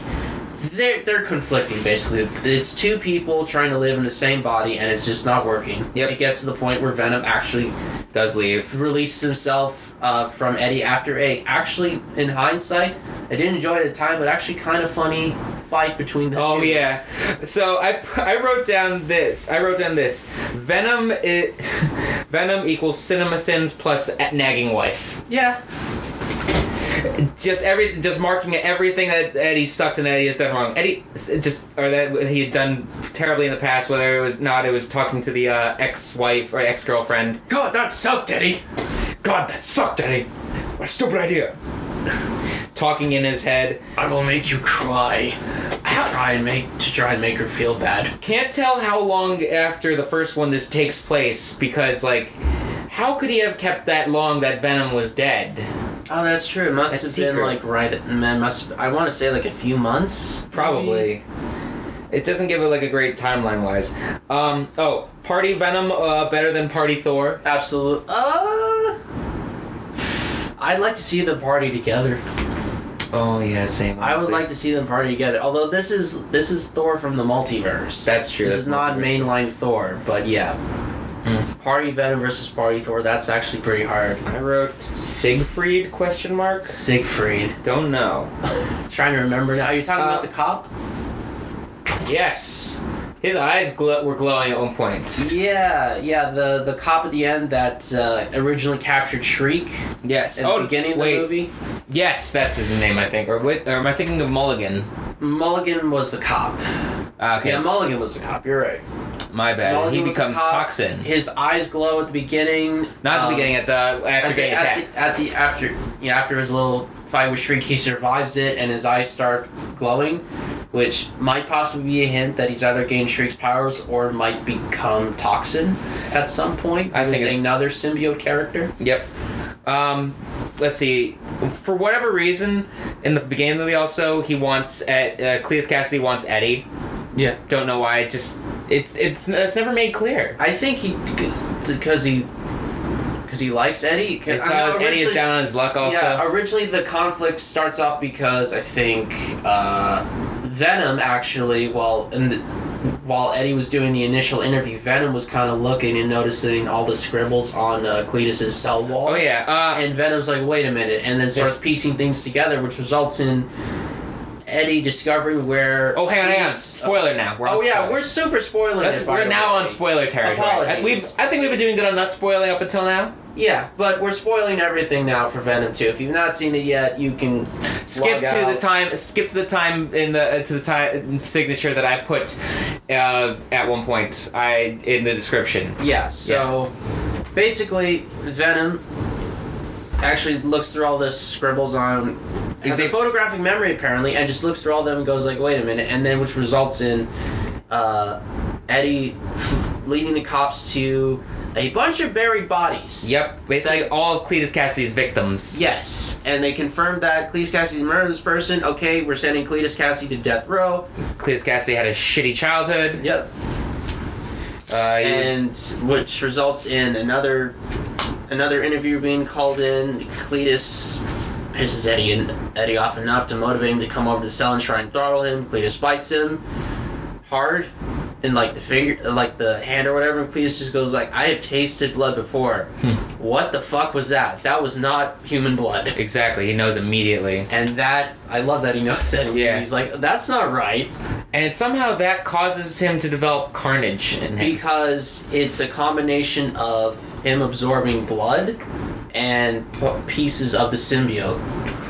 [SPEAKER 2] They're, they're conflicting basically. It's two people trying to live in the same body and it's just not working.
[SPEAKER 1] Yep.
[SPEAKER 2] It gets to the point where Venom actually
[SPEAKER 1] Does leave.
[SPEAKER 2] released himself uh, from Eddie after a actually in hindsight I didn't enjoy it at the time but actually kind of funny fight between the
[SPEAKER 1] Oh
[SPEAKER 2] two.
[SPEAKER 1] yeah. So I, I wrote down this. I wrote down this. Venom it, (laughs) Venom equals cinema sins plus a- nagging wife.
[SPEAKER 2] yeah
[SPEAKER 1] just every just marking at everything that Eddie sucks and Eddie has done wrong. Eddie s- just or that he had done terribly in the past, whether it was not, it was talking to the uh, ex-wife or ex-girlfriend.
[SPEAKER 2] God that sucked Eddie
[SPEAKER 1] God, that sucked, Eddie. What a stupid idea. Talking in his head.
[SPEAKER 2] I will make you cry
[SPEAKER 1] How-
[SPEAKER 2] and make to try and make her feel bad
[SPEAKER 1] Can't tell how long after the first one this takes place because like. How could he have kept that long that Venom was dead?
[SPEAKER 2] oh that's true it must
[SPEAKER 1] That's
[SPEAKER 2] have been
[SPEAKER 1] secret.
[SPEAKER 2] like right man must I want to say like a few months maybe?
[SPEAKER 1] Probably. It doesn't give it like a great timeline wise. Um, oh, Party Venom uh, better than Party Thor.
[SPEAKER 2] Absolutely. Uh, I'd like to see them party together.
[SPEAKER 1] Oh yeah, same.
[SPEAKER 2] I would
[SPEAKER 1] honestly.
[SPEAKER 2] like to see them party together. Although this is this is Thor from the multiverse.
[SPEAKER 1] That's true,
[SPEAKER 2] This
[SPEAKER 1] that's
[SPEAKER 2] is not
[SPEAKER 1] multiverse.
[SPEAKER 2] mainline Thor, but yeah. Party Venom versus Party Thor. That's actually pretty hard.
[SPEAKER 1] I wrote Siegfried question mark.
[SPEAKER 2] Siegfried.
[SPEAKER 1] Don't know.
[SPEAKER 2] Trying to remember now. Are you talking
[SPEAKER 1] Uh,
[SPEAKER 2] about the cop?
[SPEAKER 1] Yes, his eyes gl- were glowing at one point.
[SPEAKER 2] Yeah, yeah. The the cop at the end that uh, originally captured Shriek
[SPEAKER 1] Yes.
[SPEAKER 2] at
[SPEAKER 1] oh,
[SPEAKER 2] the beginning of the
[SPEAKER 1] wait.
[SPEAKER 2] movie.
[SPEAKER 1] Yes, that's his name, I think. Or wait, or am I thinking of Mulligan?
[SPEAKER 2] Mulligan was the cop.
[SPEAKER 1] Ah, okay,
[SPEAKER 2] Yeah, Mulligan was the cop. You're right.
[SPEAKER 1] my bad.
[SPEAKER 2] Mulligan
[SPEAKER 1] he
[SPEAKER 2] was the
[SPEAKER 1] becomes
[SPEAKER 2] cop.
[SPEAKER 1] Toxin.
[SPEAKER 2] His eyes glow at the beginning.
[SPEAKER 1] Not at
[SPEAKER 2] um,
[SPEAKER 1] the beginning, at the after
[SPEAKER 2] At the,
[SPEAKER 1] getting attacked.
[SPEAKER 2] at, the, at the after yeah after his little fight with Shriek, he survives it and his eyes start glowing, which might possibly be a hint that he's either gained Shriek's powers or might become Toxin at some point.
[SPEAKER 1] I think
[SPEAKER 2] He's
[SPEAKER 1] it's-
[SPEAKER 2] another symbiote character.
[SPEAKER 1] Yep. Um, let's see. For whatever reason, in the beginning of the movie, also he wants Ed, uh, Cleus Cassidy wants Eddie.
[SPEAKER 2] Yeah.
[SPEAKER 1] Don't know why. it Just it's it's it's never made clear.
[SPEAKER 2] I think he because he because he likes Eddie. 'Cause
[SPEAKER 1] It's,
[SPEAKER 2] I know
[SPEAKER 1] uh, Eddie is
[SPEAKER 2] originally-
[SPEAKER 1] down on his luck. Also,
[SPEAKER 2] Yeah, originally the conflict starts off because I think uh, Venom actually, while in the, while Eddie was doing the initial interview, Venom was kind of looking and noticing all the scribbles on uh, Cletus's cell wall.
[SPEAKER 1] oh yeah. Uh,
[SPEAKER 2] And Venom's like, wait a minute, and then starts piecing things together, which results in Eddie discovering where.
[SPEAKER 1] oh, hang on, hang on.
[SPEAKER 2] he's-
[SPEAKER 1] Spoiler now. We're on
[SPEAKER 2] Oh yeah,
[SPEAKER 1] spoilers.
[SPEAKER 2] we're super spoiling.
[SPEAKER 1] Let's-
[SPEAKER 2] it, by
[SPEAKER 1] we're
[SPEAKER 2] the
[SPEAKER 1] now
[SPEAKER 2] way.
[SPEAKER 1] on spoiler territory. I,
[SPEAKER 2] Apologies.
[SPEAKER 1] we've, I think we've been doing good on not spoiling up until now.
[SPEAKER 2] Yeah, but we're spoiling everything now for Venom 2. If you've not seen it yet, you can
[SPEAKER 1] Skip
[SPEAKER 2] log
[SPEAKER 1] to
[SPEAKER 2] out.
[SPEAKER 1] the time. Skip to the time in the uh, to the time signature that I put uh, at one point. I in the description.
[SPEAKER 2] Yeah, so basically, Venom actually looks through all the scribbles on. Has a
[SPEAKER 1] Exa-
[SPEAKER 2] photographic memory apparently, and just looks through all them and goes like, "Wait a minute," and then which results in uh, Eddie leading the cops to a bunch of buried bodies.
[SPEAKER 1] Yep, basically
[SPEAKER 2] That-
[SPEAKER 1] all of Cletus Cassidy's victims.
[SPEAKER 2] Yes, and they confirmed that Cletus Cassidy murdered this person. Okay, we're sending Cletus Cassidy to death row.
[SPEAKER 1] Cletus Cassidy had a shitty childhood.
[SPEAKER 2] Yep,
[SPEAKER 1] Uh, he was,
[SPEAKER 2] and which results in another another interview being called in. Cletus pisses Eddie and Eddie off enough to motivate him to come over to the cell and try and throttle him. Cletus bites him hard in like the finger, like the hand or whatever. And Cletus just goes like, "I have tasted blood before. What the fuck was that? That was not human blood." (laughs)
[SPEAKER 1] exactly, he knows immediately.
[SPEAKER 2] And that I love that he knows that.
[SPEAKER 1] Yeah.
[SPEAKER 2] he's like, "That's not right."
[SPEAKER 1] And somehow that causes him to develop carnage in him.
[SPEAKER 2] (laughs) because it's a combination of him absorbing blood and p- pieces of the symbiote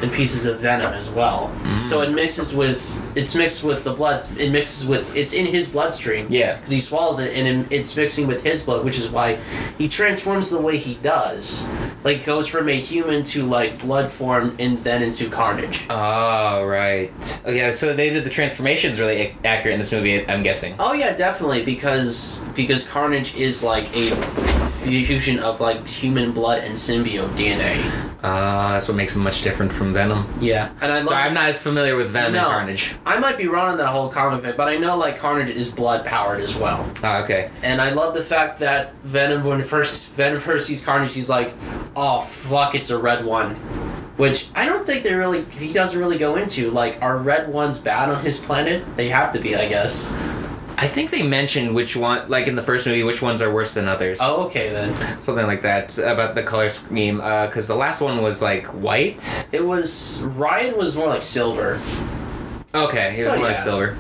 [SPEAKER 2] and pieces of venom as well. So it mixes with it's mixed with the blood. It mixes with it's in his bloodstream.
[SPEAKER 1] Yeah.
[SPEAKER 2] because he swallows it and it- it's mixing with his blood, which is why he transforms the way he does. Like goes from a human to like blood form and then into carnage.
[SPEAKER 1] Oh, right. Oh, yeah, so they did the transformations really ac- accurate in this movie, I'm guessing.
[SPEAKER 2] Oh yeah, definitely because because Carnage is like a fusion of like human blood and symbiote DNA.
[SPEAKER 1] Uh, that's what makes him much different from Venom.
[SPEAKER 2] Yeah, and I love.
[SPEAKER 1] Sorry, I'm not as familiar with Venom
[SPEAKER 2] No.
[SPEAKER 1] and Carnage.
[SPEAKER 2] I might be wrong on that whole comic bit, but I know like Carnage is blood powered as well,
[SPEAKER 1] Oh, okay.
[SPEAKER 2] and I love the fact that Venom when first Venom first sees Carnage, he's like, "Oh fuck, it's a red one," which I don't think they really he doesn't really go into. Like, are red ones bad on his planet? They have to be, I guess.
[SPEAKER 1] I think they mentioned which one, like in the first movie, which ones are worse than others.
[SPEAKER 2] Oh, okay then.
[SPEAKER 1] Something like that about the color scheme. Because the last one was like white.
[SPEAKER 2] It was Ryan was more like silver.
[SPEAKER 1] Okay, it was
[SPEAKER 2] Oh,
[SPEAKER 1] more like
[SPEAKER 2] yeah.
[SPEAKER 1] silver.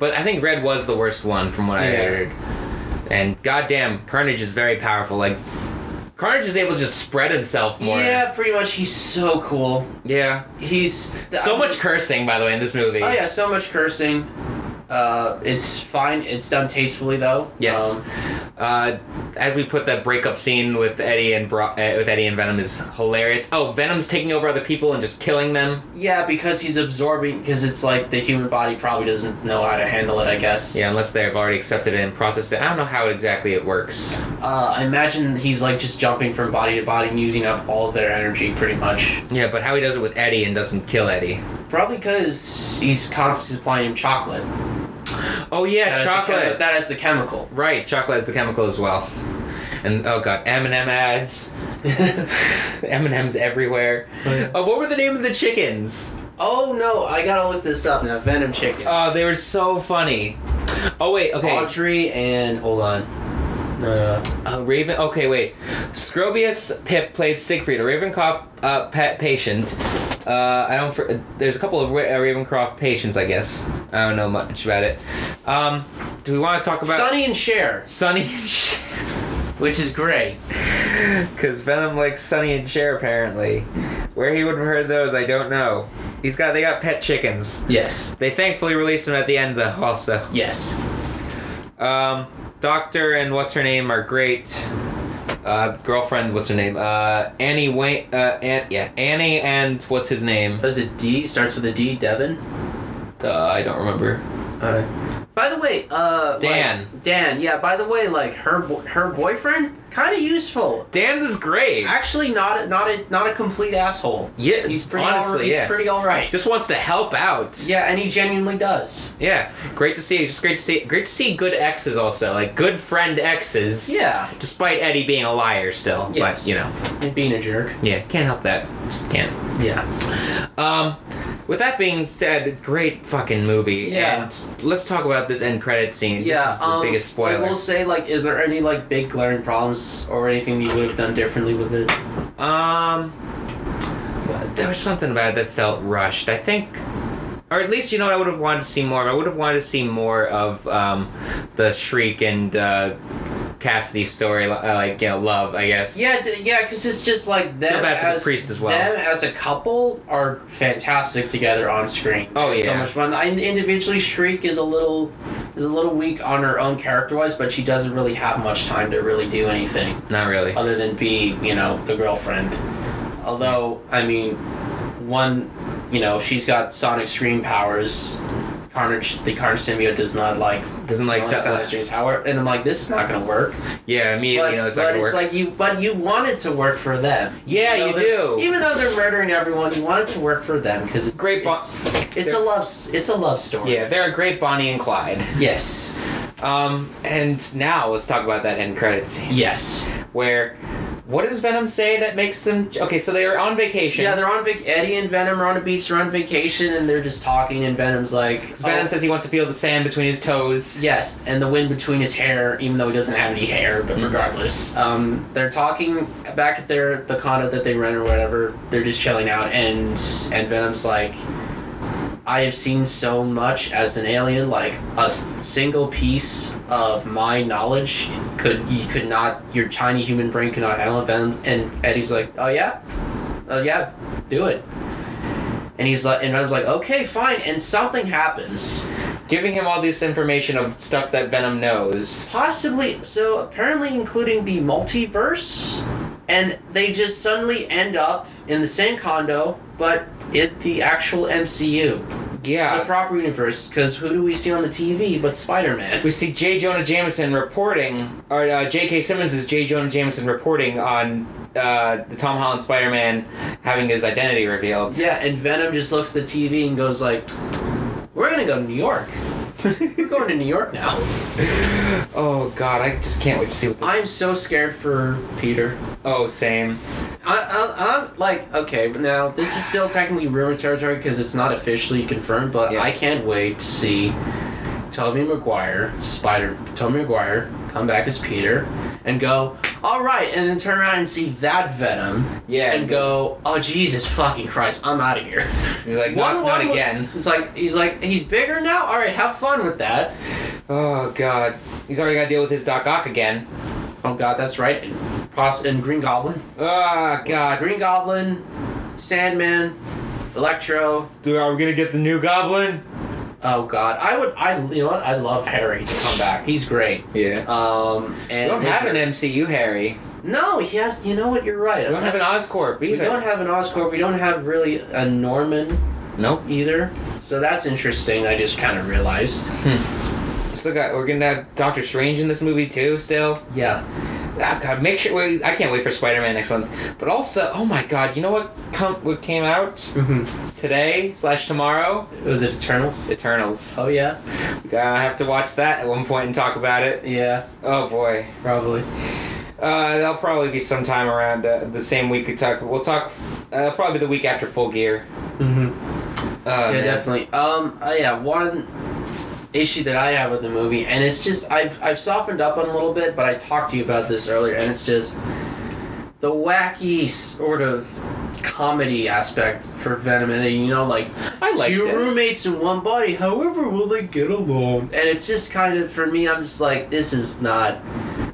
[SPEAKER 1] But I think red was the worst one from what I
[SPEAKER 2] Yeah.
[SPEAKER 1] heard. And goddamn, Carnage is very powerful. Like, Carnage is able to just spread himself more.
[SPEAKER 2] Yeah, pretty much. He's so cool.
[SPEAKER 1] Yeah.
[SPEAKER 2] He's
[SPEAKER 1] So
[SPEAKER 2] I-
[SPEAKER 1] much cursing, by the way, in this movie.
[SPEAKER 2] Oh yeah, so much cursing. Uh, it's fine. It's done tastefully though.
[SPEAKER 1] Yes.
[SPEAKER 2] Um,
[SPEAKER 1] Uh, as we put that breakup scene with Eddie and Bro- uh, with Eddie and Venom is hilarious. Oh, Venom's taking over other people and just killing them.
[SPEAKER 2] yeah, because he's absorbing. Because it's like the human body probably doesn't know how to handle it. I guess.
[SPEAKER 1] Yeah, unless they've already accepted it and processed it. I don't know how exactly it works.
[SPEAKER 2] Uh, I imagine he's like just jumping from body to body and using up all of their energy pretty much.
[SPEAKER 1] Yeah, but how he does it with Eddie and doesn't kill Eddie.
[SPEAKER 2] Probably because he's constantly supplying him chocolate.
[SPEAKER 1] Oh yeah,
[SPEAKER 2] That has the
[SPEAKER 1] chocolate.
[SPEAKER 2] chemi- that is the chemical.
[SPEAKER 1] Right, chocolate is the chemical as well. And oh god, M and M ads, (laughs) M and M's everywhere. Oh, what were the name of the chickens?
[SPEAKER 2] Oh no, I gotta look this up now. Venom chicken.
[SPEAKER 1] Oh, they were so funny. Oh wait, okay.
[SPEAKER 2] Audrey and hold on. No, no.
[SPEAKER 1] Uh, Raven. Okay, wait. Scrobius Pip plays Siegfried, a Ravencroft uh, pet patient. Uh, I don't. For, there's a couple of Ra- uh, Ravencroft patients, I guess. I don't know much about it. Um, do we want to talk about
[SPEAKER 2] Sonny and Cher,
[SPEAKER 1] Sunny and Cher?
[SPEAKER 2] which is great.
[SPEAKER 1] Because Venom likes Sonny and Cher, apparently. Where he would have heard those, I don't know. He's got they got pet chickens.
[SPEAKER 2] Yes.
[SPEAKER 1] They thankfully released him at the end, though. Also,
[SPEAKER 2] Yes.
[SPEAKER 1] um, Doctor and what's her name are great. Uh, girlfriend, what's her name? Uh, Annie Wayne. Uh, An- yeah, Annie and what's his name?
[SPEAKER 2] Was it D? Starts with a D. Devin.
[SPEAKER 1] Uh, I don't remember.
[SPEAKER 2] Uh, by the way, uh, like-
[SPEAKER 1] Dan.
[SPEAKER 2] Dan, yeah. By the way, like her, bo- her boyfriend, kind of useful.
[SPEAKER 1] Dan was great.
[SPEAKER 2] Actually, not a, not a not a complete asshole.
[SPEAKER 1] Yeah,
[SPEAKER 2] He's pretty.
[SPEAKER 1] honestly,
[SPEAKER 2] all, he's
[SPEAKER 1] yeah.
[SPEAKER 2] pretty all right.
[SPEAKER 1] Just wants to help out.
[SPEAKER 2] yeah, and he genuinely does.
[SPEAKER 1] Yeah, great to see. It's just great to see. Great to see good exes also, like good friend exes.
[SPEAKER 2] Yeah.
[SPEAKER 1] Despite Eddie being a liar still,
[SPEAKER 2] Yes.
[SPEAKER 1] but you know,
[SPEAKER 2] And being a jerk.
[SPEAKER 1] yeah, can't help that. Just can't.
[SPEAKER 2] Yeah.
[SPEAKER 1] Um, with that being said, great fucking movie.
[SPEAKER 2] Yeah.
[SPEAKER 1] And let's talk about this end credit scene.
[SPEAKER 2] Yeah.
[SPEAKER 1] This is the
[SPEAKER 2] um,
[SPEAKER 1] biggest spoiler.
[SPEAKER 2] I will say, like, is there any like big glaring problems or anything that you would have done differently with it?
[SPEAKER 1] Um, there was something about it that felt rushed. I think, or at least you know, what I would have wanted to see more. of? I would have wanted to see more of um, the Shriek and uh, Cassidy story, li- uh, like you know, love. I guess.
[SPEAKER 2] Yeah, d- yeah, because it's just like them
[SPEAKER 1] Feel bad for the
[SPEAKER 2] as
[SPEAKER 1] priest as well.
[SPEAKER 2] Them as a couple are fantastic together on screen.
[SPEAKER 1] Oh,
[SPEAKER 2] They're so
[SPEAKER 1] yeah.
[SPEAKER 2] much fun. I, individually, Shriek is a little is a little weak on her own character wise, but she doesn't really have much time to really do anything
[SPEAKER 1] Not really.
[SPEAKER 2] other than be you know the girlfriend. Although I mean, one, you know, she's got sonic scream powers. Carnage, the Carnage symbiote does not like
[SPEAKER 1] Doesn't like
[SPEAKER 2] sonic
[SPEAKER 1] Sonic.
[SPEAKER 2] screams. However, and I'm like, this is not gonna work
[SPEAKER 1] Yeah, immediately you know it's not
[SPEAKER 2] but
[SPEAKER 1] gonna work.
[SPEAKER 2] it's like you, but you want it to work for them.
[SPEAKER 1] Yeah,
[SPEAKER 2] Even
[SPEAKER 1] you
[SPEAKER 2] though they're-
[SPEAKER 1] do.
[SPEAKER 2] Even though they're murdering everyone, you want it to work for them because
[SPEAKER 1] Great bo-
[SPEAKER 2] It's, it's a love. s- It's a love story.
[SPEAKER 1] yeah, they're a great Bonnie and Clyde.
[SPEAKER 2] Yes.
[SPEAKER 1] Um, and now let's talk about that end credit scene
[SPEAKER 2] Yes.
[SPEAKER 1] where. What does Venom say that makes them okay? So they are on vacation.
[SPEAKER 2] Yeah, they're on vac. Eddie and Venom are on a beach. They're on vacation, and they're just talking. And Venom's like,
[SPEAKER 1] Venom
[SPEAKER 2] "Oh,
[SPEAKER 1] says he wants to feel the sand between his toes.
[SPEAKER 2] Yes, and the wind between his hair, even though he doesn't have any hair, but regardless. Um, they're talking back at their the condo that they rent or whatever, they're just chilling out and and Venom's like I have seen so much as an alien, like a s- single piece of my knowledge could you could not your tiny human brain could not handle it. Venom and Eddie's like, Oh yeah? Oh yeah, do it. And he's like and Venom's like, Okay, fine, and something happens.
[SPEAKER 1] giving him all this information of stuff that Venom knows.
[SPEAKER 2] Possibly. So apparently, including the multiverse, and they just suddenly end up in the same condo, but in the actual MCU, the
[SPEAKER 1] Yeah.
[SPEAKER 2] proper universe. Because who do we see on the TV but Spider Man?
[SPEAKER 1] We see J. Jonah Jameson reporting, or uh, J.K. Simmons is J. Jonah Jameson reporting on uh, the Tom Holland Spider Man having his identity revealed.
[SPEAKER 2] Yeah, and Venom just looks at the TV and goes like, "We're gonna go to New York. We're going to New York now."
[SPEAKER 1] (laughs) Oh god, I just can't wait to see what this.
[SPEAKER 2] I'm so scared for Peter.
[SPEAKER 1] oh, same.
[SPEAKER 2] I, I, I'm like, okay, but now this is still technically rumor territory because it's not officially confirmed, but
[SPEAKER 1] Yeah.
[SPEAKER 2] I can't wait to see Tobey Maguire, Spider, Tobey Maguire, come back as Peter and go, all right, and then turn around and see that Venom
[SPEAKER 1] Yeah.
[SPEAKER 2] and go, oh, Jesus fucking Christ, I'm out of here.
[SPEAKER 1] He's like, not,
[SPEAKER 2] One-
[SPEAKER 1] not
[SPEAKER 2] one-
[SPEAKER 1] again.
[SPEAKER 2] It's like, he's like, he's bigger now? All right, have fun with that.
[SPEAKER 1] Oh god, he's already got to deal with his Doc Ock again.
[SPEAKER 2] Oh, God, that's right. And, poss- and Green Goblin.
[SPEAKER 1] Ah god.
[SPEAKER 2] Green Goblin, Sandman, Electro,
[SPEAKER 1] Dude, are we gonna get the new Goblin?
[SPEAKER 2] Oh God, I would. I you know what? I love Harry to come back. He's great.
[SPEAKER 1] Yeah.
[SPEAKER 2] Um, and
[SPEAKER 1] Uh, We don't have an MCU Harry.
[SPEAKER 2] No, he has. You know what? You're right.
[SPEAKER 1] We don't have an Oscorp either.
[SPEAKER 2] We don't have an Oscorp. We don't have really a Norman
[SPEAKER 1] Nope.
[SPEAKER 2] either. So that's interesting. I just kind of realized.
[SPEAKER 1] Still got. We're gonna have Doctor Strange in this movie too. Still.
[SPEAKER 2] Yeah.
[SPEAKER 1] oh god, make sure. Wait, I can't wait for Spider Man next month. But also, oh my god, you know what? Come, what came out Mm-hmm. today slash tomorrow?
[SPEAKER 2] Was it Eternals?
[SPEAKER 1] Eternals.
[SPEAKER 2] Oh yeah,
[SPEAKER 1] We're Gonna have to watch that at one point and talk about it.
[SPEAKER 2] yeah,
[SPEAKER 1] Oh boy,
[SPEAKER 2] probably.
[SPEAKER 1] uh, that'll probably be sometime around uh, the same week we talk. We'll talk. Uh, probably the week after Full Gear.
[SPEAKER 2] Mm-hmm.
[SPEAKER 1] Uh,
[SPEAKER 2] yeah,
[SPEAKER 1] man.
[SPEAKER 2] definitely. Um, uh, yeah, one issue that I have with the movie, and it's just I've I've softened up on it a little bit, but I talked to you about this earlier, and it's just the wacky sort of comedy aspect for Venom, and you know, like
[SPEAKER 1] I liked
[SPEAKER 2] two
[SPEAKER 1] it.
[SPEAKER 2] roommates in one body. However, will they get along? And it's just kind of for me. I'm just like, this is not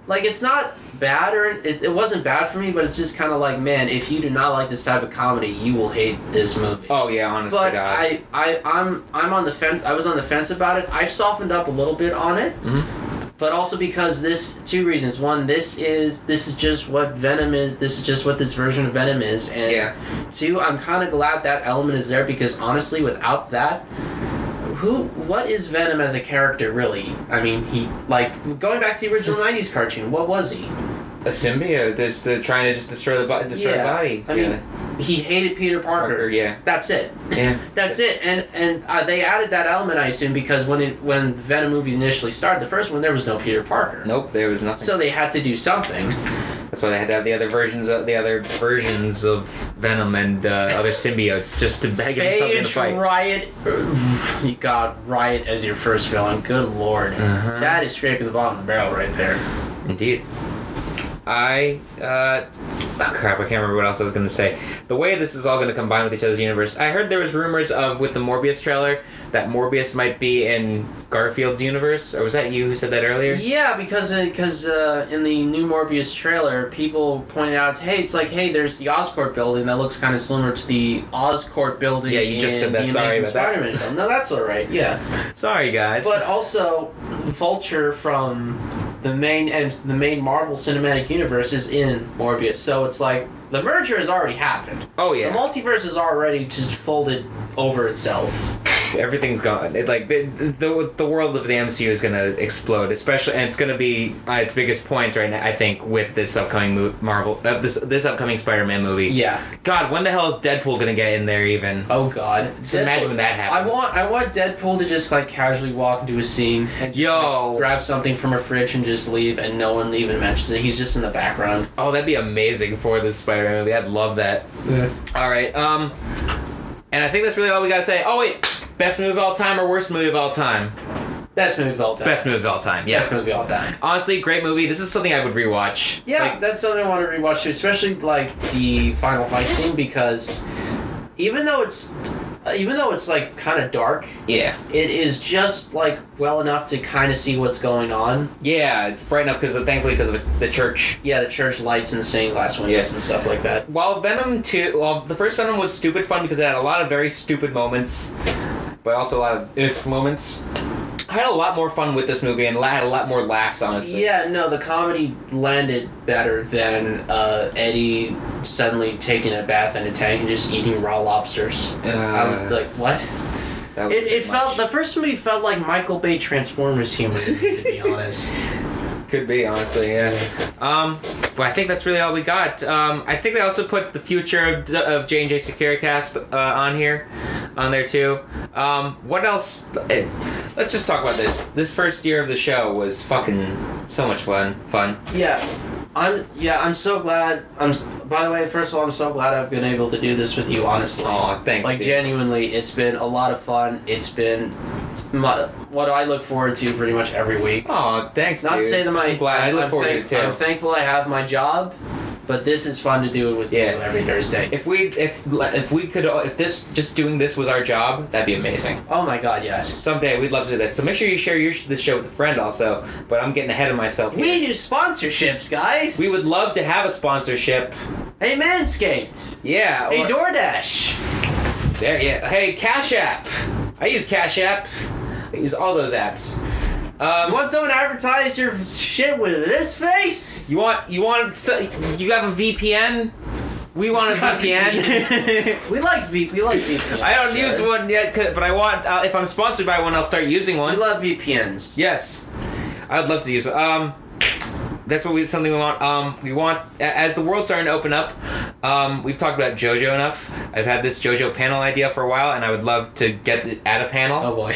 [SPEAKER 2] like it's not bad or it, it wasn't bad for me but it's just kind of like man if you do not like this type of comedy you will hate this movie
[SPEAKER 1] Oh yeah, honest
[SPEAKER 2] but
[SPEAKER 1] to God.
[SPEAKER 2] I, I, I'm, I'm on the fence. I was on the fence about it. I've softened up a little bit on it,
[SPEAKER 1] Mhm.
[SPEAKER 2] but also because this two reasons. One, this is this is just what Venom is. This is just what this version of Venom is. And
[SPEAKER 1] Yeah.
[SPEAKER 2] two, I'm kind of glad that element is there because honestly, without that. Who? What is Venom as a character really? I mean, he like going back to the
[SPEAKER 1] (laughs)
[SPEAKER 2] original '90s cartoon. What was he?
[SPEAKER 1] a symbiote. This the trying to just destroy the body. Destroy
[SPEAKER 2] Yeah.
[SPEAKER 1] the body.
[SPEAKER 2] I mean, he hated Peter Parker.
[SPEAKER 1] Parker, yeah.
[SPEAKER 2] That's it.
[SPEAKER 1] Yeah.
[SPEAKER 2] (laughs) That's it, and and uh, they added that element, I assume, because when it when Venom movies initially started, the first one there was no Peter Parker,
[SPEAKER 1] Nope, there was nothing.
[SPEAKER 2] so they had to do something.
[SPEAKER 1] That's why they had to have the other versions of the other versions of Venom and uh, other symbiotes just to beg him something to
[SPEAKER 2] Phage,
[SPEAKER 1] fight.
[SPEAKER 2] Riot, you got Riot as your first villain. Good lord,
[SPEAKER 1] Uh-huh.
[SPEAKER 2] that is scraping the bottom of the barrel right there.
[SPEAKER 1] Indeed. I uh, oh crap! I can't remember what else I was gonna say. The way this is all gonna combine with each other's universe. I heard there was rumors of with the Morbius trailer that Morbius might be in Garfield's universe, or was that you who said that earlier?
[SPEAKER 2] Yeah, because because uh, in the new Morbius trailer, people pointed out, hey, it's like, hey, there's the Oscorp building that looks kind of similar to the Oscorp building.
[SPEAKER 1] Yeah, you just
[SPEAKER 2] in
[SPEAKER 1] said that.
[SPEAKER 2] The
[SPEAKER 1] Sorry
[SPEAKER 2] Amazing
[SPEAKER 1] about that.
[SPEAKER 2] Spider-Man film. No, that's all right. Yeah.
[SPEAKER 1] Sorry, guys.
[SPEAKER 2] But also, Vulture from the main and the main Marvel Cinematic Universe is in Morbius, so it's like the merger has already happened.
[SPEAKER 1] oh yeah.
[SPEAKER 2] The multiverse is already just folded over itself.
[SPEAKER 1] everything's gone. It, like the, the the world of the MCU is gonna explode, especially, and it's gonna be uh, its biggest point right now. I think with this upcoming mo- Marvel, uh, this this upcoming Spider-Man movie.
[SPEAKER 2] Yeah.
[SPEAKER 1] God, when the hell is Deadpool gonna get in there? Even
[SPEAKER 2] Oh God.
[SPEAKER 1] Just imagine when that
[SPEAKER 2] I
[SPEAKER 1] happens.
[SPEAKER 2] want I want Deadpool to just like casually walk into a scene and just,
[SPEAKER 1] Yo.
[SPEAKER 2] like, grab something from a fridge and just leave, and no one even mentions it. He's just in the background.
[SPEAKER 1] Oh, that'd be amazing for this Spider-Man movie. I'd love that. All right. Um, and I think that's really all we gotta say. Oh wait, best movie of all time or worst movie of all time?
[SPEAKER 2] Best movie of all time.
[SPEAKER 1] Best movie of all time. Yeah.
[SPEAKER 2] Best movie of all time.
[SPEAKER 1] Honestly, great movie. This is something I would rewatch.
[SPEAKER 2] Yeah,
[SPEAKER 1] Like,
[SPEAKER 2] that's something I want to rewatch too, especially like the final fight scene because even though it's even though it's like kind of dark,
[SPEAKER 1] yeah.
[SPEAKER 2] it is just like well enough to kind of see what's going on.
[SPEAKER 1] Yeah. It's bright enough because thankfully because of the church
[SPEAKER 2] Yeah, the church lights and the stained glass windows
[SPEAKER 1] Yeah.
[SPEAKER 2] and stuff like that.
[SPEAKER 1] while Venom 2, well, the first Venom was stupid fun because it had a lot of very stupid moments, but also a lot of if moments. I had a lot more fun with this movie and la- had a lot more laughs, honestly.
[SPEAKER 2] Yeah, no, the comedy landed better than uh, Eddie suddenly taking a bath in a tank and just eating raw lobsters.
[SPEAKER 1] Uh,
[SPEAKER 2] I was like, what?
[SPEAKER 1] that was
[SPEAKER 2] It, it
[SPEAKER 1] too
[SPEAKER 2] felt the
[SPEAKER 1] much.
[SPEAKER 2] first movie felt like Michael Bay Transformers humor, to
[SPEAKER 1] (laughs)
[SPEAKER 2] be honest.
[SPEAKER 1] could be honestly, yeah. Um, but I think that's really all we got. Um, I think we also put the future of, of J and J Securicast uh, on here, on there too. Um, what else? eh, Let's just talk about this. This first year of the show was fucking so much fun. Fun.
[SPEAKER 2] Yeah. I'm yeah, I'm so glad I'm by the way, first of all, I'm so glad I've been able to do this with you honestly.
[SPEAKER 1] Aw, thanks.
[SPEAKER 2] like
[SPEAKER 1] dude.
[SPEAKER 2] genuinely, it's been a lot of fun. It's been my, what I look forward to pretty much every week.
[SPEAKER 1] Oh, thanks,
[SPEAKER 2] Not to
[SPEAKER 1] dude.
[SPEAKER 2] say that my
[SPEAKER 1] I'm glad. I look
[SPEAKER 2] am
[SPEAKER 1] forward
[SPEAKER 2] thank,
[SPEAKER 1] to it
[SPEAKER 2] I'm
[SPEAKER 1] too.
[SPEAKER 2] thankful I have my job, but this is fun to do it with
[SPEAKER 1] Yeah.
[SPEAKER 2] you every Thursday.
[SPEAKER 1] If we if if we could uh, if this just doing this was our job, that'd be amazing.
[SPEAKER 2] Oh my god, yes.
[SPEAKER 1] Someday we'd love to do that. So make sure you share your this show with a friend also. But I'm getting ahead of myself. here.
[SPEAKER 2] We do sponsorships, guys.
[SPEAKER 1] we would love to have a sponsorship.
[SPEAKER 2] Hey Manscaped.
[SPEAKER 1] Yeah.
[SPEAKER 2] Hey
[SPEAKER 1] or-
[SPEAKER 2] DoorDash.
[SPEAKER 1] there. Yeah. Hey, Cash App. I use Cash App. I use all those apps.
[SPEAKER 2] You
[SPEAKER 1] Um,
[SPEAKER 2] want someone to advertise your shit with this face?
[SPEAKER 1] you want you want so, you have a VPN? (laughs) We want a VPN.
[SPEAKER 2] We like VP. We like VPNs.
[SPEAKER 1] (laughs) I don't use
[SPEAKER 2] Jared.
[SPEAKER 1] one yet, 'cause- but I want. Uh, if I'm sponsored by one, I'll start using
[SPEAKER 2] We
[SPEAKER 1] one.
[SPEAKER 2] love VPNs.
[SPEAKER 1] Yes, I'd love to use one. Um, that's what we something we want. Um, we want a- as the world's starting to open up. Um, we've talked about JoJo enough. I've had this JoJo panel idea for a while, and I would love to get it at a panel.
[SPEAKER 2] Oh boy.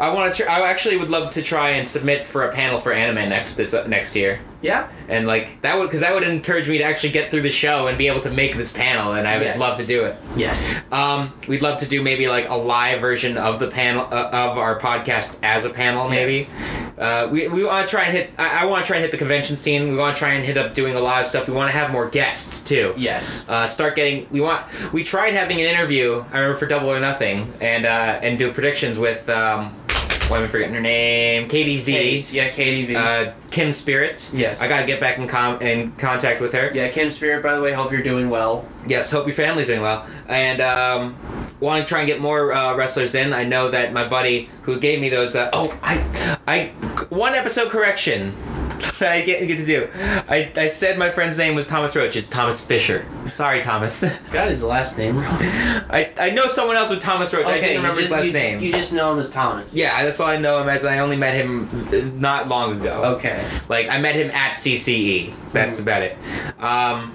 [SPEAKER 1] I want to. Tr- I actually would love to try and submit for a panel for anime next this uh, next year,
[SPEAKER 2] Yeah.
[SPEAKER 1] and like that would because that would encourage me to actually get through the show and be able to make this panel, and I would
[SPEAKER 2] Yes.
[SPEAKER 1] love to do it.
[SPEAKER 2] Yes.
[SPEAKER 1] Um, we'd love to do maybe like a live version of the panel uh, of our podcast as a panel, maybe. Uh, we we want to try and hit. I, I want to try and hit the convention scene. We want to try and hit up doing a live stuff. We want to have more guests too.
[SPEAKER 2] Yes.
[SPEAKER 1] Uh, start getting. We want. We tried having an interview. I remember for Double or Nothing, and uh, and do predictions with. Um, why am I forgetting her name? Katie V.
[SPEAKER 2] Kate, yeah, Katie V.
[SPEAKER 1] Uh, Kim Spirit.
[SPEAKER 2] Yes.
[SPEAKER 1] I gotta get back in com in contact with her.
[SPEAKER 2] yeah, Kim Spirit. By the way, hope you're doing well.
[SPEAKER 1] Yes, hope your family's doing well. And um, want to try and get more uh, wrestlers in. I know that my buddy who gave me those. Uh, oh, I, I, one episode correction (laughs) that I get, get to do. I, I said my friend's name was Thomas Roach. It's Thomas Fisher. Sorry, Thomas. (laughs)
[SPEAKER 2] Got his last name (laughs) wrong.
[SPEAKER 1] I, I know someone else with Thomas Roach. I didn't
[SPEAKER 2] you
[SPEAKER 1] remember his
[SPEAKER 2] just,
[SPEAKER 1] last
[SPEAKER 2] you,
[SPEAKER 1] name.
[SPEAKER 2] You just know him as Thomas.
[SPEAKER 1] yeah, that's all I know him as. I only met him uh, not long ago.
[SPEAKER 2] Okay.
[SPEAKER 1] Like I met him at CCE. That's about it. Um,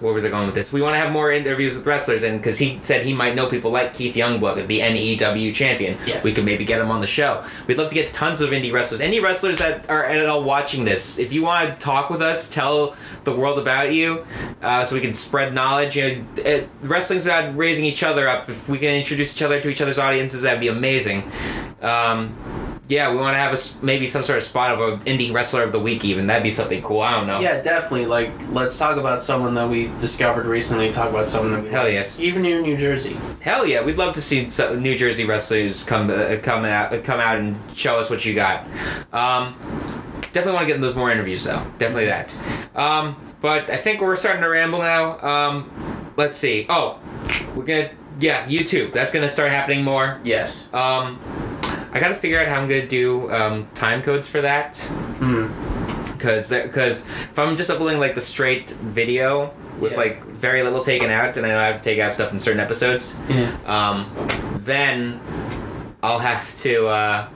[SPEAKER 1] where was I going with this? We want to have more interviews with wrestlers, and because he said he might know people like Keith Youngblood, the NEW champion.
[SPEAKER 2] Yes.
[SPEAKER 1] We could maybe get him on the show. We'd love to get tons of indie wrestlers. Any wrestlers that are at all watching this, if you want to talk with us, tell the world about you, uh, so we can spread knowledge. You know, it, wrestling's about raising each other up. If we can introduce each other to each other's audiences, that'd be amazing. Um, yeah, we want to have a s- maybe some sort of spot of an indie wrestler of the week. Even that'd be something cool. I don't know.
[SPEAKER 2] Yeah, definitely. Like, let's talk about someone that we discovered recently. Talk about someone that we
[SPEAKER 1] Hell
[SPEAKER 2] like.
[SPEAKER 1] yes.
[SPEAKER 2] Even here in New Jersey.
[SPEAKER 1] Hell yeah, we'd love to see some New Jersey wrestlers come uh, come out uh, come out and show us what you got. Um, definitely want to get those more interviews though. Definitely that. Um, but I think we're starting to ramble now. Um, let's see. Oh, we're gonna yeah YouTube. That's gonna start happening more.
[SPEAKER 2] Yes.
[SPEAKER 1] Um, I gotta figure out how I'm gonna do um, time codes for that.
[SPEAKER 2] Hmm.
[SPEAKER 1] because because if I'm just uploading like the straight video with
[SPEAKER 2] Yeah.
[SPEAKER 1] like very little taken out, and I know I have to take out stuff in certain episodes,
[SPEAKER 2] Yeah.
[SPEAKER 1] um, then I'll have to uh,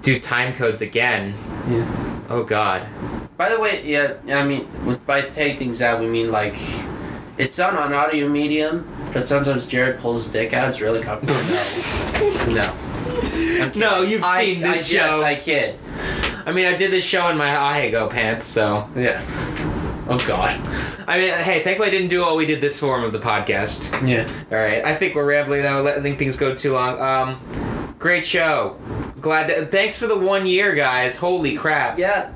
[SPEAKER 1] do time codes again.
[SPEAKER 2] Yeah.
[SPEAKER 1] Oh
[SPEAKER 2] (laughs)
[SPEAKER 1] God.
[SPEAKER 2] By the way, yeah. I mean, with- by take things out, we mean like. It's done on audio medium, but sometimes Jared pulls his dick out. It's
[SPEAKER 1] (laughs)
[SPEAKER 2] really comfortable. no. No.
[SPEAKER 1] No, you've
[SPEAKER 2] I-
[SPEAKER 1] seen this
[SPEAKER 2] I, yes,
[SPEAKER 1] show.
[SPEAKER 2] I kid.
[SPEAKER 1] I mean, I did this show in my Ahego pants, so
[SPEAKER 2] Yeah. Oh God.
[SPEAKER 1] I mean, hey, thankfully I didn't do all we did this form of the podcast.
[SPEAKER 2] Yeah.
[SPEAKER 1] All right, I think we're rambling now, letting things go too long. Um, great show. Glad. To, thanks for the one year, guys. Holy crap.
[SPEAKER 2] Yeah.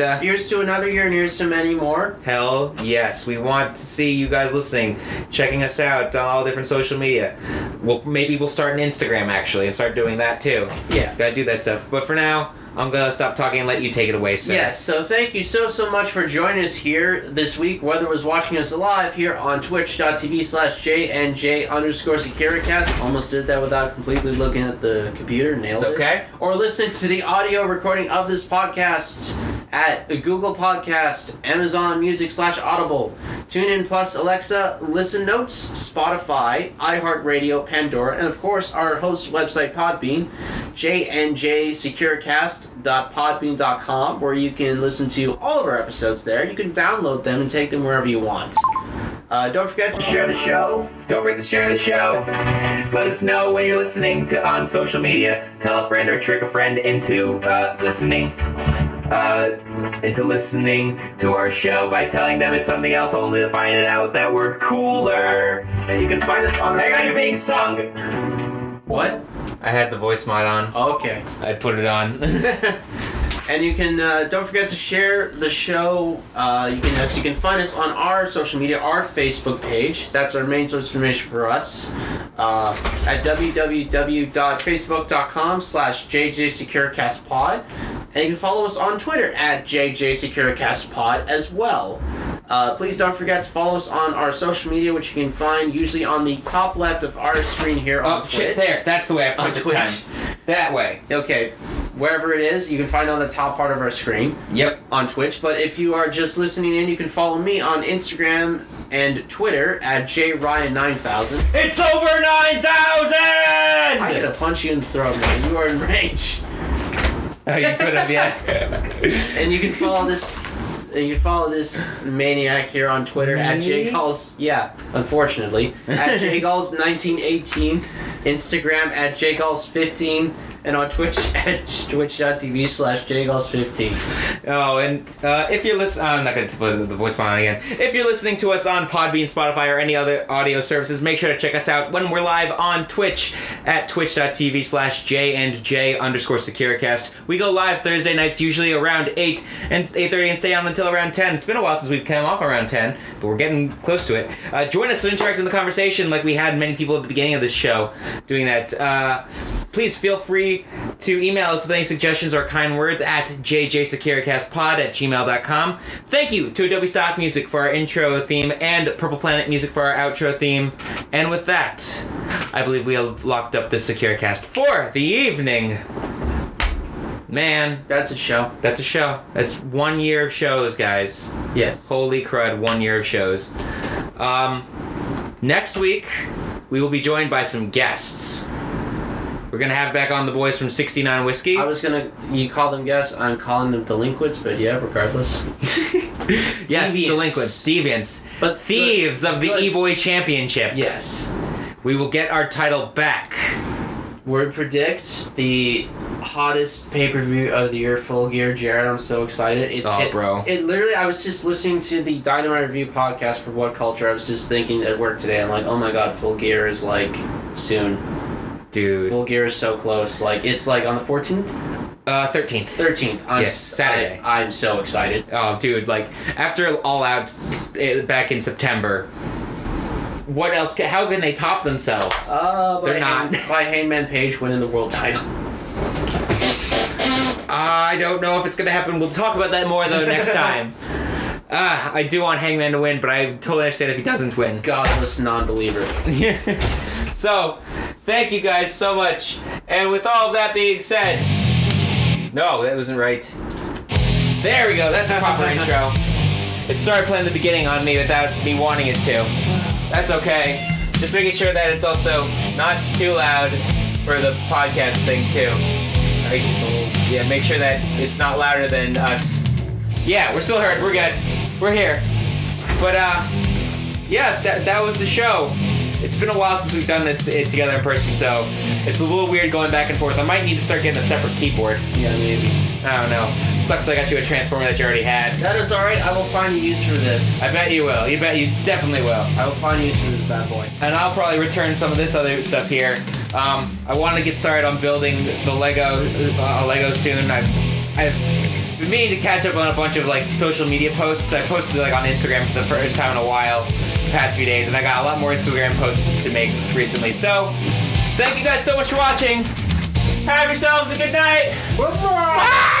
[SPEAKER 1] And, uh,
[SPEAKER 2] here's to another year, and here's to many more.
[SPEAKER 1] Hell yes. We want to see you guys listening, checking us out on all different social media. We'll, maybe we'll start an Instagram actually and start doing that too.
[SPEAKER 2] Yeah.
[SPEAKER 1] Gotta do that stuff. But for now, I'm gonna stop talking and let you take it away, sir.
[SPEAKER 2] Yes, so thank you so, so much for joining us here this week, whether it was watching us live here on twitch.tv slash jnj underscore securicast. Almost did that without completely looking at the computer. Nailed
[SPEAKER 1] It's okay.
[SPEAKER 2] it. Or listen to the audio recording of this podcast at Google Podcast, Amazon Music slash Audible, TuneIn Plus, Alexa, Listen Notes, Spotify, iHeartRadio, Pandora, and of course our host website Podbean, jnjsecurecast.podbean.com, where you can listen to all of our episodes there. You can download them and take them wherever you want. Uh, don't forget to share the show.
[SPEAKER 1] Don't forget to share the show. Let us know when you're listening to on social media. Tell a friend or trick a friend into uh, listening. Uh, into listening to our show by telling them it's something else, only to find it out that we're cooler.
[SPEAKER 2] And you can find us on
[SPEAKER 1] I got you being sung.
[SPEAKER 2] What?
[SPEAKER 1] I had the voice mod on.
[SPEAKER 2] Okay.
[SPEAKER 1] I put it on.
[SPEAKER 2] (laughs) And you can uh, don't forget to share the show. Uh, you can yes, you can find us on our social media, our Facebook page. That's our main source of information for us. Uh, at www.facebook.com slash jjsecurecastpod. And you can follow us on Twitter at jjsecurecastpod as well. Uh, please don't forget to follow us on our social media, which you can find usually on the top left of our screen here on
[SPEAKER 1] (laughs) oh
[SPEAKER 2] Twitch.
[SPEAKER 1] shit! There, that's the way I
[SPEAKER 2] On
[SPEAKER 1] put it this
[SPEAKER 2] Twitch.
[SPEAKER 1] time. That way.
[SPEAKER 2] Okay, wherever it is, you can find it on the top part of our screen
[SPEAKER 1] Yep.
[SPEAKER 2] on Twitch. But if you are just listening in, you can follow me on Instagram and Twitter at jryan9000.
[SPEAKER 1] It's over nine thousand.
[SPEAKER 2] I'm gonna punch you in the throat, man. You are in range.
[SPEAKER 1] Oh, you could have, (laughs) yeah.
[SPEAKER 2] and you can follow this. And you can follow this maniac here on Twitter at
[SPEAKER 1] Me?
[SPEAKER 2] Jay Calls. Yeah, unfortunately, at Jay Calls nineteen eighteen, Instagram at Jay Calls fifteen, and on Twitch (laughs) at twitch.tv slash Jay Calls fifteen.
[SPEAKER 1] Oh, and uh, if you're listening, I'm not going to put the voice on again. If you're listening to us on Podbean, Spotify, or any other audio services, make sure to check us out when we're live on Twitch at twitch.tv slash J and J underscore Securicast. We go live Thursday nights, usually around 8 and 8.30 and stay on until around 10. It's been a while since we've come off around 10, but we're getting close to it. Uh, join us to interact in the conversation like we had many people at the beginning of this show doing that. Uh, please feel free to email us with any suggestions or kind words at jjsecuricastpod at gmail.com. Thank you to Adobe Stock Music for our intro theme and Purple Planet Music for our outro theme. And with that, I believe we have locked up this Securecast for the evening. Man,
[SPEAKER 2] That's a show.
[SPEAKER 1] that's a show. That's one year of shows, guys.
[SPEAKER 2] Yes.
[SPEAKER 1] Holy crud, one year of shows. Um, next week, we will be joined by some guests. We're going to have back on the boys from 69 Whiskey.
[SPEAKER 2] I was gonna. You call them guests. I'm calling them delinquents, but yeah, regardless.
[SPEAKER 1] (laughs) yes,
[SPEAKER 2] deviants.
[SPEAKER 1] delinquents, deviants,
[SPEAKER 2] But
[SPEAKER 1] thieves of the
[SPEAKER 2] good.
[SPEAKER 1] E Boy Championship.
[SPEAKER 2] Yes.
[SPEAKER 1] We will get our title back.
[SPEAKER 2] Word predicts the hottest pay per view of the year, Full Gear. Jared, I'm so excited. It's
[SPEAKER 1] Oh,
[SPEAKER 2] hit-
[SPEAKER 1] bro.
[SPEAKER 2] It literally. I was just listening to the Dynamite Review podcast for What Culture. I was just thinking at work today. I'm like, oh my god, Full Gear is like soon.
[SPEAKER 1] Dude.
[SPEAKER 2] Full Gear is so close. Like it's like on the 14th,
[SPEAKER 1] Uh, 13th.
[SPEAKER 2] 13th. I'm
[SPEAKER 1] Yes,
[SPEAKER 2] s-
[SPEAKER 1] Saturday.
[SPEAKER 2] I, am so excited.
[SPEAKER 1] Oh, dude, like, after All Out eh, back in September, what else? Can, how can they top themselves?
[SPEAKER 2] Uh,
[SPEAKER 1] They're
[SPEAKER 2] by
[SPEAKER 1] not.
[SPEAKER 2] Hang- by Hangman Page winning the world title. (laughs)
[SPEAKER 1] I don't know if it's gonna happen. We'll talk about that more though next time. Ah, I do want Hangman to win, but I totally understand if he doesn't win.
[SPEAKER 2] Godless non-believer.
[SPEAKER 1] (laughs) so, thank you guys so much. And with all of that being said, no, that wasn't right. There we go. That's a proper intro. It started playing the beginning on me without me wanting it to. That's okay. Just making sure that it's also not too loud for the podcast thing too. Like, Yeah, make sure that it's not louder than us. Yeah, we're still heard. We're good. We're here. But uh, yeah, that, that was the show. It's been a while since we've done this eh, together in person, so it's a little weird going back and forth. I might need to start getting a separate keyboard.
[SPEAKER 2] Yeah, maybe.
[SPEAKER 1] I don't know. Sucks I got you a transformer that you already had.
[SPEAKER 2] That is alright, I will find a use for this.
[SPEAKER 1] I bet you will. You bet you definitely will.
[SPEAKER 2] I will find a use for this bad boy.
[SPEAKER 1] And I'll probably return some of this other stuff here. Um, I want to get started on building the Lego, uh, Lego soon. I've, I've been meaning to catch up on a bunch of like social media posts. I posted like on Instagram for the first time in a while, the past few days, and I got a lot more Instagram posts to make recently. So, thank you guys so much for watching. Have yourselves a good night. Bye.